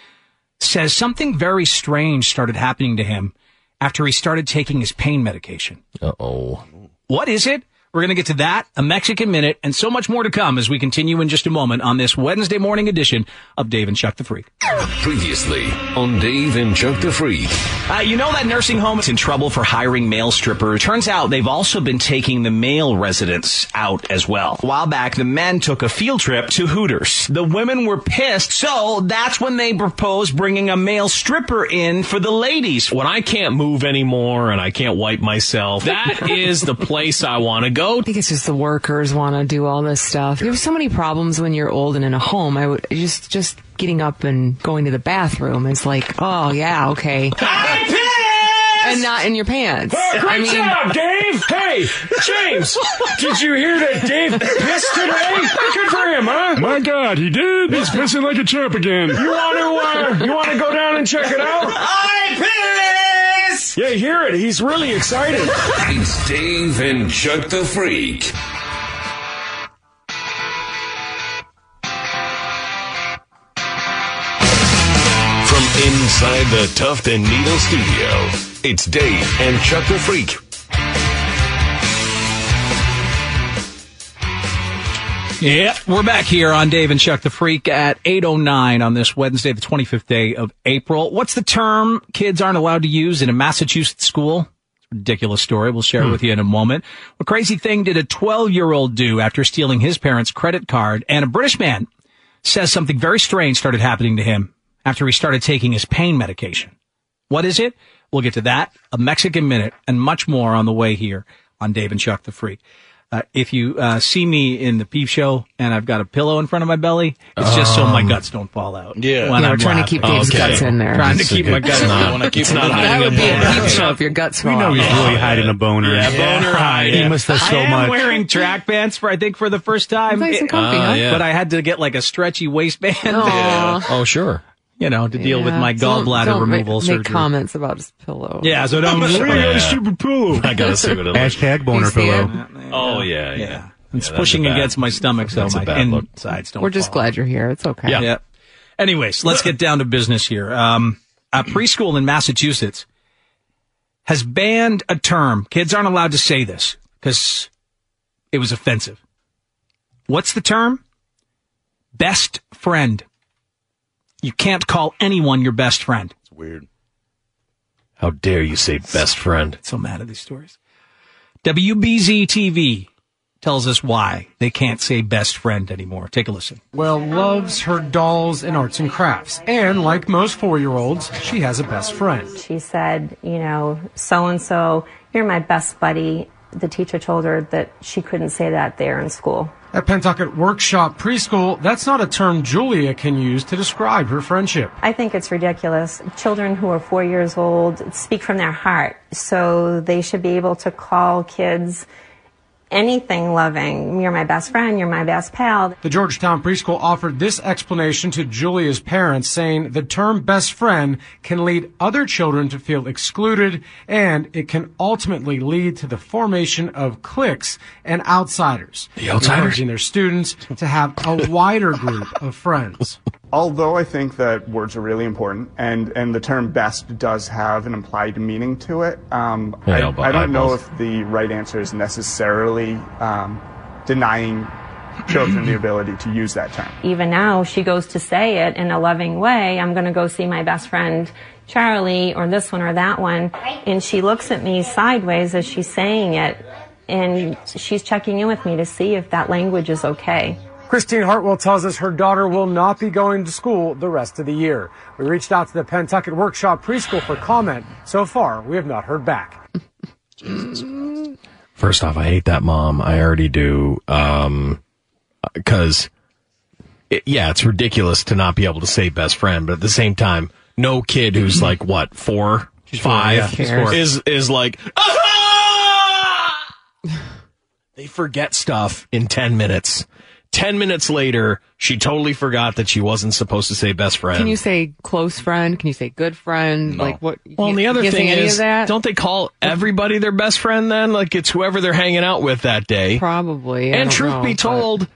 says something very strange started happening to him after he started taking his pain medication. Uh oh. What is it? We're going to get to that, a Mexican minute, and so much more to come as we continue in just a moment on this Wednesday morning edition of Dave and Chuck the Freak. Previously on Dave and Chuck the Freak. Uh, you know that nursing home is in trouble for hiring male strippers. Turns out they've also been taking the male residents out as well. A while back, the men took a field trip to Hooters. The women were pissed, so that's when they proposed bringing a male stripper in for the ladies. When I can't move anymore and I can't wipe [LAUGHS] myself, that is the place I want to go. I think it's just the workers want to do all this stuff. You have so many problems when you're old and in a home. I would just just getting up and going to the bathroom is like, oh yeah, [LAUGHS] okay, and not in your pants. I mean, Dave! Hey, James! did you hear that Dave pissed today? Good for him, huh? My God, he did. He's pissing like a chap again. You want to? Uh, you want to go down and check it out? I piss. Yeah, hear it. He's really excited. It's Dave and Chuck the Freak. From inside the Tuft and Needle Studio, it's Dave and Chuck the Freak. Yeah, we're back here on Dave and Chuck the Freak at 8.09 on this Wednesday, the 25th day of April. What's the term kids aren't allowed to use in a Massachusetts school? It's ridiculous story. We'll share it with you in a moment. What crazy thing did a 12 year old do after stealing his parents' credit card? And a British man says something very strange started happening to him after he started taking his pain medication. What is it? We'll get to that, a Mexican minute, and much more on the way here on Dave and Chuck the Freak. Uh, if you uh, see me in the peep show and I've got a pillow in front of my belly, it's just so my Um, guts don't fall out. yeah. when Yeah, I'm we're trying to keep laughing. Dave's guts in there. Trying to It's a keep good- my guts. it's not- in there. [LAUGHS] it's not That would be a peep show if your guts were We know off. he's really hiding a boner. Yeah, boner hide. He missed us so I am much. wearing track pants for I think for the first time. Nice and comfy, Uh, It- huh? But I had to get like a stretchy waistband. [LAUGHS] Aw. Oh, sure. You know, to deal with Yeah. my Don't- gallbladder don't ma- removal make, surgery. comments about his pillow. Yeah, so [LAUGHS] don't. pillow. [LAUGHS] I gotta see what it looks Hashtag boner pillow. Oh yeah, yeah. It's pushing against my stomach, so that's a my bad look. insides don't. We're just glad you're here. It's okay. Yeah. Anyways, let's get down to business here. Um, a preschool in Massachusetts has banned a term. Kids aren't allowed to say this because it was offensive. What's the term? Best friend. You can't call anyone your best friend. It's weird. How dare you say best friend? So mad at these stories. WBZ TV tells us why they can't say best friend anymore. Take a listen. Well loves her dolls and arts and crafts. And like most four year olds, she has a best friend. She said, you know, so and so, you're my best buddy. The teacher told her that she couldn't say that there in school. At Pentucket Workshop Preschool, that's not a term Julia can use to describe her friendship. I think it's ridiculous. Children who are four years old speak from their heart, so they should be able to call kids anything loving. You're my best friend, you're my best pal. The Georgetown preschool offered this explanation to Julia's parents, saying the term best friend can lead other children to feel excluded and it can ultimately lead to the formation of cliques and outsiders. The outsiders? Encouraging their students to have a wider group of friends. Although I think that words are really important, and, and the term best does have an implied meaning to it, um, Yeah, I, but I don't know eyeballs. if the right answer is necessarily um, denying children the ability to use that term. Even now, she goes to say it in a loving way. I'm going to go see my best friend Charlie or this one or that one. And she looks at me sideways as she's saying it. And she's checking in with me to see if that language is okay. Christine Hartwell tells us her daughter will not be going to school the rest of the year. We reached out to the Pentucket Workshop Preschool for comment. So far, we have not heard back. First off, I hate that mom. I already do. Um, cause it, yeah, it's ridiculous to not be able to say best friend, but at the same time, no kid who's like what four, four, yeah, five she's four. is is like. they forget stuff in ten minutes. Ten minutes later, she totally forgot that she wasn't supposed to say best friend. Can you say close friend? Can you say good friend? No. Like what? Well, and the you other can't say thing any is, of that? don't they call everybody their best friend then? Like it's whoever they're hanging out with that day. Probably. I and don't truth know, be but- told,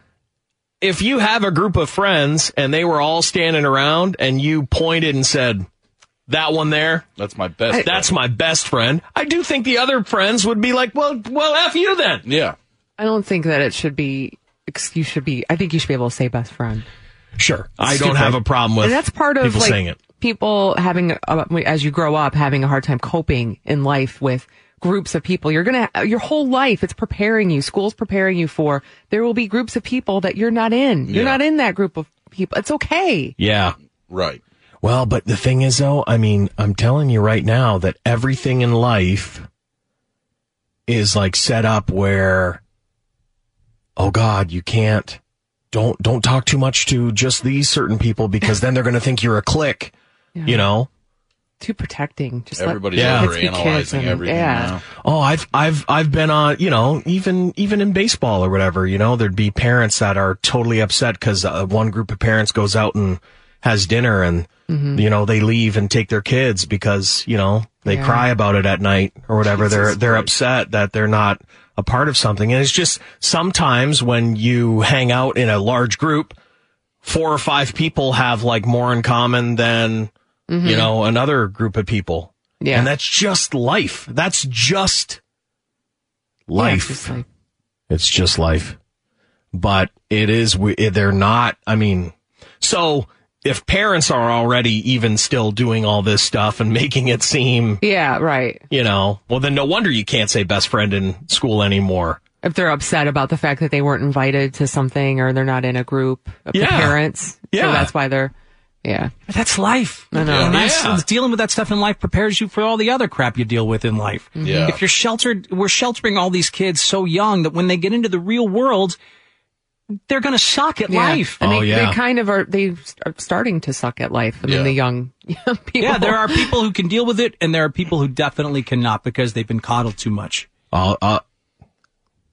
if you have a group of friends and they were all standing around and you pointed and said, that one there, that's my best. I- that's my best friend. I do think the other friends would be like, well, well, f you then. Yeah. I don't think that it should be. ex- You should be. I think you should be able to say best friend. Sure. I Stupid. don't have a problem with and that's part of people like, saying it. People having uh, as you grow up having a hard time coping in life with groups of people. You're gonna your whole life it's preparing you. School's preparing you for there will be groups of people that you're not in. You're Yeah. not in that group of people. It's okay. Yeah. Right. Well, but the thing is, though, I mean, I'm telling you right now that everything in life is like set up where, oh God, you can't, don't, don't talk too much to just these certain people because then they're going to think you're a clique, you know? Too protecting. Just Everybody's let, kids be kids overanalyzing and- everything Yeah. Oh, I've I've I've been on, you know, even even in baseball or whatever, you know, there'd be parents that are totally upset because uh, one group of parents goes out and has dinner, and Mm-hmm. you know they leave and take their kids because you know they Yeah. cry about it at night or whatever. they're Jesus they're upset that they're not a part of something, and it's just sometimes when you hang out in a large group, four or five people have like more in common than you know another group of people. Yeah. And that's just life. That's just life. It's just life. But it is, we- they're not, I mean, so if parents are already even still doing all this stuff and [LAUGHS] making it seem, Yeah, right. you know, well, then no wonder you can't say best friend in school anymore. If they're upset about the fact that they weren't invited to something or they're not in a group of the Yeah. parents. Yeah. So that's why they're, yeah. That's life. I know. And that's- Yeah. dealing with that stuff in life prepares you for all the other crap you deal with in life. Yeah. If you're sheltered, we're sheltering all these kids so young that when they get into the real world, they're going to suck at Oh, Yeah. life. And Oh, they, They kind of are, they are starting to suck at life. I mean, Yeah. the young, young people. Yeah, there are people who can deal with it, and there are people who definitely cannot because they've been coddled too much. Uh, uh,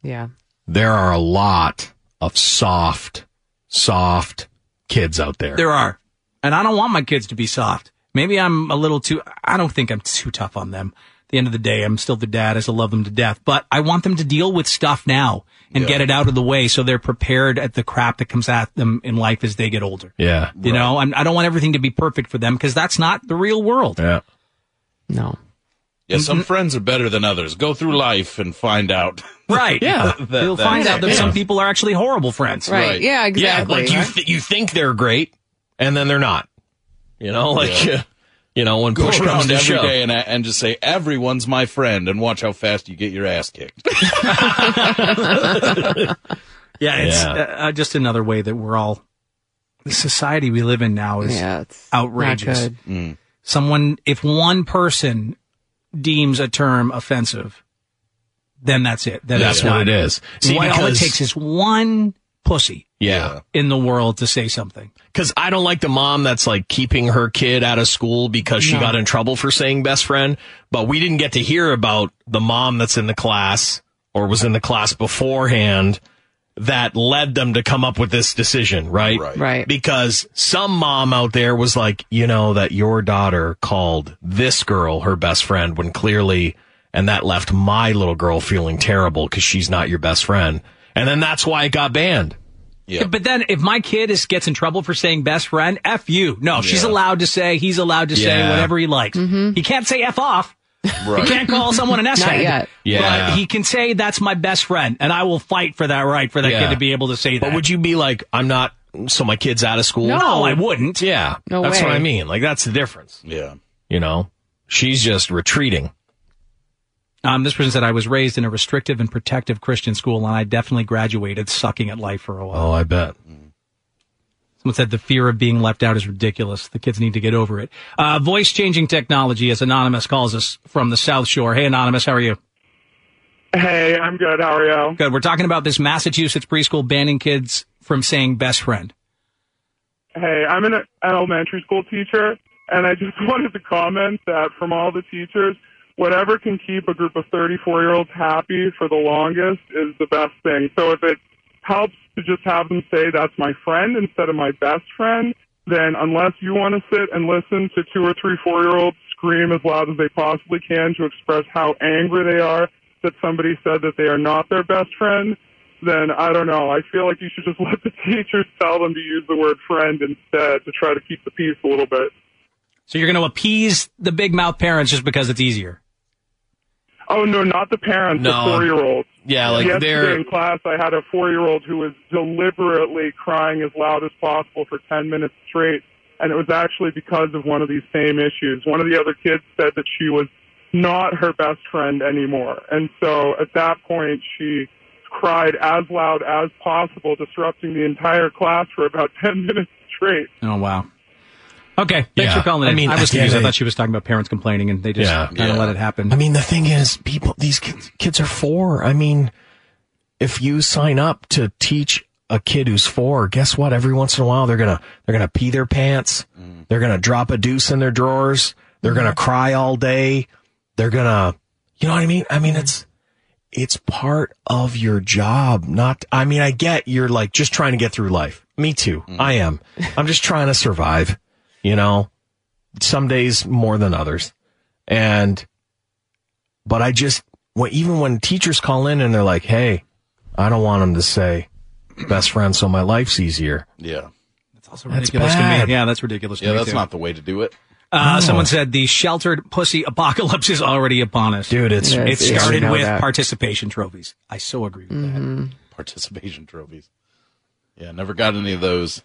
Yeah. there are a lot of soft, soft kids out there. There are. And I don't want my kids to be soft. Maybe I'm a little too, I don't think I'm too tough on them. At the end of the day, I'm still the dad. I still love them to death, but I want them to deal with stuff now and get it out of the way so they're prepared at the crap that comes at them in life as they get older. Yeah. You know, I'm, I don't want everything to be perfect for them because that's not the real world. Yeah. No. Yeah, Mm-hmm. some friends are better than others. Go through life and find out. Right. Yeah. You'll [LAUGHS] That- find out that yeah. some people are actually horrible friends. Right. Yeah, exactly. Yeah, like you, th- you think they're [LAUGHS] great, and then they're not. You know, like [LAUGHS] Yeah. you know, when Go push comes around to every shove. day and, uh, and just say, everyone's my friend, and watch how fast you get your ass kicked. Yeah, it's Yeah. Uh, uh, just another way that we're all the society we live in now is Yeah, it's outrageous. not good. Mm. Someone, if one person deems a term offensive, then that's it. Then That's it's what done. it is. See, Why- all it because- takes is one pussy Yeah. in the world to say something. Because I don't like the mom that's like keeping her kid out of school because she No. got in trouble for saying best friend. But we didn't get to hear about the mom that's in the class or was in the class beforehand that led them to come up with this decision, right? Right. Right. Because some mom out there was like, you know, that your daughter called this girl her best friend when clearly, and that left my little girl feeling terrible because she's not your best friend. And then that's why it got banned. But then if my kid is gets in trouble for saying best friend, F you. No, she's Yeah. allowed to say, he's allowed to say Yeah. whatever he likes. He can't say F off. Right. He can't call someone an S Mm-hmm. [LAUGHS] Not head. yet. Yeah. But he can say that's my best friend and I will fight for that right for that Yeah. kid to be able to say that. But would you be like, I'm not, so my kid's out of school? No. I wouldn't. Yeah. No That's way. what I mean. Like, that's the difference. Yeah. You know, she's just retreating. Um, this person said I was raised in a restrictive and protective Christian school and I definitely graduated sucking at life for a while. Oh, I bet. Someone said the fear of being left out is ridiculous. The kids need to get over it. Uh, voice changing technology, as Anonymous calls us from the South Shore. Hey, Anonymous, how are you? Hey, I'm good. How are you? Good. We're talking about this Massachusetts preschool banning kids from saying best friend. Hey, I'm an elementary school teacher, and I just [LAUGHS] wanted to comment that from all the teachers, whatever can keep a group of 34 year olds happy for the longest is the best thing. So if it helps to just have them say, that's my friend instead of my best friend, then unless you want to sit and listen to two or three four year olds scream as loud as they possibly can to express how angry they are that somebody said that they are not their best friend, then I don't know. I feel like you should just [LAUGHS] let the teachers tell them to use the word friend instead to try to keep the peace a little bit. So you're going to appease the big mouth parents just because it's easier. Oh no, not the parents, No. the four year old. Yeah, like, Yesterday they're- in class I had a four year old who was deliberately crying as loud as possible for ten minutes straight and it was actually because of one of these same issues. One of the other kids said that she was not her best friend anymore. And so at that point she cried as loud as possible, disrupting the entire class for about [LAUGHS] ten minutes straight. Oh, wow. Okay. Thanks Yeah. for calling I in. mean, I was I get confused. I it. thought she was talking about parents complaining and they just Yeah. kind of Yeah. let it happen. I mean, the thing is, people, these kids, kids are four. I mean, if you sign up to teach a kid who's four, guess what? Every once in a while, they're going to, they're going to pee their pants. They're going to drop a deuce in their drawers. They're going to cry all day. They're going to, you know what I mean? I mean, it's, it's part of your job. Not, I mean, I get you're like just trying to get through life. Me too. I am. I'm just trying to survive, you know, some days more than others. And, but I just, when, even when teachers call in and they're like, Hey, I don't want them to say best friend. So my life's easier. Yeah. That's also That's ridiculous to bad. me. Yeah, that's ridiculous to Yeah, me. that's too. not the way to do it. Uh, No. Someone said the sheltered pussy apocalypse is already upon us. Dude, it's- it, Yes, yes, started we know with that. participation trophies. I Mm-hmm. so agree with that. Participation trophies. Yeah, never got any of those.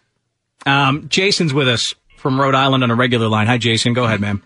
Um, Jason's with us from Rhode Island on a regular line. Hi, Jason. Go ahead, man.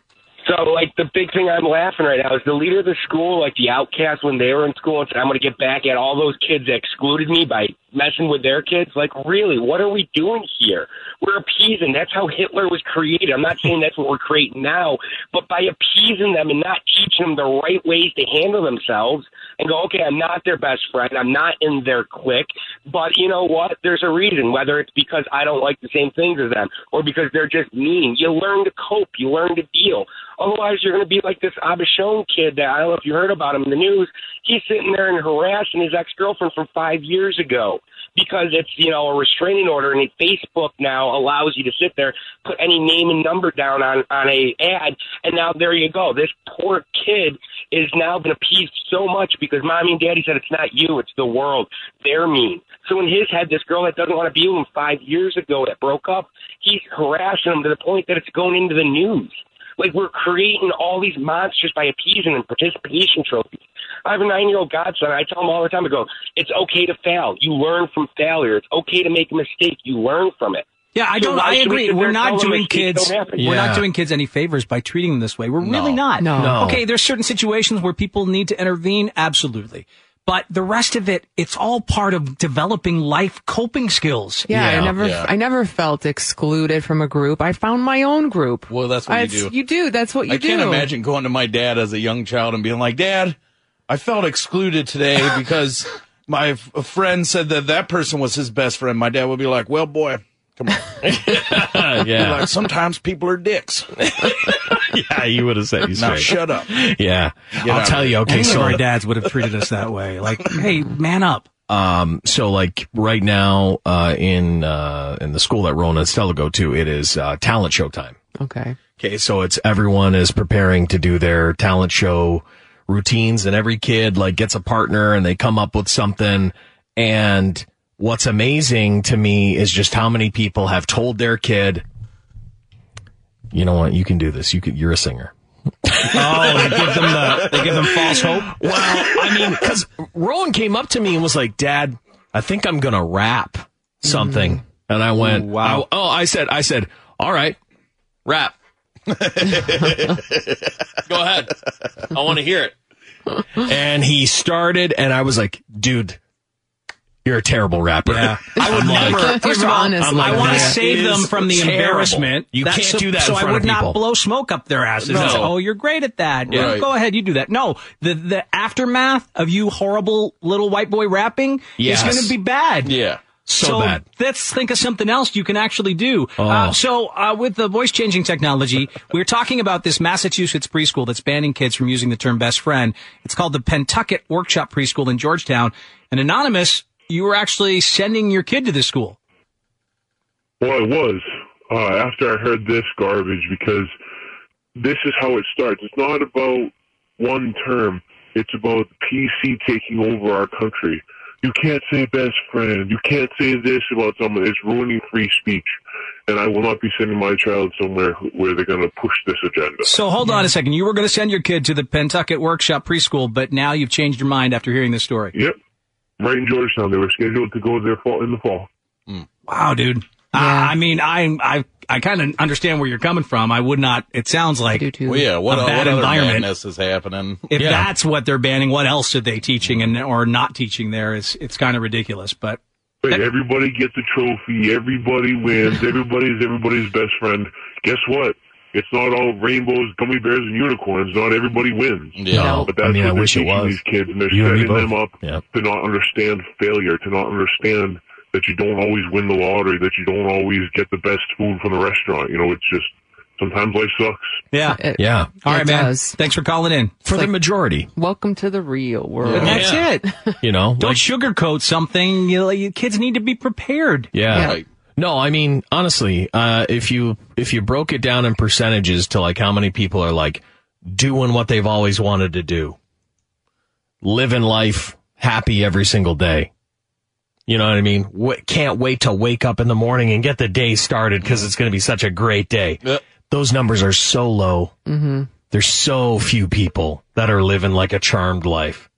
So, like, the big thing I'm laughing right now is the leader of the school, like the outcast when they were in school, and said, I'm going to get back at all those kids that excluded me by messing with their kids. Like, really, what are we doing here? We're appeasing. That's how Hitler was created. I'm not saying that's what we're creating now, but by appeasing them and not teaching them the right ways to handle themselves and go, okay, I'm not their best friend. I'm not in their clique, but you know what? There's a reason, whether it's because I don't like the same things as them or because they're just mean. You learn to cope. You learn to deal. Otherwise, you're going to be like this Abishon kid that I don't know if you heard about him in the news. He's sitting there and harassing his ex girlfriend from five years ago because it's you know a restraining order, and Facebook now allows you to sit there, put any name and number down on on a ad, and now there you go. This poor kid is now been appeased so much because mommy and daddy said it's not you, it's the world. They're mean. So in his head, this girl that doesn't want to be with him five years ago that broke up, he's harassing him to the point that it's going into the news. Like we're creating all these monsters by appeasing and participation trophies. I have a nine-year-old godson. I tell him all the time. I go, "It's okay to fail. You learn from failure. It's okay to make a mistake. You learn from it." Yeah, I So don't. why I should we agree. sit there We're and not tell them doing mistakes kids. don't happen? We're Yeah. not doing kids any favors by treating them this way. We're really not. No. No. Okay, there's certain situations where people need to intervene. Absolutely. But the rest of it, it's all part of developing life coping skills. Yeah, I never, I never felt excluded from a group. I found my own group. Well, that's what you It's- do. You do. That's what you I do. can't imagine going to my dad as a young child and being like, Dad, I felt excluded [LAUGHS] today because my f- friend said that that person was his best friend. My dad would be like, Well, boy, come [LAUGHS] on. Yeah. Be like, Sometimes people are [LAUGHS] dicks. [LAUGHS] yeah, you would have said you Now straight. shut up. [LAUGHS] Yeah, Get I'll out tell of you. here. Okay, Any of so our dads would have treated us that way. Like, [LAUGHS] hey, man up. Um, so like right now, uh, in uh, in the school that Rona and Stella go to, it is uh, talent show time. Okay. Okay, so it's everyone is preparing to do their talent show routines, and every kid like gets a partner, and they come up with something. And what's amazing to me is just how many people have told their kid, "You know what? You can do this. You could. You're a singer." oh, they give them the, they give them false [LAUGHS] hope. Well, I mean, because Rowan came up to me and was like, "Dad, I think I'm gonna rap Mm-hmm. something," and I went, "Wow!" oh, I said, "I said, all right, rap." Go ahead. I want to hear it. And he started, and I was like, "Dude, you're a terrible rapper." [LAUGHS] Yeah. I would never. First of all, I'm like, I want to "That save them is from the terrible. embarrassment. You That's can't so, do that. So in front I would of not people. blow smoke up their asses. No. and say, oh, you're great at that. Yeah. Right. Go ahead, you do that. No, the the aftermath of you horrible little white boy rapping Yes. is going to be bad. Yeah. So bad. Let's think of something else you can actually do. Oh. Uh, so, uh, with the voice changing technology, we're talking about this Massachusetts preschool that's banning kids from using the term best friend. It's called the Pentucket Workshop Preschool in Georgetown. And anonymous, you were actually sending your kid to this school. Well, it was uh, after I heard this garbage because this is how it starts. It's not about one term. It's about PC taking over our country. You can't say best friend. You can't say this about someone. It's ruining free speech. And I will not be sending my child somewhere wh- where they're going to push this agenda. So hold on a second. You were going to send your kid to the Pentucket Workshop Preschool, but now you've changed your mind after hearing this story. Yep. Right in Georgetown, they were scheduled to go there fall in the fall. Wow, dude. I, I mean, I I I kind of understand where you're coming from. I would not. It sounds like Well, yeah, what, a uh, bad what environment. environment is happening? If yeah. that's what they're banning, what else are they teaching and or not teaching there? Is it's kind of ridiculous, but Hey, everybody gets a trophy. Everybody wins. Everybody's everybody's best friend. Guess what? It's not all rainbows, gummy bears, and unicorns. Not everybody wins. Yeah. No. But that's I mean, what I they're wish it teaching was. these kids, and they're You and me setting them both. up to not understand failure, to not understand that you don't always win the lottery, that you don't always get the best food from the restaurant. You know, it's just sometimes life sucks. yeah, yeah. All right, it man. Thanks for calling in. For the majority, welcome to the real world. And that's it. [LAUGHS] you know, Don't sugarcoat something. You, you kids need to be prepared. Yeah. No, I mean honestly, uh, if you if you broke it down in percentages to like how many people are like doing what they've always wanted to do, living life happy every single day. You know what I mean? W- can't wait to wake up in the morning and get the day started because it's going to be such a great day. Those numbers are so low. Mm-hmm. There's so few people that are living like a charmed life.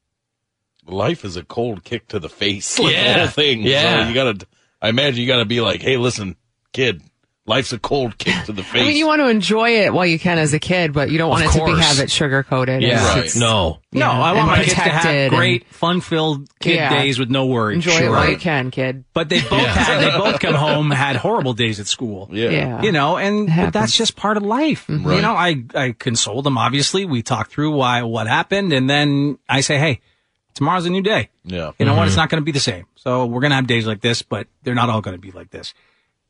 life is a cold kick to the face. Like Yeah. the whole thing. Yeah. So you gotta, I imagine you gotta be like, hey, listen, kid. Life's a cold kick to the face. I mean, you want to enjoy it while you can as a kid, but you don't want Of it to be course. have it sugar coated. Yeah. Right. No. No, I want my kids to have great, fun-filled kid Yeah. days with no worries. Enjoy it while you can, kid. But they both had, they both come home had horrible days at school. Yeah. You know, and but that's just part of life. You Right. know, I, I console them, obviously. We talk through why, what happened. And then I say, Hey, tomorrow's a new day. Yeah. You know what? It's Mhm. not going to be the same. So we're going to have days like this, but they're not all going to be like this.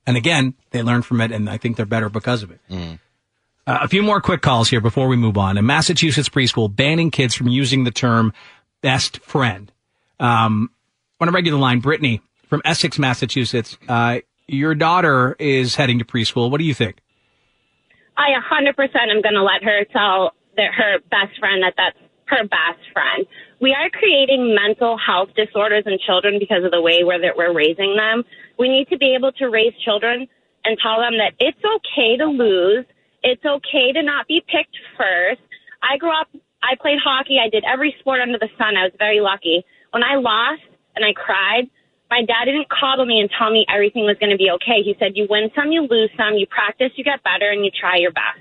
And again, they learn from it and I think they're better because of it. Uh, a few more quick calls here before we move on. A Massachusetts preschool banning kids from using the term best friend. Um, on a regular line, Brittany from Essex, Massachusetts. Uh, your daughter is heading to preschool. What do you think? I 100% am going to let her tell that her best friend that that's her best friend. We are creating mental health disorders in children because of the way we're, that we're raising them. We need to be able to raise children and tell them that it's okay to lose. It's okay to not be picked first. I grew up, I played hockey. I did every sport under the sun. I was very lucky. When I lost and I cried, my dad didn't coddle me and tell me everything was going to be okay. He said, you win some, you lose some, you practice, you get better, and you try your best.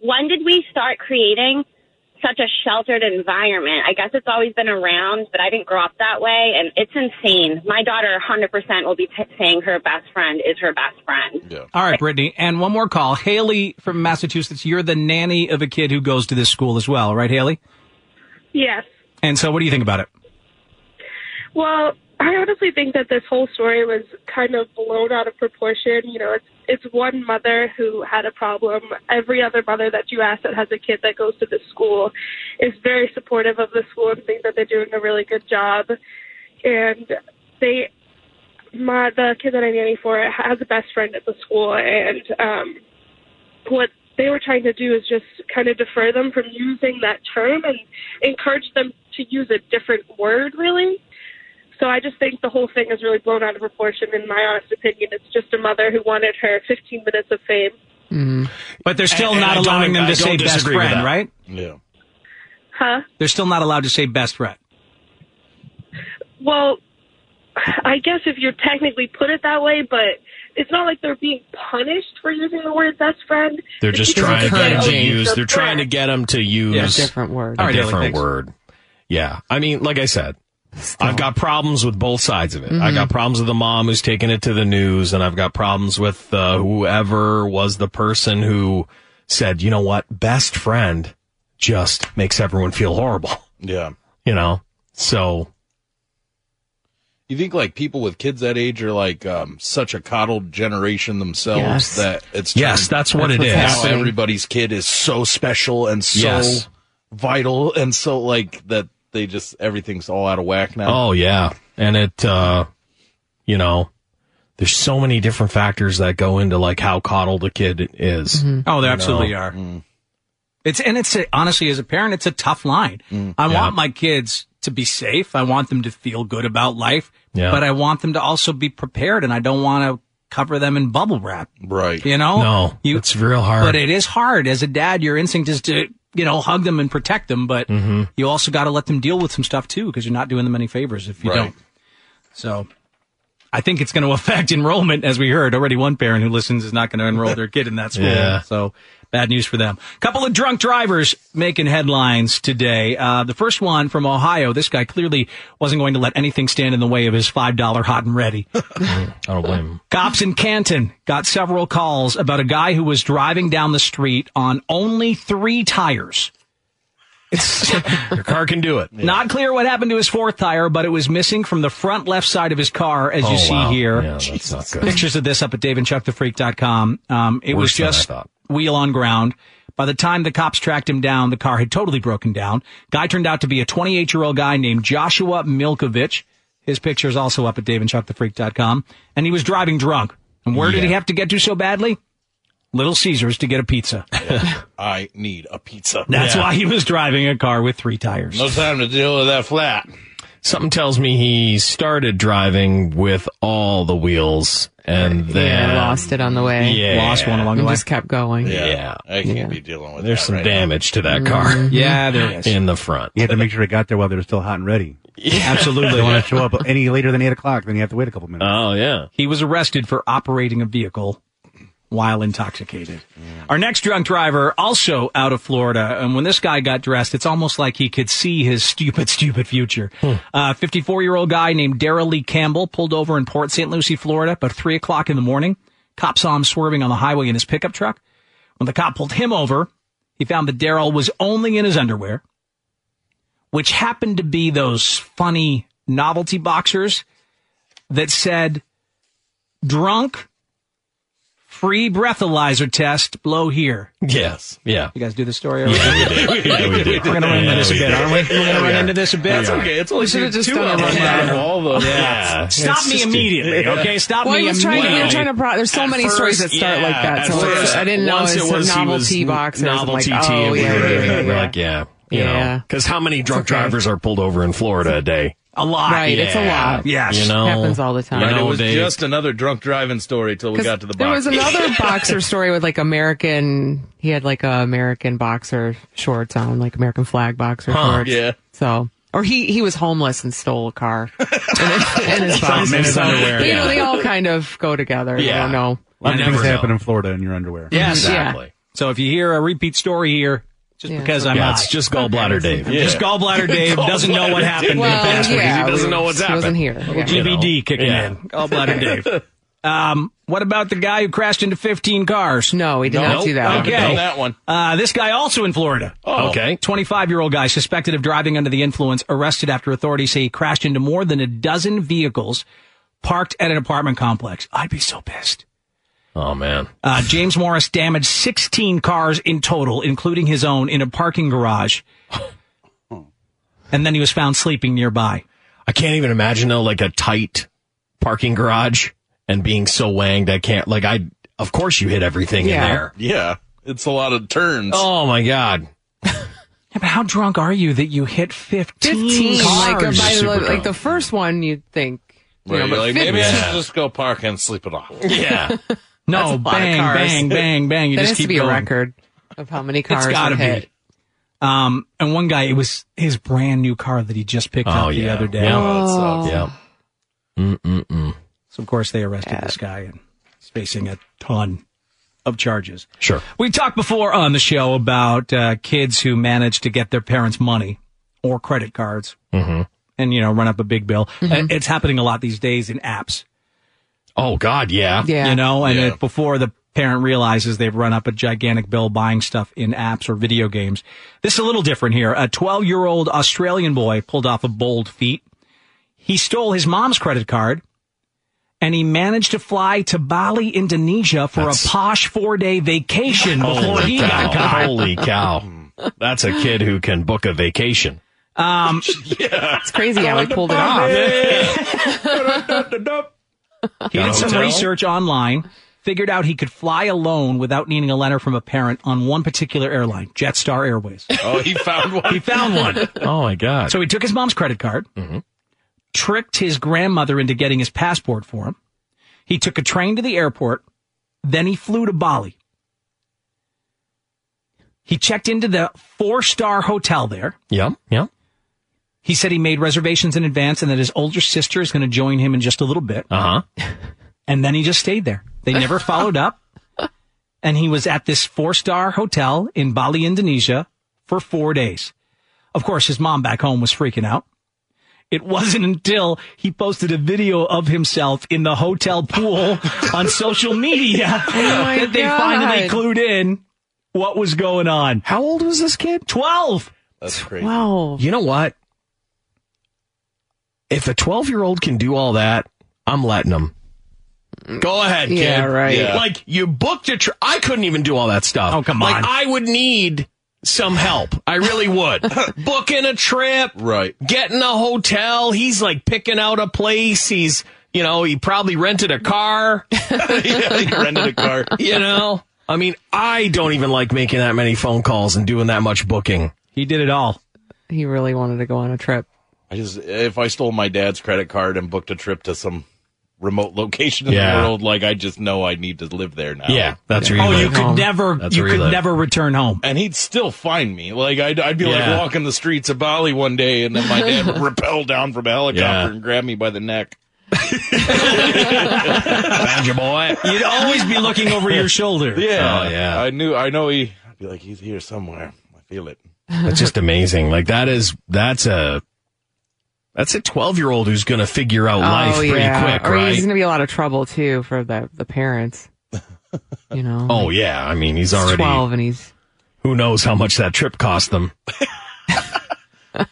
When did we start creating such a sheltered environment? I guess it's always been around, but I didn't grow up that way, and it's insane. My daughter 100% will be t- saying her best friend is her best friend. All right, Brittany. And one more call. Haley from Massachusetts. You're the nanny of a kid who goes to this school as well, right, Haley? Yes. And so what do you think about it? Well, I honestly think that this whole story was kind of blown out of proportion. You know, it's it's one mother who had a problem. Every other mother that you ask that has a kid that goes to this school is very supportive of the school and think that they're doing a really good job. And they, my the kid that I nanny for has a best friend at the school, and um, what they were trying to do is just kind of defer them from using that term and encourage them to use a different word, really. So I just think the whole thing is really blown out of proportion. In my honest opinion, it's just a mother who wanted her 15 minutes of fame. But they're still Mm-hmm. And- and not I don't- allowing them I to don't say best disagree with friend, that. right? Yeah. Huh? They're still not allowed to say best friend. Well, I guess if you technically put it that way, but it's not like they're being punished for using the word best friend. They're It's just trying to get them to encouraging. use. They're trying to get them to use Yeah, different word. A All right, Ellie, different thanks. word. Yeah, I mean, like I said, I've got problems with both sides of it. I Mm-hmm. Mhm. got problems with the mom who's taking it to the news, and I've got problems with uh, whoever was the person who said, you know what, best friend just makes everyone feel horrible. [LAUGHS] Yeah. You know, so You think like people with kids that age are like um, such a coddled generation themselves Yes. that it's Yes, that's what That's it what's is. Now happening. everybody's kid is so special and so Yes. vital and so like that they just everything's all out of whack now. Oh yeah, and it uh you know, there's so many different factors that go into like how coddled a kid is. Mm-hmm. Oh, they Mm-hmm. You absolutely know? Mm. are. It's and it's a, honestly, as a parent, it's a tough line. I Mm. Mm-hmm. Yeah. want my kids to be safe. I want them to feel good about life, Yeah. but I want them to also be prepared, and I don't want to cover them in bubble wrap. Right. You know, No, you, it's real hard. But it is hard as a dad. Your instinct is to you know hug them and protect them, but Mhm. you also got to let them deal with some stuff too because you're not doing them any favors if you don't. So. I think it's going to [LAUGHS] affect enrollment, as we heard. Already one parent who listens is not going to enroll their kid in that school. [LAUGHS] Yeah. So bad news for them. Couple of drunk drivers making headlines today. Uh, the first one from Ohio. This guy clearly wasn't going to let anything stand in the way of his $5 hot and [LAUGHS] ready. I don't blame him. Cops in Canton got several calls about a guy who was driving down the street on only three [LAUGHS] tires. It's, Your car can do it. Not clear what happened to his fourth tire, but it was missing from the front left side of his car, as Oh, you see wow. here. Yeah, that's not good. Pictures of this up at daveandchuckthefreak.com. Um, it was Worse than I just thought. wheel on ground. By the time the cops tracked him down, the car had totally broken down. Guy turned out to be a 28 year old guy named Joshua Milkovich. His picture is also up at daveandchuckthefreak.com. And he was driving drunk. And where did he have to get to so badly? Little Caesars to get a pizza. I need a pizza. [LAUGHS] That's Yeah. why he was driving a car with three tires. No time to deal with that flat. Something tells me he started driving with all the wheels and then yeah, lost it on the way. Yeah. and Just kept going. Yeah. I can't be dealing with There's some damage to that car. Mhm. Yeah, there is. In the front. You had to make sure it got there while they were still hot and ready. Absolutely. Don't want to show up any later than eight o'clock. Then you have to wait a couple minutes. Oh yeah. He was arrested for operating a vehicle while intoxicated. Our next drunk driver, also out of Florida, and when this guy got dressed, it's almost like he could see his stupid, [LAUGHS] stupid future. Uh, 54-year-old guy named Daryl Lee Campbell pulled over in Port St. Lucie, Florida, about 3 o'clock in the morning. Cop saw him swerving on the highway in his pickup truck. When the cop pulled him over, he found that Daryl was only in his underwear, which happened to be those funny novelty boxers that said, drunk, free breathalyzer test, blow here. Yes. Yeah. You guys do this story? already? Yeah, we did. Yeah, we We're did. going to run into this a bit, aren't we? We're going to run into this a bit. That's okay. It's only We should've two of them out of all those. Yeah. Stop It's me just a- immediately, okay? Stop Well, me he was trying to- immediately. he was trying to pro- there's so many stories that start like that, so it's- I didn't know once it was he novelty boxers. I'm like, Novelty oh, tea. and we yeah, were- yeah, yeah, we're yeah. like, yeah. You Yeah. know, because how many drunk drivers are pulled over in Florida a day? A lot. Right, it's a lot. You know, You And know, it was they- just another drunk driving story till we 'Cause got to the box. There was [LAUGHS] another boxer story with like American. He had like a American boxer shorts on, like American flag boxer Huh. shorts. Yeah. So, or he he was homeless and stole a car and, and his Something boxer. in his so, underwear, You know, yeah. they all kind of go together. I don't know. A lot of things never happen in Florida in your underwear. Yeah, Exactly. yeah. So if you hear a repeat story here, just Yeah. because I'm Yeah, high. it's just gallbladder Dave. Just gallbladder [LAUGHS] Dave doesn't know what happened Well, in the past yeah, because he doesn't know what's he happened. wasn't here. Yeah. GBD kicking Yeah. in. Gallbladder [LAUGHS] Dave. Um, what about the guy who crashed into 15 cars? No, he did not do that. Okay. Haven't done that one. Uh, this guy also in Florida. Oh. Okay. 25 year old guy suspected of driving under the influence, arrested after authorities say he crashed into more than a dozen vehicles parked at an apartment complex. I'd be so pissed. Oh man. Uh, James Morris damaged 16 cars in total, including his own, in a parking garage. And then he was found sleeping nearby. I can't even imagine though, like a tight parking garage and being so wanged. I can't. Like I, of course, you hit everything in there. Yeah. It's a lot of turns. Oh my god. Yeah, but how drunk are you that you hit 15, 15, like, cars? by the- like the first one you'd think. you Where know, you're but like, maybe I 15 should just go park and sleep it off. [LAUGHS] Yeah. That's a no, lot of bang, cars. bang, bang, bang. [LAUGHS] You That just has to keep be going. a record of how many cars It's got to were hit. be. Um, and one guy, it was his brand new car that he just picked Oh up the yeah. other day. Yeah. Oh, Yeah. Mm-mm-mm. So of course they arrested this guy and he's facing a ton of charges. Sure. We talked before on the show about uh, kids who manage to get their parents' money or credit cards Mm-hmm. and you know run up a big bill. Mm-hmm. Uh, It's happening a lot these days in [LAUGHS] apps. Oh God, yeah. You know, and it, before the parent realizes they've run up a gigantic bill buying stuff in apps or video games. This is a little different here. A 12 year old Australian boy pulled off a bold feat. He stole his mom's credit card and he managed to fly to Bali, Indonesia for a posh four day vacation before Holy he cow. got caught. Holy cow. That's a kid who can book a vacation. [LAUGHS] Um, It's crazy how he pulled it off. Oh, He Got a did some hotel? research online, figured out he could fly alone without needing a letter from a parent on one particular airline, Jetstar Airways. Oh, he found one. he found one. Oh my God. Mm-hmm. So he took his mom's credit card, tricked his grandmother into getting his passport for him. He took a train to the airport, then he flew to Bali. He checked into the four star hotel there. Yeah. Yeah. He said he made reservations in advance and that his older sister is going to join him in just a little bit. Uh huh. [LAUGHS] And then he just stayed there. They [LAUGHS] never followed up. And he was at this four star hotel in Bali, Indonesia for four days. Of course, his mom back home was freaking out. It wasn't until he posted a video of himself in the hotel [LAUGHS] pool on social media Oh my that they God. finally clued in what was going on. How old was this kid? 12. That's crazy. Wow. You know what? If a 12 year old can do all that, I'm letting him. Go ahead, kid. Yeah, right. Yeah. Like you booked a trip. I couldn't even do all that stuff. Oh, come Like on. I would need some help. I really would. Booking a trip, Right. getting a hotel. He's like picking out a place. He's, you know, [LAUGHS] he probably rented a car. yeah, he rented a car. [LAUGHS] You know, I mean, I don't even like making that many phone calls and doing that much booking. He did it all. He really wanted to go on a trip. I just if I stole my dad's credit card and booked a trip to some remote location in Yeah. the world, like I just know I need to live there now. Yeah, that's where Oh, live. you could never, That's you where could live. never return home. And he'd still find me. Like I'd, I'd be Yeah. [LAUGHS] like walking the streets of Bali one day, and then my dad would rappel down from a helicopter Yeah. and grab me by the neck. Found your boy. You'd always be looking over your shoulder. Yeah, Oh, yeah. I knew. I know he. I'd be like, he's here somewhere. I feel it. That's just amazing. Like that is that's a that's a twelve year old who's gonna figure out life pretty quick, Oh, or right? he's gonna be a lot of trouble too for the the [LAUGHS] parents. You know. oh yeah, I mean he's already twelve, and he's who knows how much that trip cost them.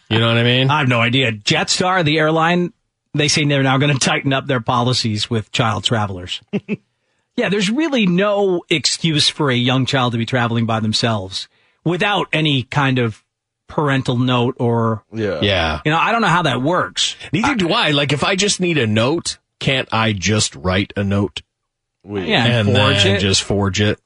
You know what I mean? I have no idea. Jetstar, the airline, they say they're now going to tighten up their policies with child [LAUGHS] travelers. yeah, there's really no excuse for a young child to be traveling by themselves without any kind of parental note or yeah, Yeah. You know, I don't know how that works. Neither do I. Like if I just need a note, can't I just write a note? Yeah, and forge then it. just forge it.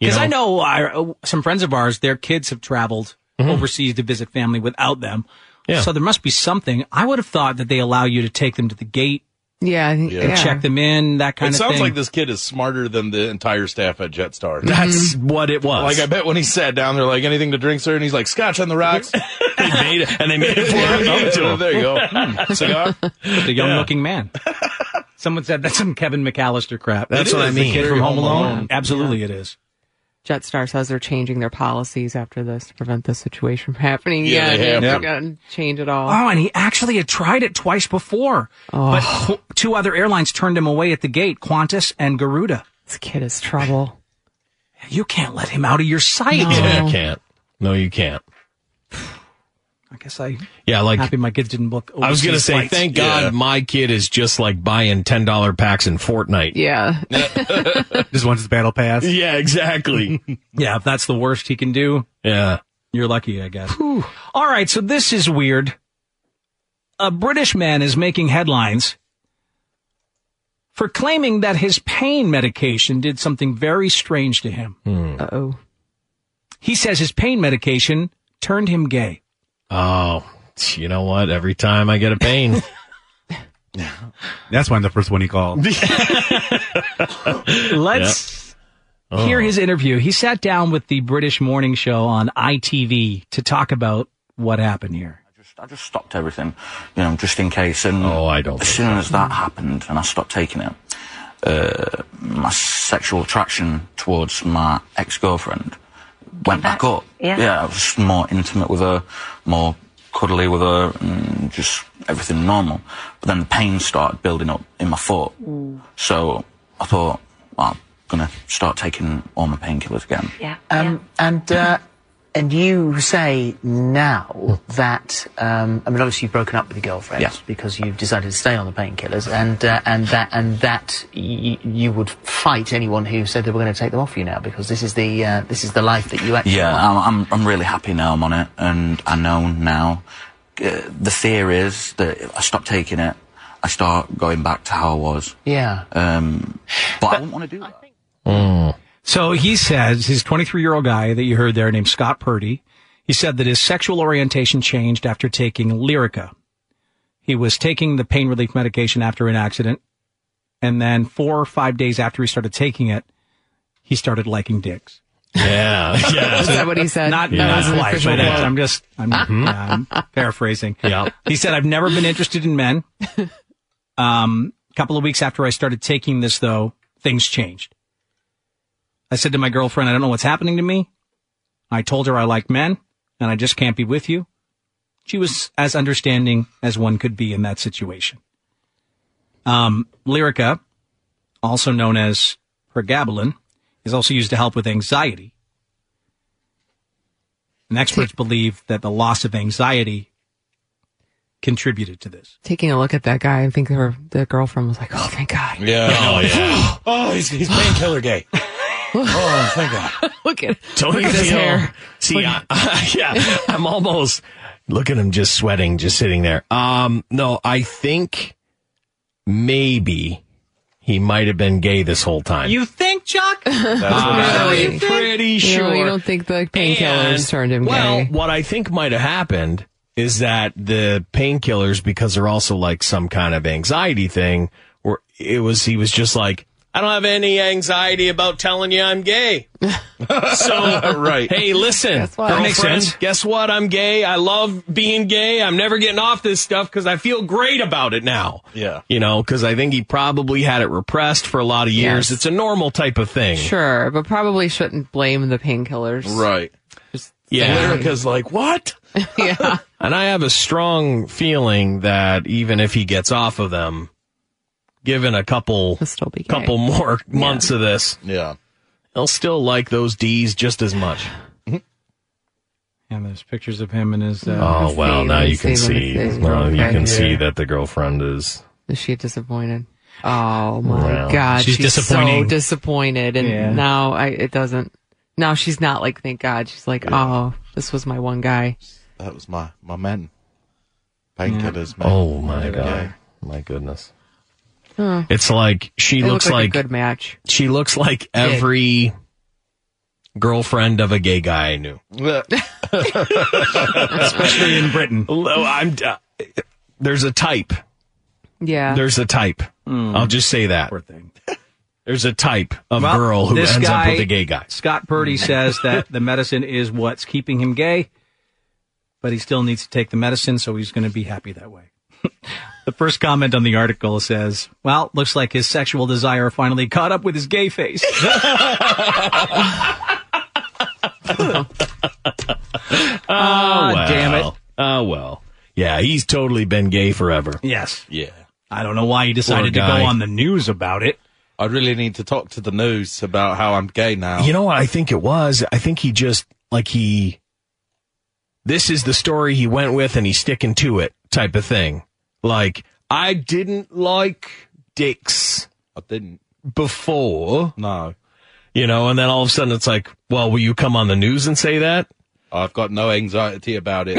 You Because I know I, some friends of ours, their kids have traveled overseas to visit family without them. Mm-hmm. Yeah. So there must be something. I would have thought that they allow you to take them to the gate yeah, I think- and yeah. check them in, that kind it of sounds thing. like this kid is smarter than the entire staff at Jetstar. That's what it was. Like I bet when he sat down, they're like, "Anything to drink, sir?" And he's like, "Scotch on the [LAUGHS] rocks." they made it, and they made it [LAUGHS] for him. Give it to him. There you go. Hmm, [LAUGHS] Cigar. [LAUGHS] the young looking man. Someone said that's some Kevin McAllister crap. That's It what is. I The mean. kid Very from Home Home Alone. Alone. Absolutely, it is. Jetstar says they're changing their policies after this to prevent this situation from [LAUGHS] happening Yeah, again. they have They're to. gonna change it all. Oh, and he actually had tried it twice before, Oh. but qu- two other airlines turned him away at the gate: Qantas and Garuda. This kid is trouble. You can't let him out of your sight. Yeah, I can't. No, you can't. I guess I. Yeah, like happy my kids didn't book. I was gonna overseas say, flights. thank God my kid is just like buying ten dollar packs in Fortnite. Yeah. just wants his battle pass. [LAUGHS] Yeah, exactly. [LAUGHS] yeah, if that's the worst he can do, yeah, you're lucky, I guess. All right, so this is weird. A British man is making headlines for claiming that his pain medication did something very strange to him. Uh oh. He says his pain medication turned him gay. Oh, you know what? Every time I get [LAUGHS] a pain. That's why I'm the first one he called. Let's Oh. hear his interview. He sat down with the British morning show on ITV to talk about what happened here. I just stopped everything, you know, just in case. And oh, I don't. As soon as that happened, and I stopped taking it, uh, my sexual attraction towards my ex-girlfriend went back up. yeah. yeah, I was more intimate with her, more cuddly with her, and just everything normal. But then the pain started building up in my foot, Mm. so I thought well, I'm gonna start taking all my painkillers again. Yeah. Um, and uh, and you say now that um, I mean obviously you've broken up with your girlfriend Yeah. because you've decided to stay on the painkillers and uh, and that and that y- you would fight anyone who said they were going to take them off you now because this is the uh, this is the life that you actually Yeah, want. I'm, I'm, I'm really happy now I'm on it, and I know now. Uh, the fear is that if I stop taking it, I start going back to how I was. Yeah. Um, but, I wouldn't want to do that. So he says his 23 year old guy that you heard there named Scott Purdy. He said that his sexual orientation changed after taking Lyrica. He was taking the pain relief medication after an accident. And then four or five days after he started taking it, he started liking dicks. [LAUGHS] Yeah, yeah. Is that what he said? Not, Yeah. That was not an quite, official but quote. it's- I'm just, [LAUGHS] I'm, yeah, I'm paraphrasing. Yeah. He said, I've never been interested in [LAUGHS] men. Um, a couple of weeks after I started taking this, though, things changed. I said to my girlfriend, I don't know what's happening to me. I told her I like men and I just can't be with you. She was as understanding as one could be in that situation. Um, Lyrica, also known as pregabalin, is also used to help with anxiety. And experts believe that the loss of anxiety contributed to this. Taking a look at that guy, I think her the girlfriend was like, "Oh, thank God." Yeah. [LAUGHS] Oh, yeah. [GASPS] oh, he's, he's painkiller [LAUGHS] gay. oh, thank God. Look at Don't look you at his feel- hair. See, I, [LAUGHS] yeah, I'm almost look at him just sweating, just sitting there. Um, no, I think maybe he might have been gay this whole time. You think, Chuck? That's what [LAUGHS] I'm Really? pretty You, know, you sure. don't think the And- painkillers turned him well, gay? what I think might have happened is that the painkillers, because they're also like some kind of anxiety thing, where it was he was just like, [LAUGHS] I don't have any anxiety about telling you [LAUGHS] I'm gay. so, Right. Hey, listen, Guess what? That makes girlfriend, sense. Guess what? I'm gay. I love being gay. I'm never getting off this stuff because I feel great about it now. Yeah. You know, because I think he probably had it repressed for a lot of Yes. years. It's a normal type of thing. Sure, but probably shouldn't blame the painkillers. Yeah. Lyrica's like, what? yeah. And I have a strong feeling that even if he gets off of them, given a couple couple more months of this, yeah, he'll still like those D's just as much. And there's pictures of him and his. Uh, oh well, now you can see. Well, you can see Yeah. that the girlfriend is. Is she disappointed? Oh my Well, god, she's she's, so disappointing. disappointed, and Yeah. now I it doesn't. Now she's not like, thank God. She's like, oh, this was my one guy. That was my my man. Painkillers. man. Oh my god, my goodness. It's like she They look looks like like, a good match. She looks like every girlfriend of a gay guy I knew, especially in [LAUGHS] Britain. I'm. Uh, there's a type. Yeah. There's a type. Hmm. I'll just say that. [LAUGHS] There's a type of Well, girl who this ends up guy- with a gay guy. Scott Purdy says that the medicine is what's keeping him gay, but he still needs to take the medicine, so he's going to be happy that way. [LAUGHS] the first comment on the article says, "Well, looks like his sexual desire finally caught up with his [LAUGHS] gay face." Ah, damn it. Oh well. Yeah, he's totally been gay forever. Yes. Yeah. I don't know why he decided to go on the news about it. I really need to talk to the news about how I'm gay now. Oh. You know what I think it was? I think he just like he this is the story he went with and he's sticking to it type of thing. Like I didn't like dicks. I didn't before. No. You know, and then all of a sudden it's like, well, will you come on the news and say that? Oh, I've got no anxiety about it.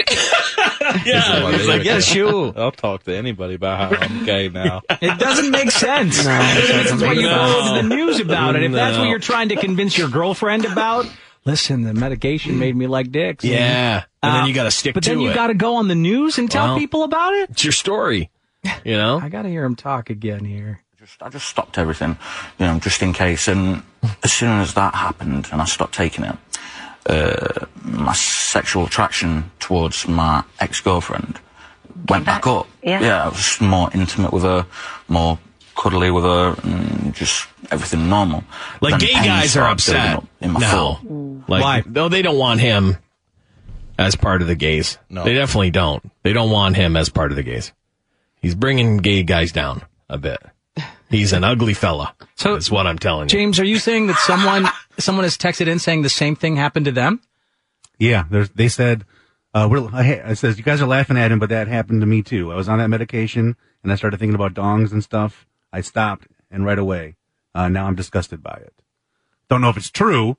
yeah, it's it's like, yeah, sure. [LAUGHS] I'll talk to anybody about how I'm gay now. It doesn't make sense. No, it this doesn't is why make you sense. go to the news about it. If that's what No. you're trying to convince your girlfriend about, listen, the medication made me like dicks. Yeah. And then Uh, you gotta stick But then to you it. got to go on the news and tell Well, people about it. It's your story. You know? I got to hear him talk again here. I just stopped everything, you know, just in case. And as soon as that happened and I stopped taking it, uh, my sexual attraction towards my ex girlfriend went back up. Yeah. I was more intimate with her, more cuddly with her, and just everything normal. Like Then gay pain guys started are building upset up In my now. foot. Like, No, they don't want him as part of the gays. No. They definitely don't. They don't want him as part of the gays. He's bringing gay guys down a bit. He's an ugly fella. So is what I'm telling you. James, are you saying that [LAUGHS] someone someone has texted in saying the same thing happened to them? Yeah, there's, they said, uh, we're, I- it says, you guys are laughing at him, but that happened to me too. I was on that medication and I started thinking about dongs and stuff. I stopped and right away. Uh, now I'm disgusted by it. Don't know if it's true.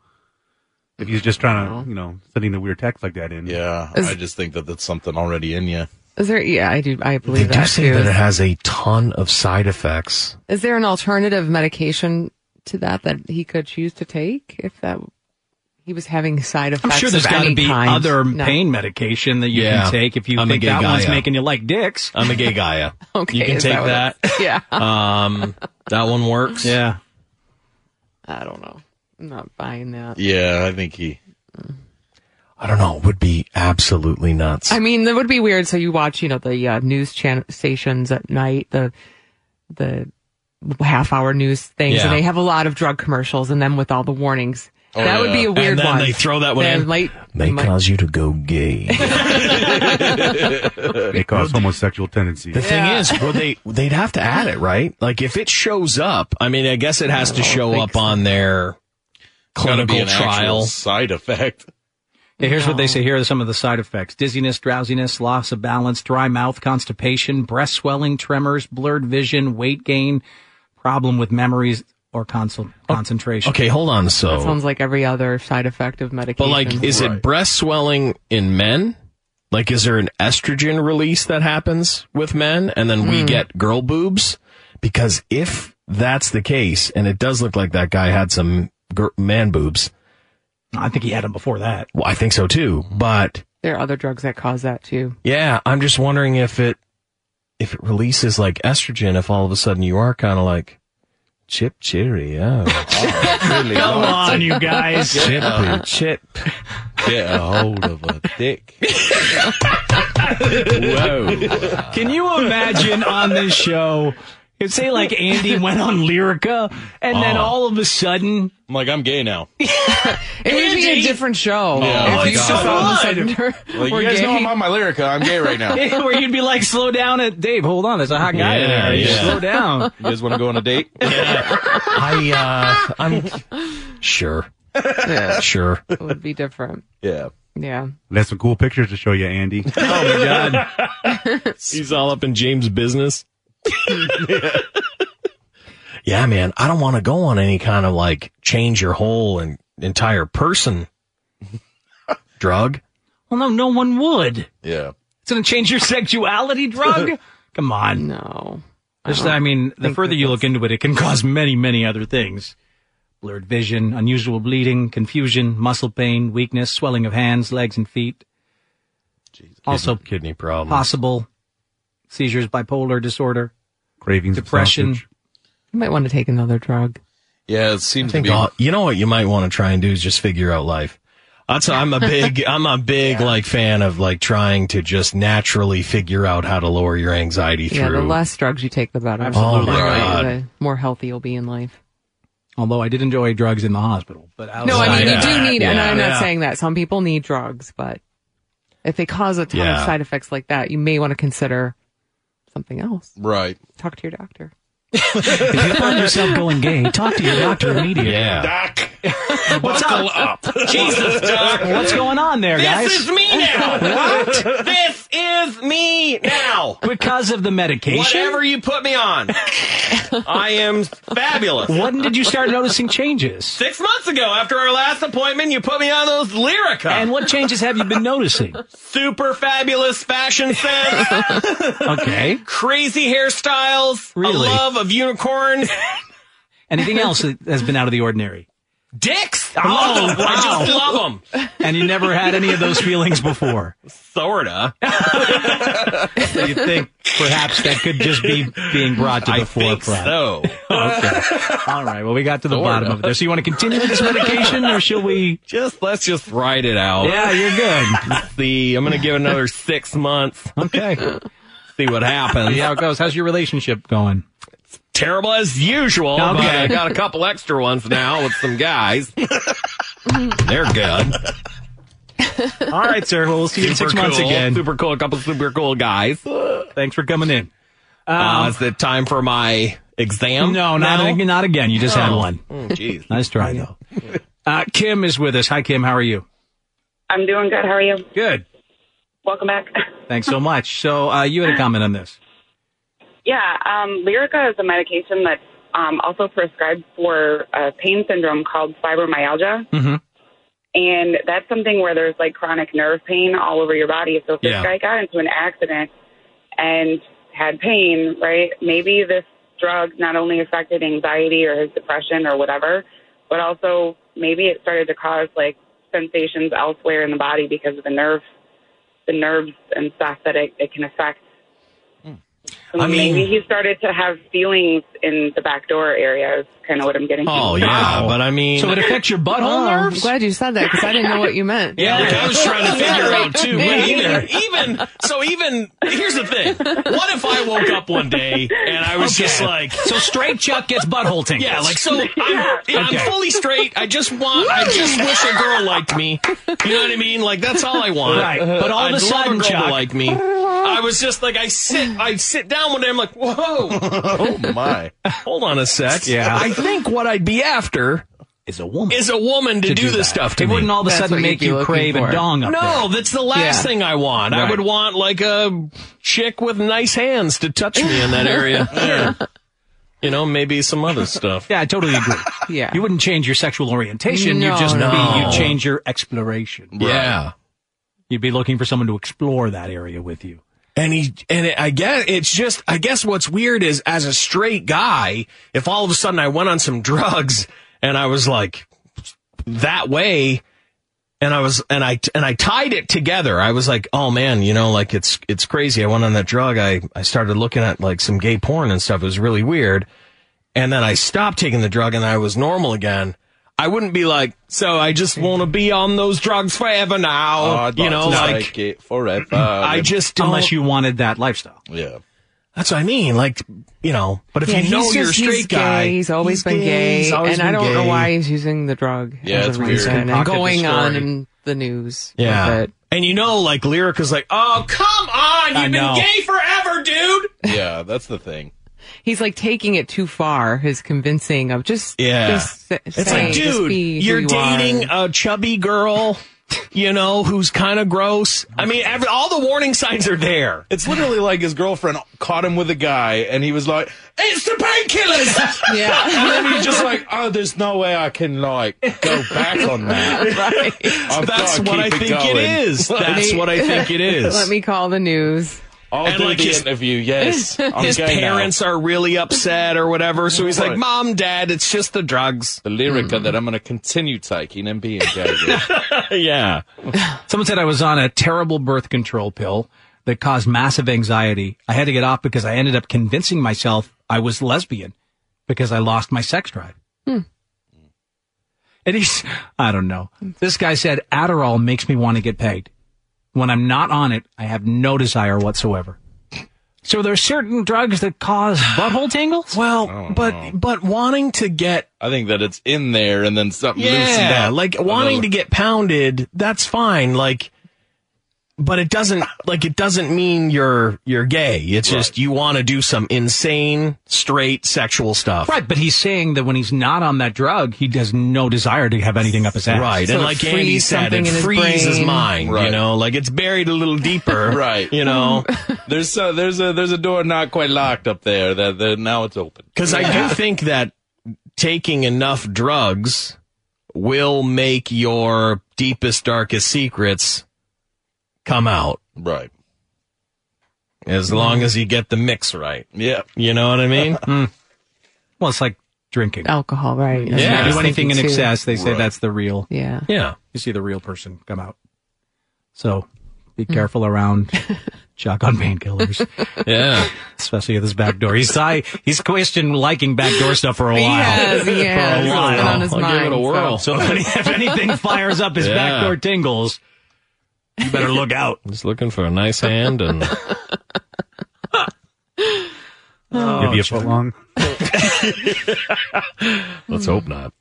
If he's just trying to, you know, sending a weird text like that in. Yeah, Is- I just think that that's something already in you. Is there? Yeah, I do. I They believe do that say too. that it has a ton of side effects. Is there an alternative medication to that that he could choose to take if that he was having side I'm effects? sure there's got to be other pain medication that you Yeah. can take if you I'm a think gay that guy, one's yeah. making you like dicks. I'm a gay guy. yeah. [LAUGHS] Okay, you can is take that that. what it- [LAUGHS] Yeah. [LAUGHS] Um, that one works. Yeah. I don't know. I'm not buying that. Yeah, I think he. I don't know. It would be absolutely nuts. I mean, that would be weird. So you watch, you know, the uh, news chan- stations at night, the the half hour news things, Yeah. and they have a lot of drug commercials, and then with all the warnings, Oh, that would yeah. be a And weird then one. they throw that one They in. might- May might- cause you to go gay. They cause homosexual tendencies. The thing is, well, they they'd have to add it, right? Like if it shows up, I mean, I guess it has to show up on their Gotta be clinical an actual trial. side effect. Yeah, here's what they say. Here are some of the side effects dizziness, drowsiness, loss of balance, dry mouth, constipation, breast swelling, tremors, blurred vision, weight gain, problem with memories or consol- concentration. Oh, Okay, hold on. That So, sounds like every other side effect of but medication. like, is it breast swelling in men? Like, is there an estrogen release that happens with men, and then we Hmm. get girl boobs? Because if that's the case, and it does look like that guy had some gir- man boobs, I think he had them before that. Well, I think so too, but. There are other drugs that cause that too. Yeah, I'm just wondering if it if it releases like estrogen, if all of a sudden you are kind of like, Chip cheerio. really Come not. on, you guys. Get a- chip. Get a hold of a [LAUGHS] dick. Whoa. [LAUGHS] Can you imagine on this show? If say like Andy went on Lyrica and then Oh. all of a sudden I'm like, I'm gay now. It would be a different Oh, show. Yeah, if you like, just so all of a what? sudden [LAUGHS] Like, were you guys gay. know I'm on my Lyrica. I'm gay right now. Where you'd be like, slow down at Dave, hold on, there's a hot guy in there. You Slow down. You guys want to go on a date? [LAUGHS] I uh [LAUGHS] I'm sure. Yeah. Sure. It would be different. Yeah. Yeah. That's some cool pictures to show [LAUGHS] you, Andy. [LAUGHS] He's all up in James' business. yeah, man. I don't want to go on any kind of like change your whole and entire person drug. Well, no, no one would. Yeah. It's going to change your sexuality drug? [LAUGHS] Come on. No. Just, I, mean, the further you look into it, it can cause many, many other things. Blurred vision, unusual bleeding, confusion, muscle pain, weakness, swelling of hands, legs, and feet. Also, kidney problems. Possible seizures, bipolar disorder, cravings, depression. You might want to take another drug. Yeah, it seems I think to be- all- you know what you might want to try and do is just figure out life. That's I'm a [LAUGHS] big I'm a big like fan of like trying to just naturally figure out how to lower your anxiety Yeah, the through less drugs you take, the better. Absolutely. Oh, my The God. the more healthy you'll be in life. Although I did enjoy drugs in the hospital, but No, I mean, you "Ah, do need, and I'm not Yeah. saying that. Some people need drugs, but if they cause a ton Yeah. of side effects like that, you may want to consider something else. Right. Talk to your doctor. if you find yourself going [LAUGHS] gay, talk to your doctor immediately. Yeah. Doc. What's up? Jesus, [LAUGHS] Doc. What's going on there, This guys? is me now. What? This [LAUGHS] is me now. Because of the medication? Whatever you put [LAUGHS] me on, I am fabulous. When did you start noticing changes? Six months ago, after our last appointment, you put me on those Lyrica. And what changes have you been noticing? [LAUGHS] Super fabulous fashion sense. [LAUGHS] Okay. Crazy hairstyles. Really? A love of unicorns. [LAUGHS] Anything else that has been out of the ordinary? Dicks. I love Oh, them. I just wow. [LAUGHS] love them. And you never had any of those feelings before. Sorta. So you think perhaps that could just be [LAUGHS] being brought to the forefront. so. okay. Oh. [LAUGHS] All right. Well, we got to the bottom of it there. So you want to continue with this medication or should [LAUGHS] we? Just let's just ride it out. Yeah, you're good. [LAUGHS] See, I'm gonna give another six months. Okay. [LAUGHS] See what happens. See how it goes. How's your relationship going? Terrible as usual. but Okay. I got a couple extra ones now with some guys. They're good. [LAUGHS] All right, sir. Well, we'll see you in Super six months cool. again. Super cool. A couple super cool guys. Thanks for coming in. Um, uh, is it time for my exam? No, not now? ag- not again. You just had Oh. one. Oh, Jeez. Nice try, though. Uh, Kim is with us. Hi, Kim. How are you? I'm doing good. How are you? Good. Welcome back. [LAUGHS] Thanks so much. So uh, you had a comment on this. Yeah, um, Lyrica is a medication that's um, also prescribed for a pain syndrome called fibromyalgia. Mm-hmm. And that's something where there's like chronic nerve pain all over your body. So if this Yeah. guy got into an accident and had pain, right, maybe this drug not only affected anxiety or his depression or whatever, but also maybe it started to cause like sensations elsewhere in the body because of the nerve, the nerves and stuff that it, it can affect. So Hmm. I mean- maybe he started to have feelings in the back door area. Is kind of what I'm getting. Oh yeah, but I mean, So it affects your butthole Oh, nerves? I'm glad you said that because I didn't know what you meant. Yeah, Like, I was trying to figure out too. Me Wait, either. even, even so, even here's the thing. What if I woke up one day and I was just Okay. like, so straight Chuck gets butthole tingles. Yeah, like so. I'm, yeah, I'm Okay. fully straight. I just want. I just wish a girl liked me. You know what I mean? Like that's all I want. Right. But all I'd of a love sudden, a girl Chuck- to like me. I was just like, I sit, I sit down one day. I'm like, [LAUGHS] whoa, oh my. Hold on a sec. Yeah. I think what I'd be after is a woman. Is a woman to, To do, do this that. stuff to It me. wouldn't all of a That's sudden what you'd make be you looking crave a for. dong up there. No, that's the last Yeah. thing I want. I Right. would want like a chick with nice hands to touch me in [LAUGHS] that area. Or, you know, maybe some other stuff. Yeah, I totally agree. yeah. You wouldn't change your sexual orientation. No, you just no. be, you change your exploration. Yeah. You'd be looking for someone to explore that area with you. And he and it, I guess it's just I guess what's weird is as a straight guy, if all of a sudden I went on some [LAUGHS] drugs and I was like that way, and I was and I and I tied it together. I was like, oh man, you know, like it's it's crazy. I went on that drug. I I started looking at like some gay porn and stuff. It was really weird. and then I stopped taking the drug and I was normal again, I wouldn't be like, so I just want to be on those drugs forever now. you know, like, it forever. I just don't. Unless you wanted that lifestyle. Yeah. That's what I mean. Like, you know, but if Yeah, you know he's you're a just- straight he's guy, gay. he's always been gay, he's always and I been don't know gay. why he's using the drug. Yeah, as a it's weird. reason, Concocted And the going on story. in the news. with yeah. it. And you know, like Lyric is like, oh come on, I you've been know. gay forever, dude. Yeah, that's the thing. he's like taking it too far. His convincing of just Yeah. just sa- it's say, like, just dude, be who you're you are. dating a chubby girl, you know, who's kind of gross. I mean, every, all the warning signs are there. It's literally like his girlfriend caught him with a guy, and he was like, "It's the [LAUGHS] [LAUGHS] painkillers." Yeah. [LAUGHS] and then he's just like, "Oh, there's no way I can like go back on that." Right. I've That's gotta what I keep think [LAUGHS] it going. [LAUGHS] is. Let That's me- what I think [LAUGHS] it is. Let me call [LAUGHS] the news. I'll And do like the his- interview. Yes, I'm [LAUGHS] his gay now. parents are really upset or whatever, so he's like, Right. "Mom, Dad, it's just the drugs." The Lyrica that I'm going to continue taking and being gay. [LAUGHS] yeah. Someone said I was on a terrible birth control pill that caused massive anxiety. I had to get off because I ended up convincing myself I was lesbian because I lost my sex drive. Hmm. And he's, I don't know. This guy said Adderall makes me want to get pegged. When I'm not on it, I have no desire whatsoever. So there's certain drugs that cause butthole tingles. Well, but but wanting to get I think that it's in there and then something loosened yeah, up. like wanting to get pounded, that's fine. Like, but it doesn't like it doesn't mean you're you're gay. It's just you want to do some insane straight sexual stuff. Right, but he's saying that when he's not on that drug, he has no desire to have anything up his ass. Right, and like Andy said, it frees his mind. You know, like it's buried a little deeper. [LAUGHS] right. You know, [LAUGHS] there's a, there's a there's a door not quite locked up there. That, that now it's open. Because I do think that taking enough drugs will make your deepest, darkest secrets come out. Right. As long as you get the mix right. Yeah. You know what I mean? Mm. Well, it's like drinking. Alcohol, right? That's what I Yeah. was Do anything thinking in too. excess, they say that's the real. Yeah. Yeah. You see the real person come out. So be Mm. [LAUGHS] careful around Chuck on painkillers. yeah. Especially at this back door. He's, I, he's questioned liking backdoor stuff for a while. He has, he has. For It's a been while. on his I'll give it a mind, whirl. So, if, any- if anything fires up his Yeah. backdoor tingles, you better look out. [LAUGHS] Just looking for a nice hand and Oh, Give you a foot long. let's hope not.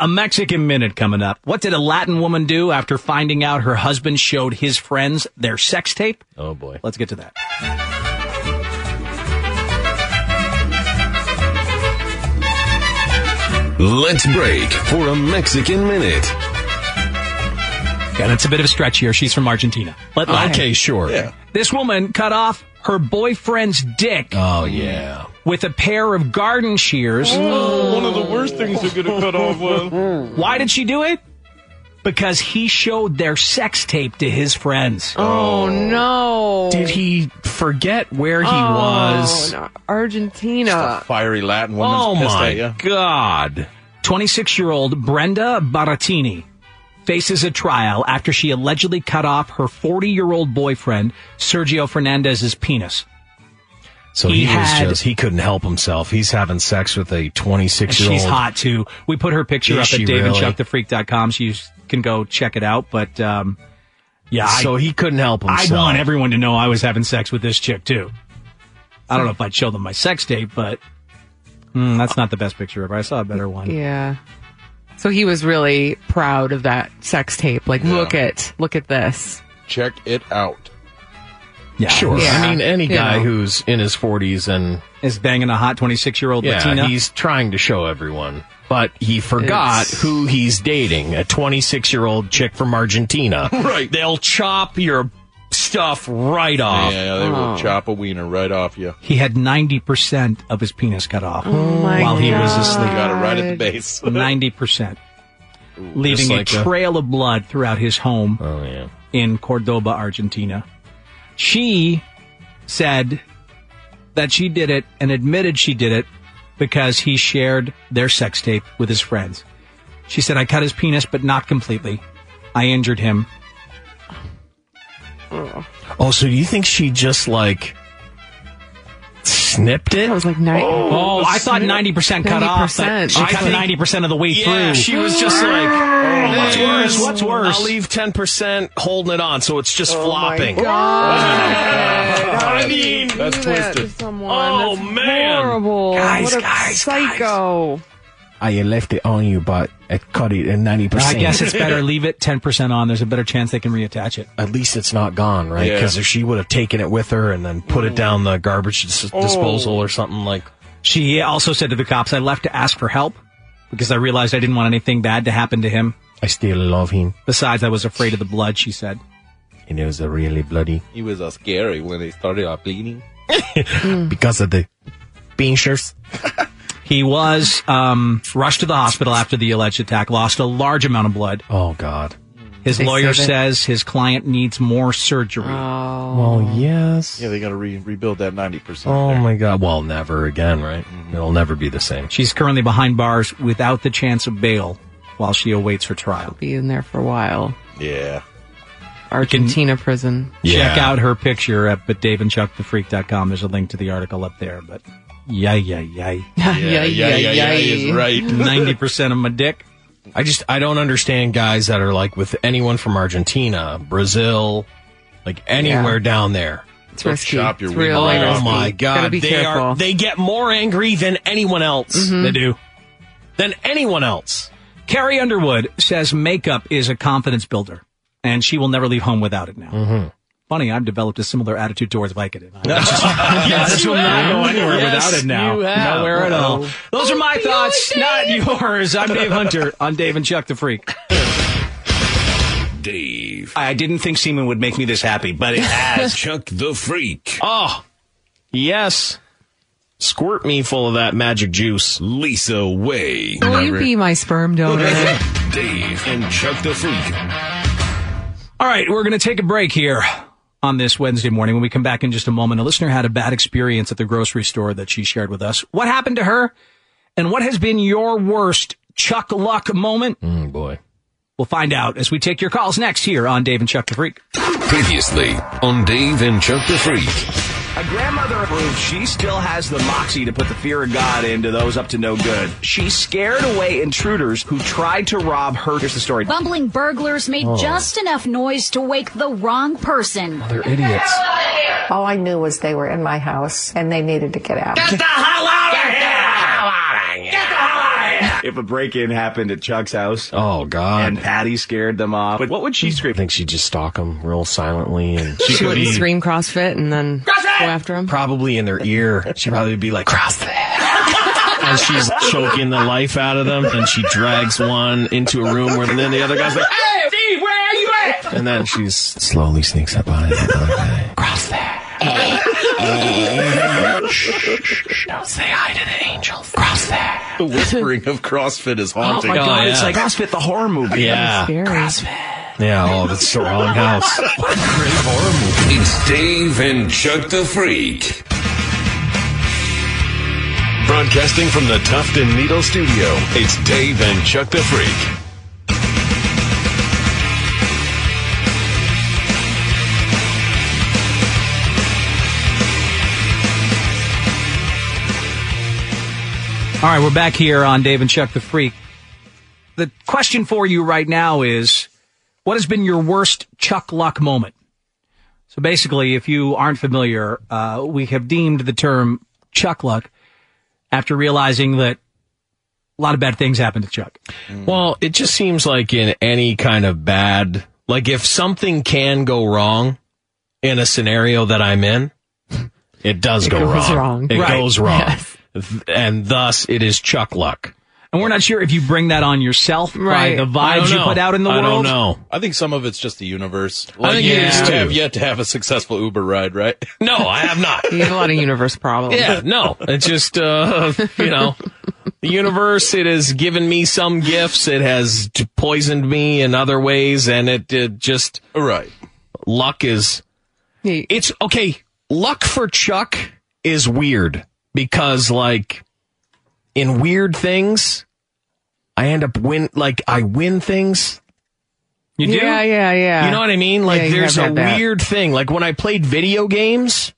a Mexican minute coming up. What did a Latin woman do after finding out her husband showed his friends their sex tape? Oh boy. Let's get to that. Let's break for a Mexican minute. Yeah, that's a bit of a stretch here. She's from Argentina. But like, Okay, sure. Yeah. This woman cut off her boyfriend's dick. Oh yeah. With a pair of garden shears. Oh, One of the worst things you're gonna cut off with. Why did she do it? Because he showed their sex tape to his friends. Oh, no! Did he forget where he Oh, was? no. Argentina. Fiery Latin woman's Oh pissed at my you. God. 26 year old Brenda Baratini faces a trial after she allegedly cut off her 40 year old boyfriend, Sergio Fernandez's penis. So He he, had- was just he couldn't help himself. He's having sex with a twenty And six year old. she's hot too. We put her picture Is up she at really? daveandchuckthefreak.com. So you can go check it out. But, um, yeah. I- So he couldn't help himself. I want everyone to know I was having sex with this chick too. I don't know if I'd show them my sex tape, but mm, that's not the best picture of her. I saw a better one. Yeah. So he was really proud of that sex tape. Like, look at look at this. Check it out. Yeah, Sure. Yeah. I mean, any You guy know. who's in his 40s and is banging a hot 26 year old yeah, Latina. he's trying to show everyone, but he forgot It's- who he's dating a 26 year old chick [LAUGHS] from Argentina. Right. They'll chop your stuff right off. Yeah, they will chop a wiener right off you. He had 90% of his penis cut off my while he was You asleep. got it right at the base. [LAUGHS] 90%. leaving just a like a- Oh, trail of blood throughout his home in Cordoba, Argentina. She said that she did it and admitted she did it because he shared their sex tape with his friends. She said, I cut his penis, but not completely. I injured him. Oh, so do you think she just like snipped it? I was like, night. Oh, Oh, I thought ninety percent cut off. but 90%. She I cut think- ninety percent of the way Yeah, through. she was just like, oh, what's "Hey, worse? What's worse?" I'll leave 10% holding it on, so it's Oh just flopping. I mean, that's twisted. Oh, man. horrible. Guys, what a guys, psycho. I left it on Ah, you, but I cut it at 90%. I guess it's [LAUGHS] better leave it ten percent on. There's a better chance they can reattach it. At least it's not gone, right? Yeah. Mm. Because if she would have taken it with her and then put it down the garbage dis- Oh. disposal or something like She also said to the cops, "I left to ask for help because I realized I didn't want anything bad to happen to him. I still love him. Besides, I was afraid of the blood." She said. [LAUGHS] And it was a really bloody. He was uh, scary when they started uh, bleeding. Because of the pinchers. Mm. [LAUGHS] He was um, rushed to the hospital after the alleged attack, lost a large amount of blood. Oh, God. His They lawyer said it- says his client needs more Oh. surgery. Well, yes. Yeah, they got to re- rebuild that 90%. Oh, my God. Well, never again, right? Mm-hmm. It'll never be the same. She's currently behind bars without the chance of bail while she awaits her trial. be in there for a while. Yeah. Argentina prison. Check out her picture at daveandchuckthefreak.com. There's a link to the article up there, but yay, yay, yay. [LAUGHS] Yeah, yeah, yeah, yeah, yeah is right. 90% of my dick. I just, I don't understand guys that are like with anyone from Argentina, Brazil, like anywhere Yeah. down there. It's They'll risky. chop your It's wiener oh really off. risky. my Gotta god, be they careful. are they get [LAUGHS] more angry than anyone else. Mhm. They do. Than anyone else. Carrie Underwood says makeup is a confidence builder, and she will never leave home without it now. Funny, I've developed a similar attitude towards [LAUGHS] Vicodin. Mm-hmm. Yes, I just you will not have. go anywhere Yes, without it now. you have. Nowhere at all. Uh-oh. Those are my thoughts, not yours. I'm Dave Hunter on Dave and Chuck the Freak. Dave. I didn't think semen would make me this happy, [LAUGHS] but it has. Chuck the Freak. Oh, yes. Squirt me full of that magic juice. Lisa Way. Will you be my sperm donor? [LAUGHS] [LAUGHS] Dave and Chuck the Freak. All right, we're going to take a break here on this Wednesday morning. When we come back in just a moment, a listener had a bad experience at the grocery store that she shared with us. What happened to her? And what has been your worst Chuck Luck moment? Mm, boy. We'll find out as we take your calls next here on Dave and Chuck the Freak. Previously on Dave and Chuck the Freak. A grandmother proved she still has the moxie to put the fear of God into those up to no good. She scared away intruders who tried to rob her. Here's the story. Bumbling burglars made Oh. just enough noise to wake the wrong person. They're idiots. All I knew was they were in my house and they needed to get out. If a break in happened at Chuck's house. Oh, God. And Patty scared them off. But what would she scream? I think she'd just stalk them real silently, and She, wouldn't scream CrossFit and then go after him. probably in their ear. She'd probably They'd be like, cross [LAUGHS] and she's choking the life out of them, and she drags one into a room where and then the other guy's like, "Ah!" Hey, Steve, where are you at? and then she's slowly sneaks up on it. cross there. Don't say hi to the angels. Cross there. The whispering of CrossFit is haunting. Oh my God, it's like CrossFit the horror movie. Yeah. CrossFit. Yeah, oh, that's the wrong house. It's Dave and Chuck the Freak. Broadcasting from the Tuft and Needle Studio, it's Dave and Chuck the Freak. All right, we're back here on Dave and Chuck the Freak. The question for you right now is what has been your worst Chuck Luck moment? So basically, if you aren't familiar, uh, we have deemed the term Chuck Luck after realizing that a lot of bad things happened to Chuck. Well, Mm. it just seems like in any kind of bad, like if something can go wrong in a scenario that I'm in, it does It go goes wrong. wrong. It Right. goes wrong. Yes. Th- And thus it is Chuck Luck. And we're not sure if you bring that on yourself by the I don't vibes you know. put out in the I world. don't know. I think some of it's just the universe. I think it is, you too. have yet to have a successful Uber ride, right? No, I have [LAUGHS] not. [LAUGHS] You have a lot of universe problems. Yeah, no. It's just, uh, [LAUGHS] you know, the universe, it has given me some gifts. It has t- poisoned me in other ways. And it, it just. Right. Luck is. It's okay. Luck for Chuck is weird because, like, in weird things, I end up win, like, I win things. You do? Yeah, yeah, yeah. You know what I mean? Like, Yeah, you there's have a had that. weird thing. Like, when I played video games,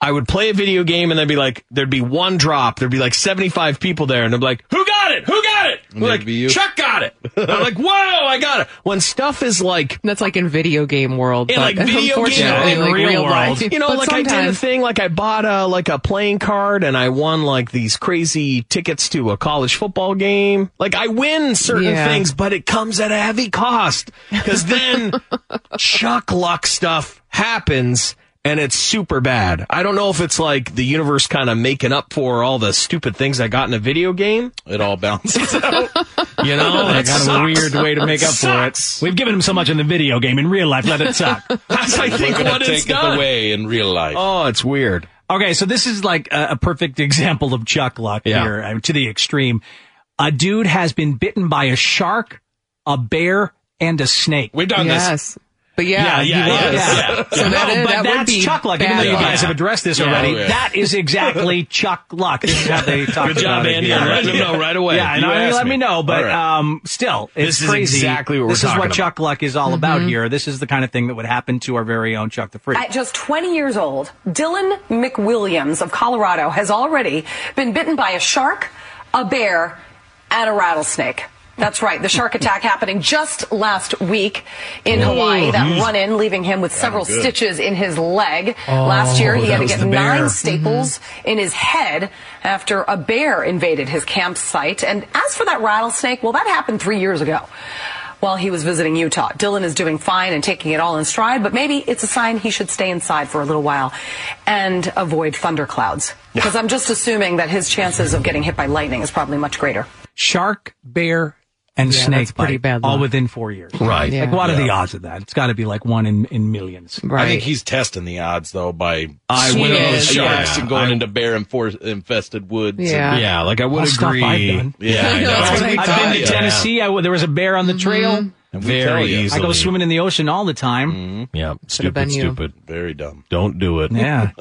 I would play a video game and then be like, there'd be one drop. There'd be like 75 people there and they'd be like, who got it? Who got it? We're like, Chuck got it. I'm like, whoa, I got it. When stuff is like. That's like in video game world. In like but video game, [LAUGHS] unfortunately, in like real, real world. life. You know, But like I did a sometimes- thing, like I bought a, like a playing card and I won like these crazy tickets to a college football game. Like I win certain Yeah. things, but it comes at a heavy cost because [LAUGHS] then chuck luck stuff happens and it's super bad. I don't know if it's like the universe kind of making up for all the stupid things I got in a video game. It all balances out. you know, That that kind of a sucks. weird way to make up for it. We've given him so much in the video game. In real life, let it suck. [LAUGHS] That's I think We're gonna what take it's it done. away in real life. Oh, it's weird. Okay, so this is like a, a perfect example of chuck luck Yeah. here I mean, to the extreme. A dude has been bitten by a shark, a bear, and a snake. We've done this. Yes. But yeah, yeah, you yeah. would. yeah. So that no, is- but that would that's be chuck luck. Even though bad you luck. guys have addressed this Yeah. already, Oh, yeah. that is [LAUGHS] exactly chuck luck. This is how they talk Good job, about it. Andy. Yeah. I'm letting him know right away. Yeah, and You I, asked let me me. know. But All right. um, still, it's This is crazy. exactly what we're This is talking what about. chuck luck is all Mm-hmm. about here. This is the kind of thing that would happen to our very own Chuck the Freak. At just 20 years old, Dylan McWilliams of Colorado has already been bitten by a shark, a bear, and a rattlesnake. That's right. The shark attack happening just last week in Oh, Hawaii. That he's- run in leaving him with several good. stitches in his leg. Oh, last year, he that had to was get the bear. Mm-hmm. nine staples in his head after a bear invaded his campsite. And as for that rattlesnake, well, that happened three years ago while he was visiting Utah. Dylan is doing fine and taking it all in stride, but maybe it's a sign he should stay inside for a little while and avoid thunderclouds. Because I'm just assuming that his chances of getting hit by lightning is probably much greater. Shark, bear, and Yeah, snake that's pretty bad bite, all luck. within four years. Right. Like, what are Yeah. the odds of that? It's got to be like one in, in millions. I think he's testing the odds though by I winning would- those yeah. sharks and going I- into bear infor- infested woods. and- Yeah. Yeah, like, I would Well, stuff agree- I've done. [LAUGHS] [LAUGHS] Yeah, I know. I've been to Yeah. Tennessee. I w there was a bear on the trail. And we Very tell you. Mm-hmm. I go easily. swimming in the ocean all the time. Yeah, Could've been you. Very dumb. Don't do it. [LAUGHS] Yeah.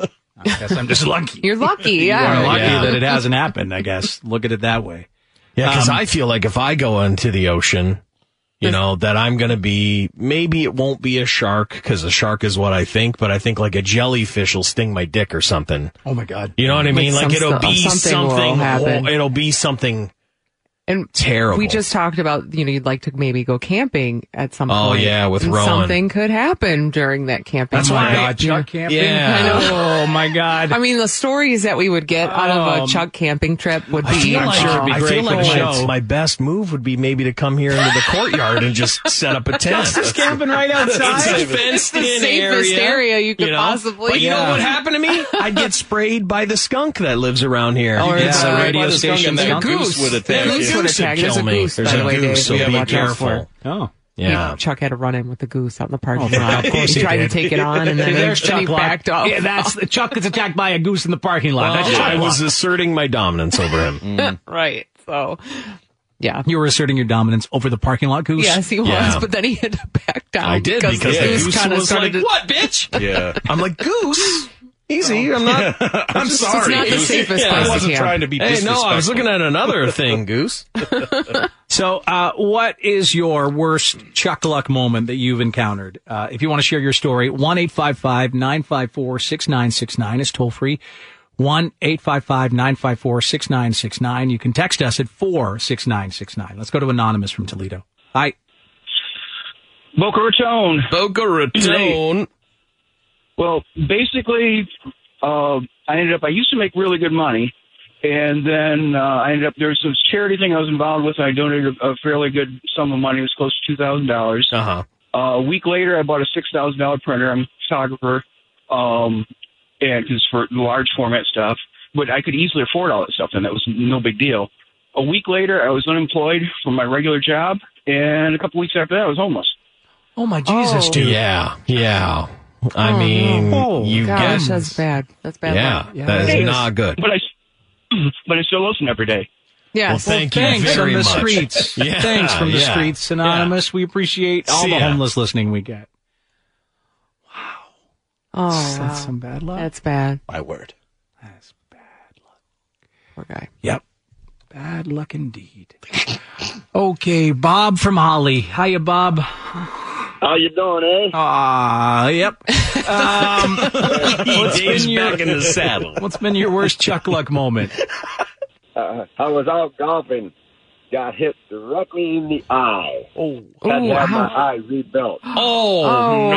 I guess I'm just lucky. You're lucky, [LAUGHS] You yeah. are lucky Yeah. that it hasn't happened, I guess. Look at it that way. Yeah, because Um, I feel like if I go into the ocean, you know, that I'm going to be, maybe it won't be a shark because a shark is what I think, but I think like a jellyfish will sting my dick or something. Oh my God. You know what I mean? Like, some it'll stuff- be something, something will happen. hor- it'll be something And terrible. We just talked about, you know, you'd like to maybe go camping at some Oh, point. yeah, with and Rowan. Something could happen during that camping. That's why trip. I- Chuck camping? Yeah. I know. Oh my God. I mean, the stories that we would get out of Um, a Chuck camping trip would be. I feel like, oh, I feel like my, my best move would be maybe to come here into the courtyard and just set up a tent. That's just camping right outside. It's a fenced It's the in safest area, area you could know? possibly- But you know Yeah. what happened to me? I'd get sprayed by the skunk that lives around here. Or It's the- a Oh, by radio the skunk station. and skunk. the goose would attack you. Goose The would goose would attack. There's kill a me. goose, There's by a the way, Dave, goose, so you gotta be watch out careful. for. Oh. Yeah. You know, Chuck had a run in with the goose out in the parking Oh, lot. of course he he tried did. to take it on, and [LAUGHS] then See, he, there's then he Chuck Luck. backed off. Yeah, that's Chuck gets attacked by a goose in the parking lot. Well, that's Chuck I was Luck. asserting my dominance over him. [LAUGHS] right. [LAUGHS] So, yeah. You were asserting your dominance over the parking lot goose. yes, he was, Yeah. but then he had to back down. I did because the goose kinda was started to- like, "What, bitch?" Yeah. [LAUGHS] I'm like, "Goose, easy. Oh. [LAUGHS] I'm not. I'm It's sorry. not the Goose. safest Yeah, place I to wasn't camp. trying to be. Hey, no, I was disrespectful. looking at another [LAUGHS] thing, Goose. So, uh, what is your worst chuck luck moment that you've encountered? Uh, if you want to share your story, 1 954 6969 is toll free. 1 954 6969. You can text us at 46969. Let's go to Anonymous from Toledo. Hi. Boca Raton. Boca Raton. Well, basically, uh, I ended up. I used to make really good money, and then uh, I ended up. There was this charity thing I was involved with. And I donated a, a fairly good sum of money. It was close to two thousand dollars. Uh, Uh-huh. A week later, I bought a six thousand dollar printer. I'm a photographer, um, and it's for large format stuff. But I could easily afford all that stuff, and that was no big deal. A week later, I was unemployed from my regular job, and a couple weeks after that, I was homeless. Oh my Jesus, Oh. dude. Yeah, yeah. I Oh, mean, no. you Gosh, get that's bad. That's bad Yeah, luck. Yeah, that that is is. not good. But I, [CLEARS THROAT] but I still listen every day. Yeah. Well, thank you Thanks very from the much. streets. [LAUGHS] Yeah, Thanks from the yeah. streets, Anonymous. We appreciate Ah, all See the ya. homeless listening we get. Oh, That's wow. some bad luck. That's bad. My word. Poor guy. Yep. Bad [LAUGHS] luck indeed. Okay, Bob from Holly. Hiya, Bob. How you doing, eh? Ah, [LAUGHS] yep. Um, Dave's [LAUGHS] back in the saddle. What's been your worst Chuck Luck moment? Uh, I was out golfing, got hit directly in the eye. Oh, had to Ooh, have my ow. eye rebuilt. Oh,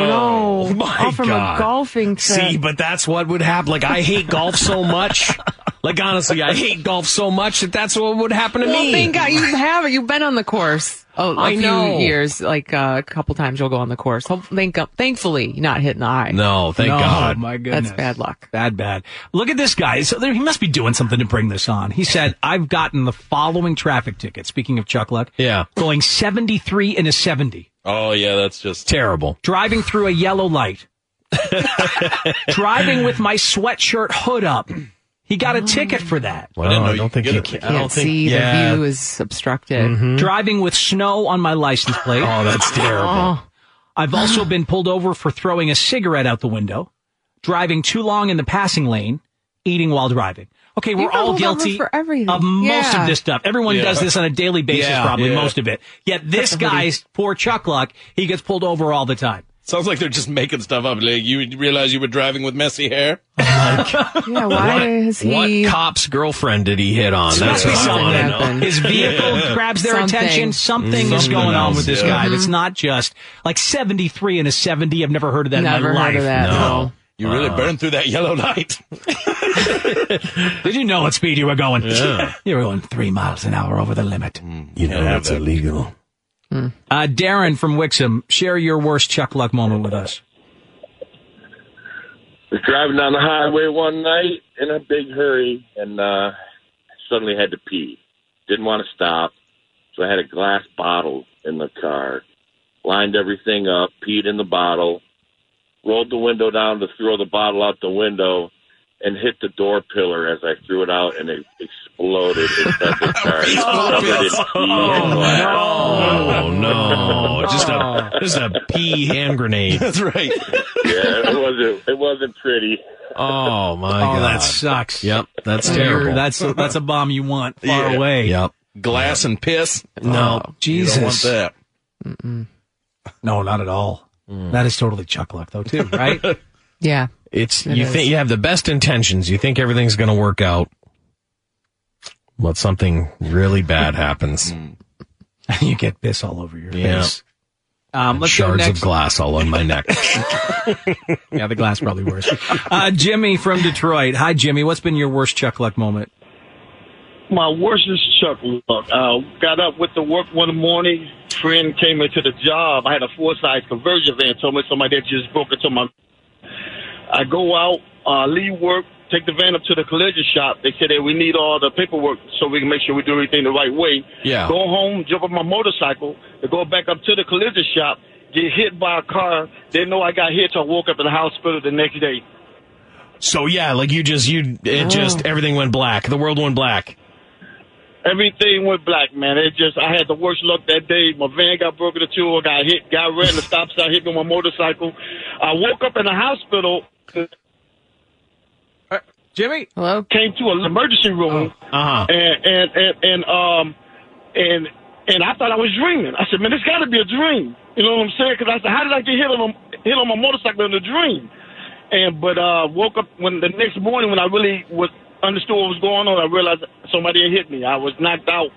no. My Oh, from a God. golfing trip. See, but that's what would happen. Like I hate golf so [LAUGHS] much. Like honestly, I hate golf so much that that's what would happen to well, me. thank [LAUGHS] God you have it. You've been on the course a, a I few know. years, like uh, a couple times you'll go on the course. Hope, thank, thankfully, you're not hitting the eye. No, thank No, God. my goodness. That's bad luck. Bad, bad. Look at this guy. So there, he must be doing something to bring this on. He said, I've gotten the following traffic ticket. Speaking of Chuck Luck. Yeah. Going 73 in a 70. Oh yeah, that's just terrible. Driving through a yellow light. Driving with my sweatshirt hood up. He got a ticket for that. Well, I, don't think you can. I don't think- see, the yeah. view is obstructed. Mm-hmm. Driving with snow on my license plate. Hmm? Oh, that's terrible. Oh. I've [GASPS] also been pulled over for throwing a cigarette out the window, driving too long in the passing lane, eating while driving. Okay, we're You've been all pulled over guilty for everything. of most Yeah. of this stuff. Everyone Yeah. does this on a daily basis, [LAUGHS] Yeah, probably yeah. most of it. Yet [LAUGHS] this Definitely. guy's poor Chuck Luck, he gets pulled over all the [LAUGHS] time. Sounds like they're just making stuff up. Like you realize you were driving with messy hair. Yeah, why is he? What cop's girlfriend did he hit on? It's That's what gotta be I want to something know. happened. His vehicle [LAUGHS] Yeah. grabs their Something. Mm-hmm. attention. Something, is Something going on else, with this yeah. guy. Mhm. That's not just like 73 and a 70. I've never heard of that Never in heard my life. of that, No. no. You really burned through that yellow light. Did you know what speed you were going? [LAUGHS] Yeah. you were going three miles an hour over the limit. You know, that's illegal. Uh, Darren from Wixom, share your worst Chuck Luck moment with us. was driving down the highway one night in a big hurry and uh suddenly had to pee. Didn't want to stop. So I had a glass bottle in the car. Lined everything up, peed in the bottle, rolled the window down to throw the bottle out the window and hit the door pillar as I threw it out and it exploded [LAUGHS] inside the car. Oh, Oh, [LAUGHS] Covered in pee and glass. Oh no! [LAUGHS] Just a just a pea hand grenade. That's right. Yeah, it wasn't it wasn't pretty. Oh my oh, god! that sucks. Yep, that's You're- terrible. That's a, [LAUGHS] that's a bomb you want far Yeah. away. Yep. Glass and piss. No. You don't want Jesus. that. No, not at all. That is totally Chuck Luck though, too, [LAUGHS] right? Yeah. It's It you is. think you have the best intentions. You think everything's going to work out, but something really bad happens. [LAUGHS] you get piss all over your yeah. face. Um, let's go Shards next. of glass all on my neck. [LAUGHS] yeah, the glass probably worse. Uh, Jimmy from Detroit. Hi, Jimmy. What's been your worst Chuck Luck [LAUGHS] moment? My worst is Chuck Luck. Uh, got up with the work one morning. Friend came into the job. I had a four size conversion van. Told me somebody had just broke into my. I go out, uh, leave work, take the van up to the collision shop. They said that we need all the paperwork so we can make sure we do everything the right way. Yeah. Go home, jump on my motorcycle, and go back up to the collision shop. Get hit by a car. Didn't know I got hit. So I woke up in the hospital the next day. So yeah, like you just you it Oh. just everything went black. The world went black. Everything went black, man. It just I had the worst luck that day. My van got broken into, I got hit, got ran the stop sign, hit me on my motorcycle. I woke up in the hospital. Jimmy, hello. Came to an emergency room, uh-huh. and, and and and um and and I thought I was dreaming. I said, man, it's got to be a dream. You know what I'm saying? Because I said, how did I get hit on a, hit on my motorcycle in a dream? And but uh woke up when the next morning when I really was understood what was going on, I realized somebody had hit me. I was knocked out.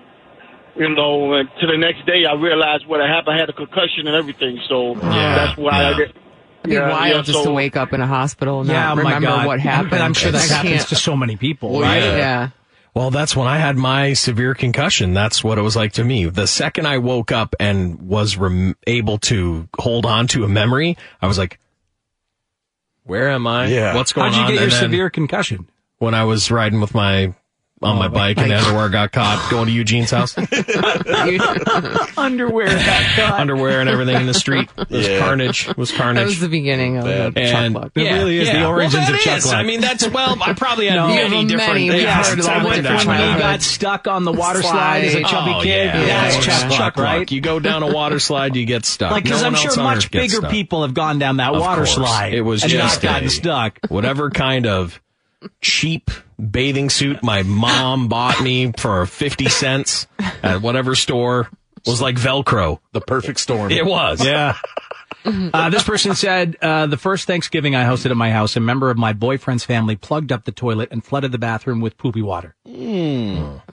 You know, and to the next day I realized what had happened. I had a concussion and everything. So that's why I get. It'd be Yeah, wild yeah, just so- to wake up in a hospital and Oh not remember what happened. And I'm sure that I can't- happens to so many people, Well, right? yeah. Well, that's when I had my severe concussion. That's what it was like to me. The second I woke up and was rem- able to hold on to a memory, I was like, "Where am I? Yeah. What's going on?" How'd you get And your then severe concussion? Oh, When I was riding with my on my bike and underwear got caught going to [LAUGHS] Eugene's house, [LAUGHS] Underwear. underwear and everything in the street. It was Yeah. carnage. It was carnage. That was the beginning of the and Chuck Luck. Yeah, yeah. well, that Chuck is. Luck. I mean, that's well. I probably [LAUGHS] had No. many Many, different. many. things. Yeah, Yes, it's I like went different that when you way. got stuck on the water slide as a chubby Oh, kid. Yeah, Yeah, it's Water Chuck- slide. Chuck, right? Luck. You go down a water slide, you get [LAUGHS] stuck. Like, because No I'm one sure else on much Earth gets bigger stuck. people have gone down that Of water course. slide. It was and just not gotten a- stuck. Whatever kind of cheap bathing suit my mom bought me for fifty cents at whatever store was like Velcro. The perfect storm. It was. Yeah. [LAUGHS] Uh, this person said, uh, the first Thanksgiving I hosted at my house, a member of my boyfriend's family plugged up the toilet and flooded the bathroom with poopy water. Well,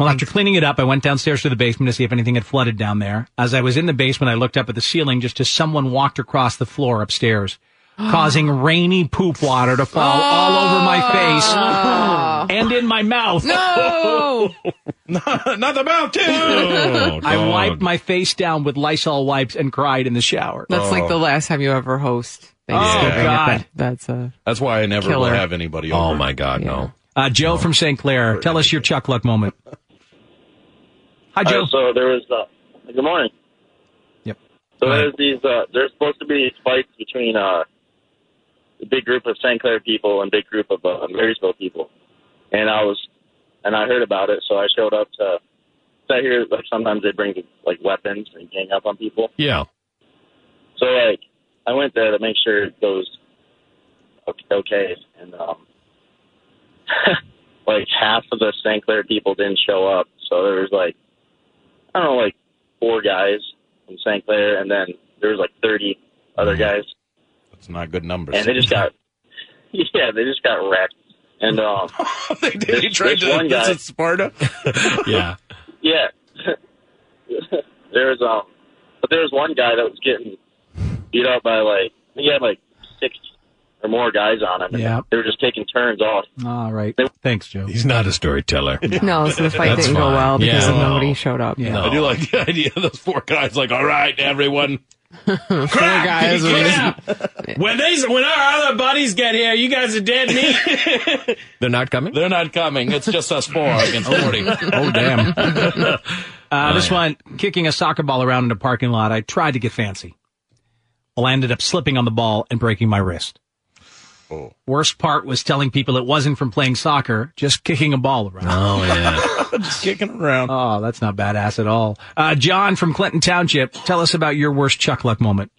Mm. after cleaning it up, I went downstairs to the basement to see if anything had flooded down there. As I was in the basement, I looked up at the ceiling just as someone walked across the [GASPS] floor upstairs, causing rainy poop water to fall all over Oh, my face [LAUGHS] and in my mouth. [LAUGHS] [LAUGHS] No! Not the mouth, too! Oh, I wiped my face down with Lysol wipes and cried in the shower. That's like the last time you ever host Thanksgiving. Oh, God. That- that's a That's why I never will Killer. have anybody over. Oh my god, no. Uh, Joe from St. Clair, tell us your Chuck Luck moment. Hi, Joe. Uh, so there was uh, good morning. Yep. So there's these uh, there's supposed to be fights between uh, a big group of St. Clair people and big group of uh, Marysville people, and I was and I heard about it, so I showed up to. So I hear like sometimes they bring like weapons and gang up on people. Yeah. So like I went there to make sure it goes okay, okay and um [LAUGHS] like half of the St. Clair people didn't show up. So there was like I don't know, like four guys from St. Clair and then there was like thirty other guys It's not good numbers. and [LAUGHS] they just got [LAUGHS] yeah, they just got wrecked. And um [LAUGHS] they, [LAUGHS] this, They tried this to one guy visit Sparta. [LAUGHS] yeah. Yeah. [LAUGHS] there was um but there was one guy that was getting beat up by like he had like six or more guys on him and Yeah. they were just taking turns off. All right. Thanks, Joe. He's not a storyteller. [LAUGHS] No, so the fight That's didn't fine. go well because Yeah. of nobody showed up. I [LAUGHS] do like the idea of those four guys like, all right, everyone. Four guys. Get was- [LAUGHS] out. when they when our other buddies get here, you guys are dead [LAUGHS] meat. They're not coming? They're not coming. It's just [LAUGHS] us four against 40. oh, [LAUGHS] damn. Uh, this one, kicking a soccer ball around in a parking lot. I tried to get fancy. Well, I ended up slipping on the ball and breaking my wrist. Oh. Worst part was telling people it wasn't from playing soccer, just kicking a ball around. Oh, [LAUGHS] yeah. just kicking around. Oh, that's not badass at all. Uh, John from Clinton Township, tell us about your worst Chuck Luck moment.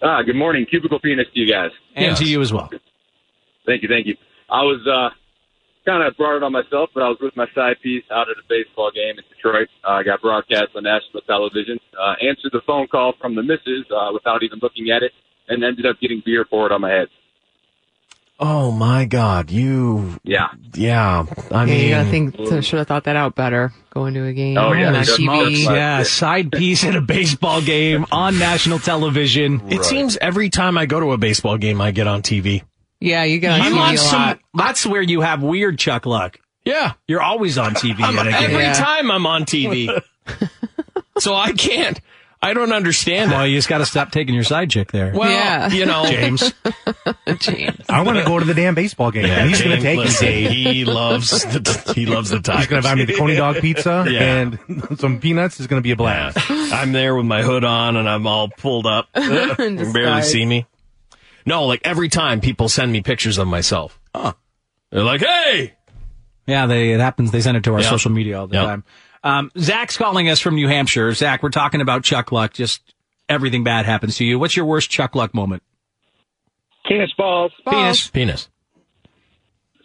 Ah, good morning, cubicle penis to you guys. And to you as well. Thank you, thank you. I was uh kind of brought it on myself, but I was with my side piece out at a baseball game in Detroit. Uh, I got broadcast on national television. Uh, answered the phone call from the missus uh, without even looking at it, and ended up getting beer poured on my head. Oh my god, you Yeah. yeah. yeah, I mean you gotta think. should have thought that out better. Going to a game. Oh, on TV. Yeah, side piece at a baseball game on national television. It seems every time I go to a baseball game I get on TV. Yeah, you get on You TV want a some- lot. That's where you have weird Chuck Luck. Yeah. You're always on TV. [LAUGHS] I'm- at a game. every time I'm on TV. so I can't I don't understand Well, you just got to stop taking your side chick there. Well, Yeah. you know- James. I want to go to the damn baseball game. Yeah, he's going to James, take listen, me. he loves the- he loves the He's going Tigers. to buy me the Coney Dog pizza [LAUGHS] Yeah. and [LAUGHS] some peanuts. It's going to be a blast. I'm there with my hood on and I'm all pulled up. you can barely Disguise. see me. No, like every time people send me pictures of myself. They're like, hey, Yeah, they, it happens. They send it to our Yeah. social media all the Yeah. time. Um, Zach's calling us from New Hampshire. Zach, we're talking about Chuck Luck. Just everything bad happens to you. What's your worst Chuck Luck moment? Penis balls. Penis. Oh. Penis.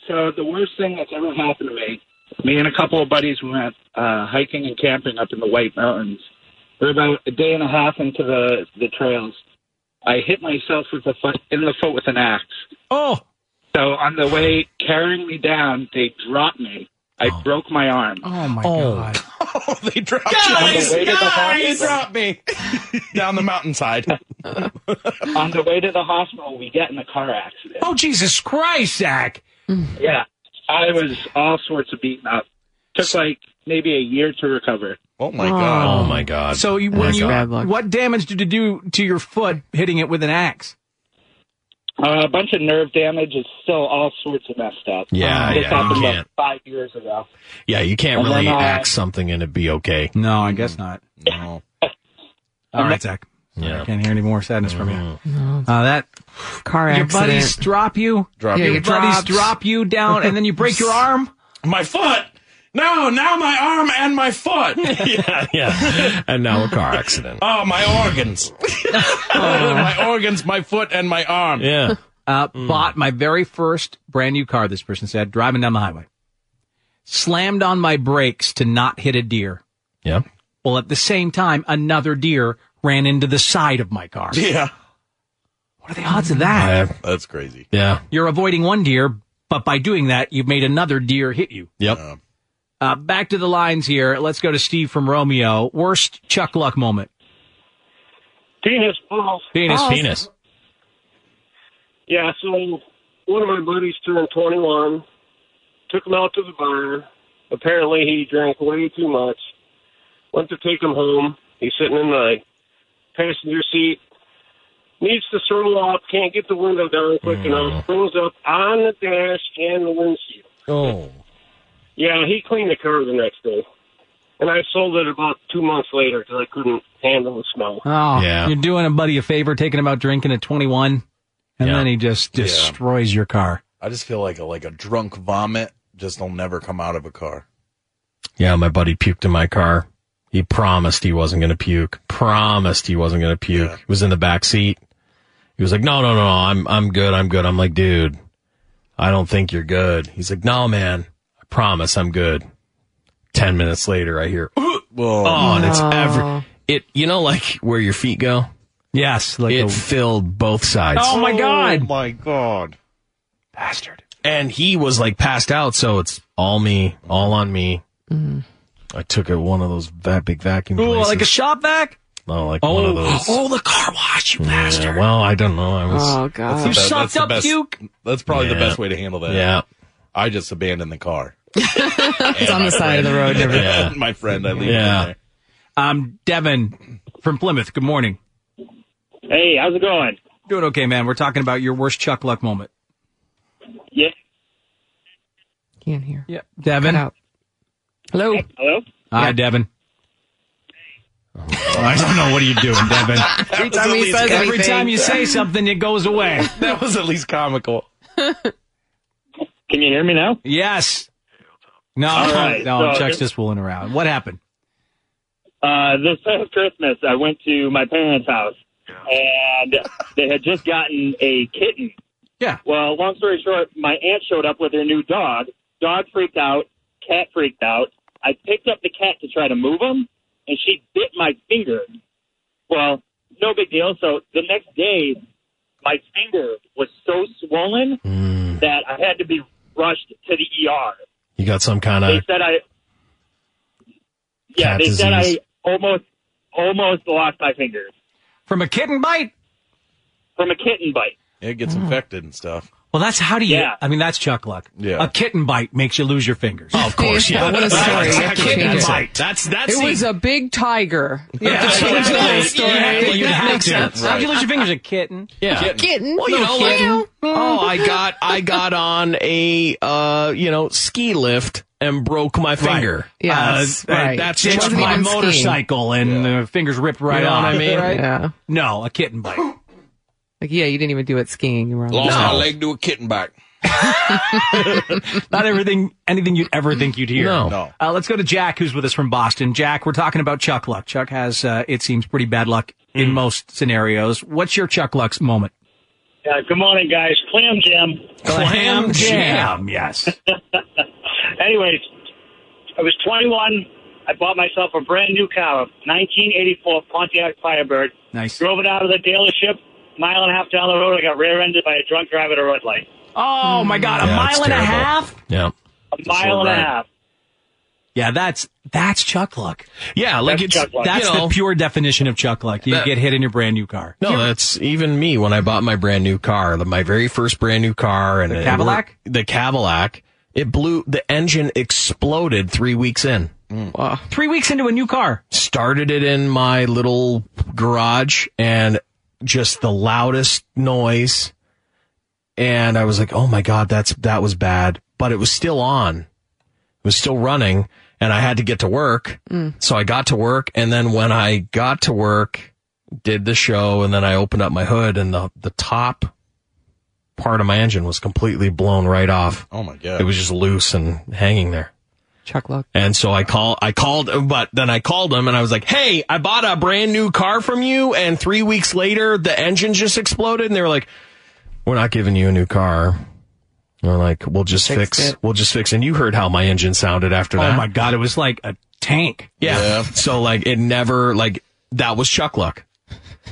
So the worst thing that's ever happened to me, me and a couple of buddies went uh, hiking and camping up in the White Mountains. We're about a day and a half into the the trails. I hit myself with the foot in the foot with an axe. Oh. So on the way carrying me down, they dropped me. I broke my arm. Oh my god. [LAUGHS] they dropped Guys, you. guys! They dropped me down the mountainside. [LAUGHS] on the way to the hospital, we get in a car accident. Oh Jesus Christ, Zach! Yeah, I was all sorts of beaten up. Took like maybe a year to recover. Oh my God. Oh, my God. So you, That's when you, bad luck. what damage did it do to your foot hitting it with an axe? Uh, a bunch of nerve damage is still all sorts of messed up. Yeah, this yeah, you happened about can't. five years ago. yeah, you can't And really then, uh, axe something and it'd be okay. No, I guess not. [LAUGHS] No. All Um, right, Zach. Yeah. Mm-hmm. I can't hear any more sadness from you. Uh, that car your accident. buddies drop you. Drop Yeah, your you buddies dropped. drop you down, and then you break your arm. [LAUGHS] My foot. No, now my arm and my [LAUGHS] foot. yeah, yeah. And now a [LAUGHS] car accident. [LAUGHS] Oh, my organs. my organs, my foot, and my arm. Yeah. Uh, Bought my very first brand new car. This person said driving down the highway, slammed on my brakes to not hit a deer. Yeah. Well, at the same time, another deer ran into the side of my car. Yeah. What are the odds of that? That's crazy. Yeah. You're avoiding one deer, but by doing that, you've made another deer hit you. Yep. Uh, back to the lines here. Let's go to Steve from Romeo. Worst Chuck Luck moment. Penis balls. Penis. Oh, Penis. Yeah, so one of my buddies turned 21, took him out to the bar. Apparently, he drank way too much. Went to take him home. He's sitting in the passenger seat. Needs to throw up, can't get the window down quick enough. Brings up on the dash and the windshield. Oh. Yeah, he cleaned the car the next day. And I sold it about two months later because I couldn't handle the smell. Oh, you're doing a buddy a favor, taking him out drinking at 21, and then he just Yeah. destroys your car. I just feel like a like a drunk vomit just will never come out of a car. Yeah, my buddy puked in my car. He promised he wasn't going to puke. Promised he wasn't going to puke. He was in the back seat. He was like, "No, no, no, I'm I'm good. I'm good." I'm like, "Dude, I don't think you're good." He's like, "No, man. I promise I'm good." 10 minutes later, I hear, "Ugh." "Oh, and it's No. every it you know like where your feet go?" Yes, like it filled both sides. Oh, my God. Oh, my god. Bastard. And he was like passed out, so it's all me, all on me. I took it one of those va- big vacuum Mm-hmm. Ooh, places. like a shop vac? No, like one of those. oh, the car wash, you bastard. Yeah, well, I don't know. I was. Oh, God. You sucked that's the up best- puke? That's probably the Yeah. best way to handle that. Yeah. I just abandoned the car. it's on the side of the road. Never. Yeah. [LAUGHS] my friend, I leave Yeah. it in there. Um, Devin from Plymouth. Good morning. Hey, how's it going? Doing okay, man. We're talking about your worst Chuck Luck moment. Yeah. Can't hear. Yeah. Devin. Hello. Hello. Hi, Devin. Oh, I don't know. What are you doing, Devin? Every time he says Every anything. time you say something, it goes [LAUGHS] away. That was at least comical. Can you hear me now? Yes. No, All right, no, so- Chuck's just fooling around. What happened? Uh, this past Christmas, I went to my parents' house, and they had just gotten a kitten. Yeah. Well, long story short, my aunt showed up with her new dog. Dog freaked out. Cat freaked out. I picked up the cat to try to move him, and she bit my finger. Well, no big deal. So the next day, my finger was so swollen that I had to be rushed to the ER. You got some kind They of said I. Yeah, Cat they said I disease. almost almost lost my finger From a kitten bite? from a kitten bite. It gets infected and stuff. Well, that's how do you? Yeah. I mean, that's Chuck Luck. Yeah. A kitten bite makes you lose your fingers. Oh, of course, yeah. What a story. Exactly. I have to change That's it. it. That's that's it the- was a big tiger. You have to Yeah. change the whole [LAUGHS] Yeah. story. Yeah, well, you'd That have makes to. sense. Right. How'd you lose your fingers? A kitten. Yeah. Kitten. Well, you know, Little like, kitten. oh, I got I got on a uh, you know, ski lift and broke my finger. Yes, Uh, right. That's It just wasn't my even skiing. motorcycle. and the fingers ripped right You know off. what I mean? [LAUGHS] Right. Yeah. No, a kitten bite. [GASPS] Like, yeah, you didn't even do it skiing. You were on Lost the- my leg to a kitten bite. [LAUGHS] Not everything, anything you'd ever think you'd hear. No. No. Uh, let's go to Jack, who's with us from Boston. Jack, we're talking about Chuck Luck. Chuck has, uh, it seems, pretty bad luck Mm. in most scenarios. What's your Chuck Luck's moment? Yeah, good morning, guys. Clam jam. Clam jam. Yes. [LAUGHS] Anyways, I was 21. I bought myself a brand new car, 1984 Pontiac Firebird. Nice. Drove it out of the dealership. Mile and a half down the road, I got rear-ended by a drunk driver at a red light. Oh my God, a Yeah, mile it's and a terrible. half. Yeah. A mile and a half. Yeah, that's that's Chuck Luck. Yeah, like That's it's- Chuck Luck. that's you know- the pure definition of Chuck Luck. You That- get hit in your brand new car. No, that's even me when I bought my brand new car, the, my very first brand new car, and The it Cadillac? worked- the Cadillac. It blew. The engine exploded three weeks in. Mm. Three weeks into a new car. Started it in my little garage, and just the loudest noise. And I was like, "Oh my god, that's that was bad," but it was still on. It was still running, and I had to get to work. Mm. So I got to work, and then when I got to work, did the show, and then I opened up my hood, and the the top part of my engine was completely blown right off. Oh my god! It was just loose and hanging there. Chuck luck. And so Oh, I call, I called, but then I called him, and I was like, "Hey, I bought a brand new car from you, and three weeks later, the engine just exploded." And they were like, "We're not giving you a new car." And I'm like, "We'll just Fixed fix, it. we'll just fix." And you heard how my engine sounded after that. Oh my God, it was like a tank. Yeah. So like it never like that was Chuck Luck.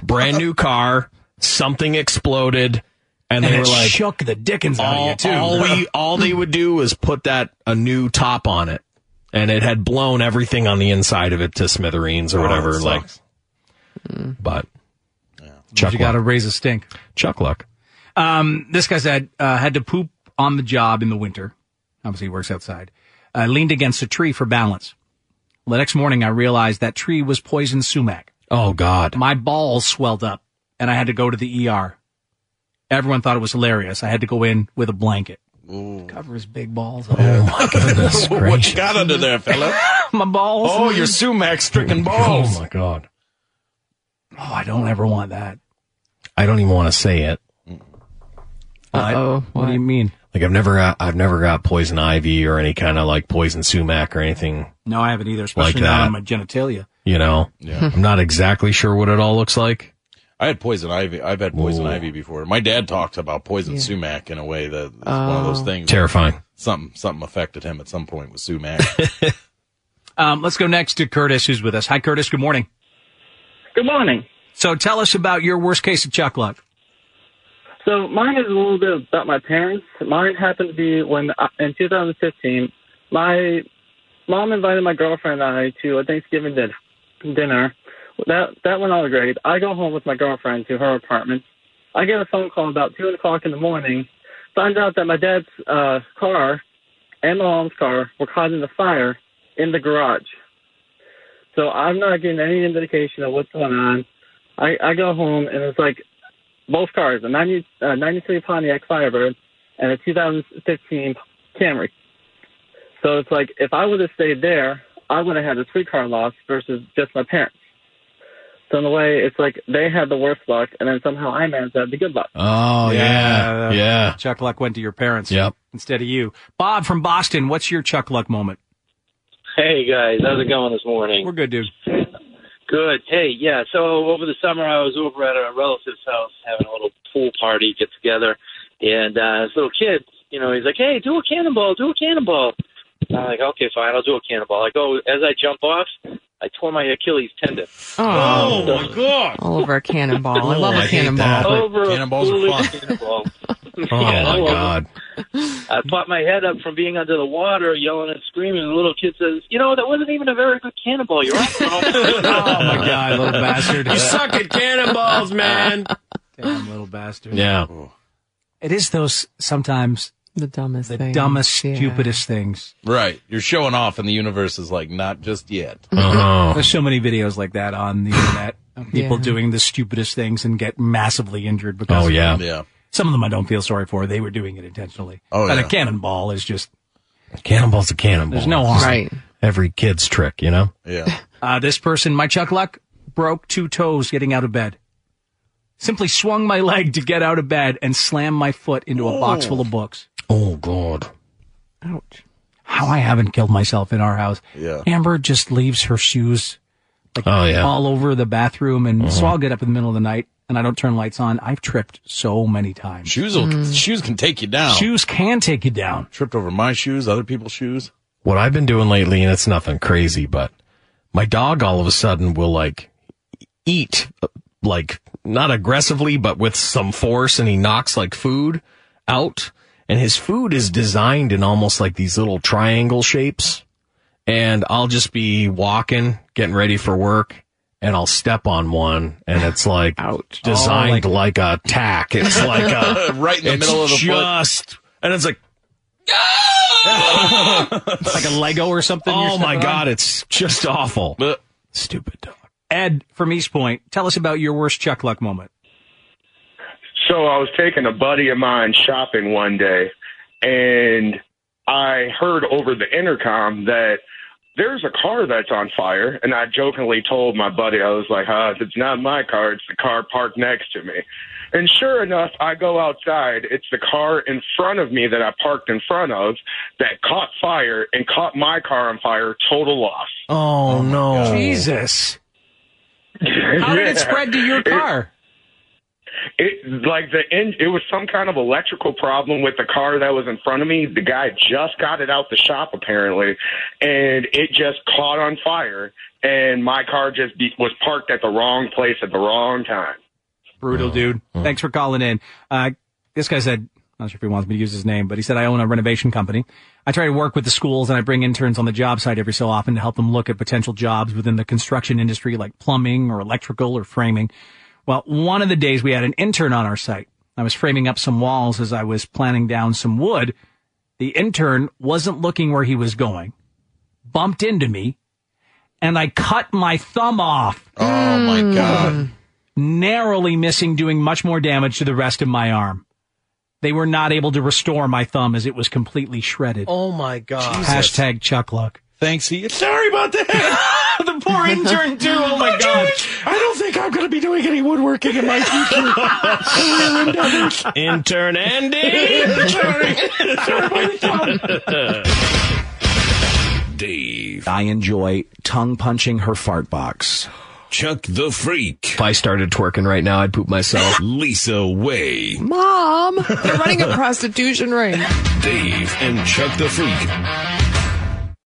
brand new car, something exploded, And and, they it were like, shook the dickens out of all, you, too. [LAUGHS] All we, all they would do was put that a new top on it, and it had blown everything on the inside of it to smithereens or Oh, whatever. that Like, but Chuck you got to raise a stink. Chuck luck. Um, this guy said uh, had to poop on the job in the winter. Obviously, he works outside. Uh, leaned against a tree for balance. The next morning, I realized that tree was poison sumac. Oh God! My balls swelled up, and I had to go to the ER. Everyone thought it was hilarious. I had to go in with a blanket. Cover his big balls. Up. [LAUGHS] Oh my [LAUGHS] goodness! what you got under there, fella? my balls. Oh, your sumac stricken balls. Oh my god! Oh, I don't ever want that. I don't even want to say it. Oh, what do you mean? Like I've never got, I've never got poison ivy or any kind of like poison sumac or anything. No, I haven't either. Especially Like not that. on my genitalia. You know, Yeah. I'm not exactly sure what it all looks like. I had poison ivy. I've had poison ivy before. My dad talked about poison Yeah. sumac in a way that it's one of those Oh. things. Terrifying. Something something affected him at some point with sumac. Um, let's go next to Curtis, who's with us. Hi, Curtis. Good morning. Good morning. So tell us about your worst case of chuck luck. So mine is a little bit about my parents. Mine happened to be when I, in 2015, my mom invited my girlfriend and I to a Thanksgiving din- dinner. That that went all great. I go home with my girlfriend to her apartment. I get a phone call about two o'clock in the morning. Find out that my dad's uh, car and my mom's car were caught in the fire in the garage. So I'm not getting any indication of what's going on. I, I go home and it's like both cars, a 90, uh, 93 Pontiac Firebird and a 2015 Camry. So it's like if I would have stayed there, I would have had a three car loss versus just my parents. So in a way, it's like they had the worst luck, and then somehow I managed to have the good luck. Oh yeah, yeah. Chuck luck went to your parents. Yep. Instead of you, Bob from Boston. What's your chuck luck moment? Hey guys, how's it going this morning? We're good, dude. Good. Hey, yeah. So over the summer, I was over at a relative's house having a little pool party get together, and uh, this little kid, you know, he's like, "Hey, do a cannonball! Do a cannonball!" And I'm like, "Okay, fine, I'll do a cannonball." I go as I jump off, I tore my Achilles tendon. Oh. So- God. All over a cannonball. I [LAUGHS] Oh, love a I hate cannonball. that. Oh, but- Over a Cannonballs are foolish fun. [LAUGHS] cannonball. my God. I popped my head up from being under the water, yelling and screaming. And the little kid says, "You know, that wasn't even a very good cannonball. You're off." Oh my God, little bastard! You suck at cannonballs, man. Damn, little bastard. [LAUGHS] Yeah. It is those sometimes the dumbest, the dumbest, stupidest things. right. You're showing off, and the universe is like, not just yet. Uh-huh. Uh-huh. There's so many videos like that on the internet. of People Yeah. doing the stupidest things and get massively injured because. Oh, yeah. of it. Yeah. Some of them I don't feel sorry for. They were doing it intentionally. Oh, but yeah. a cannonball is just Cannonball's a cannonball. There's no It's harm. just Right. Every kid's trick, you know. Yeah. Uh, this person, my Chuck Luck, broke two toes getting out of bed. Simply swung my leg to get out of bed and slammed my foot into a box Oh. full of books. Oh God. Ouch. How I haven't killed myself in our house. Yeah. Amber just leaves her shoes like Oh, yeah. all over the bathroom and so Mhm. I'll get up in the middle of the night and I don't turn lights on. I've tripped so many times. Mm. Shoes will, shoes can take you down. Shoes can take you down. Tripped over my shoes, other people's shoes. What I've been doing lately, and it's nothing crazy, but my dog all of a sudden will like eat, uh, like not aggressively, but with some force, and he knocks like food out. And his food is designed in almost like these little triangle shapes. And I'll just be walking, getting ready for work, and I'll step on one, and it's like Oh, designed like, a tack. It's like a [LAUGHS] Right in the it's middle of the foot. just, and it's like. [LAUGHS] like a Lego or something. you're Oh my stepping on? god, it's just awful. Stupid dog. Ed from East Point, tell us about your worst Chuck Luck moment. So I was taking a buddy of mine shopping one day, and I heard over the intercom that there's a car that's on fire. And I jokingly told my buddy, I was like, huh, it's not my car, it's the car parked next to me. And sure enough, I go outside. It's the car in front of me that I parked in front of that caught fire and caught my car on fire, total loss. Oh, no. [LAUGHS] Jesus. How did it spread to your car? It like the in, it was some kind of electrical problem with the car that was in front of me. The guy just got it out the shop apparently, and it just caught on fire. And my car just be, was parked at the wrong place at the wrong time. Brutal, dude. Thanks for calling in. Uh, this guy said, I'm not sure if he wants me to use his name, but he said, I own a renovation company. I try to work with the schools and I bring interns on the job site every so often to help them look at potential jobs within the construction industry like plumbing or electrical or framing. Well, one of the days we had an intern on our site. I was framing up some walls as I was planning down some wood. The intern wasn't looking where he was going, bumped into me, and I cut my thumb off. Oh my God. Narrowly missing doing much more damage to the rest of my arm. They were not able to restore my thumb as it was completely shredded. Oh my God. Hashtag Chuck Luck. Thanks. He, sorry about that. [LAUGHS] the poor intern too. Oh [LAUGHS] my god. I don't think I'm going to be doing any woodworking in my [LAUGHS] future endeavors. Intern [LAUGHS] Andy. Dave. I enjoy tongue punching her fart box. Chuck the Freak. If I started twerking right now, I'd poop myself. Lisa Way. Mom, they're running a prostitution ring. Dave and Chuck the Freak.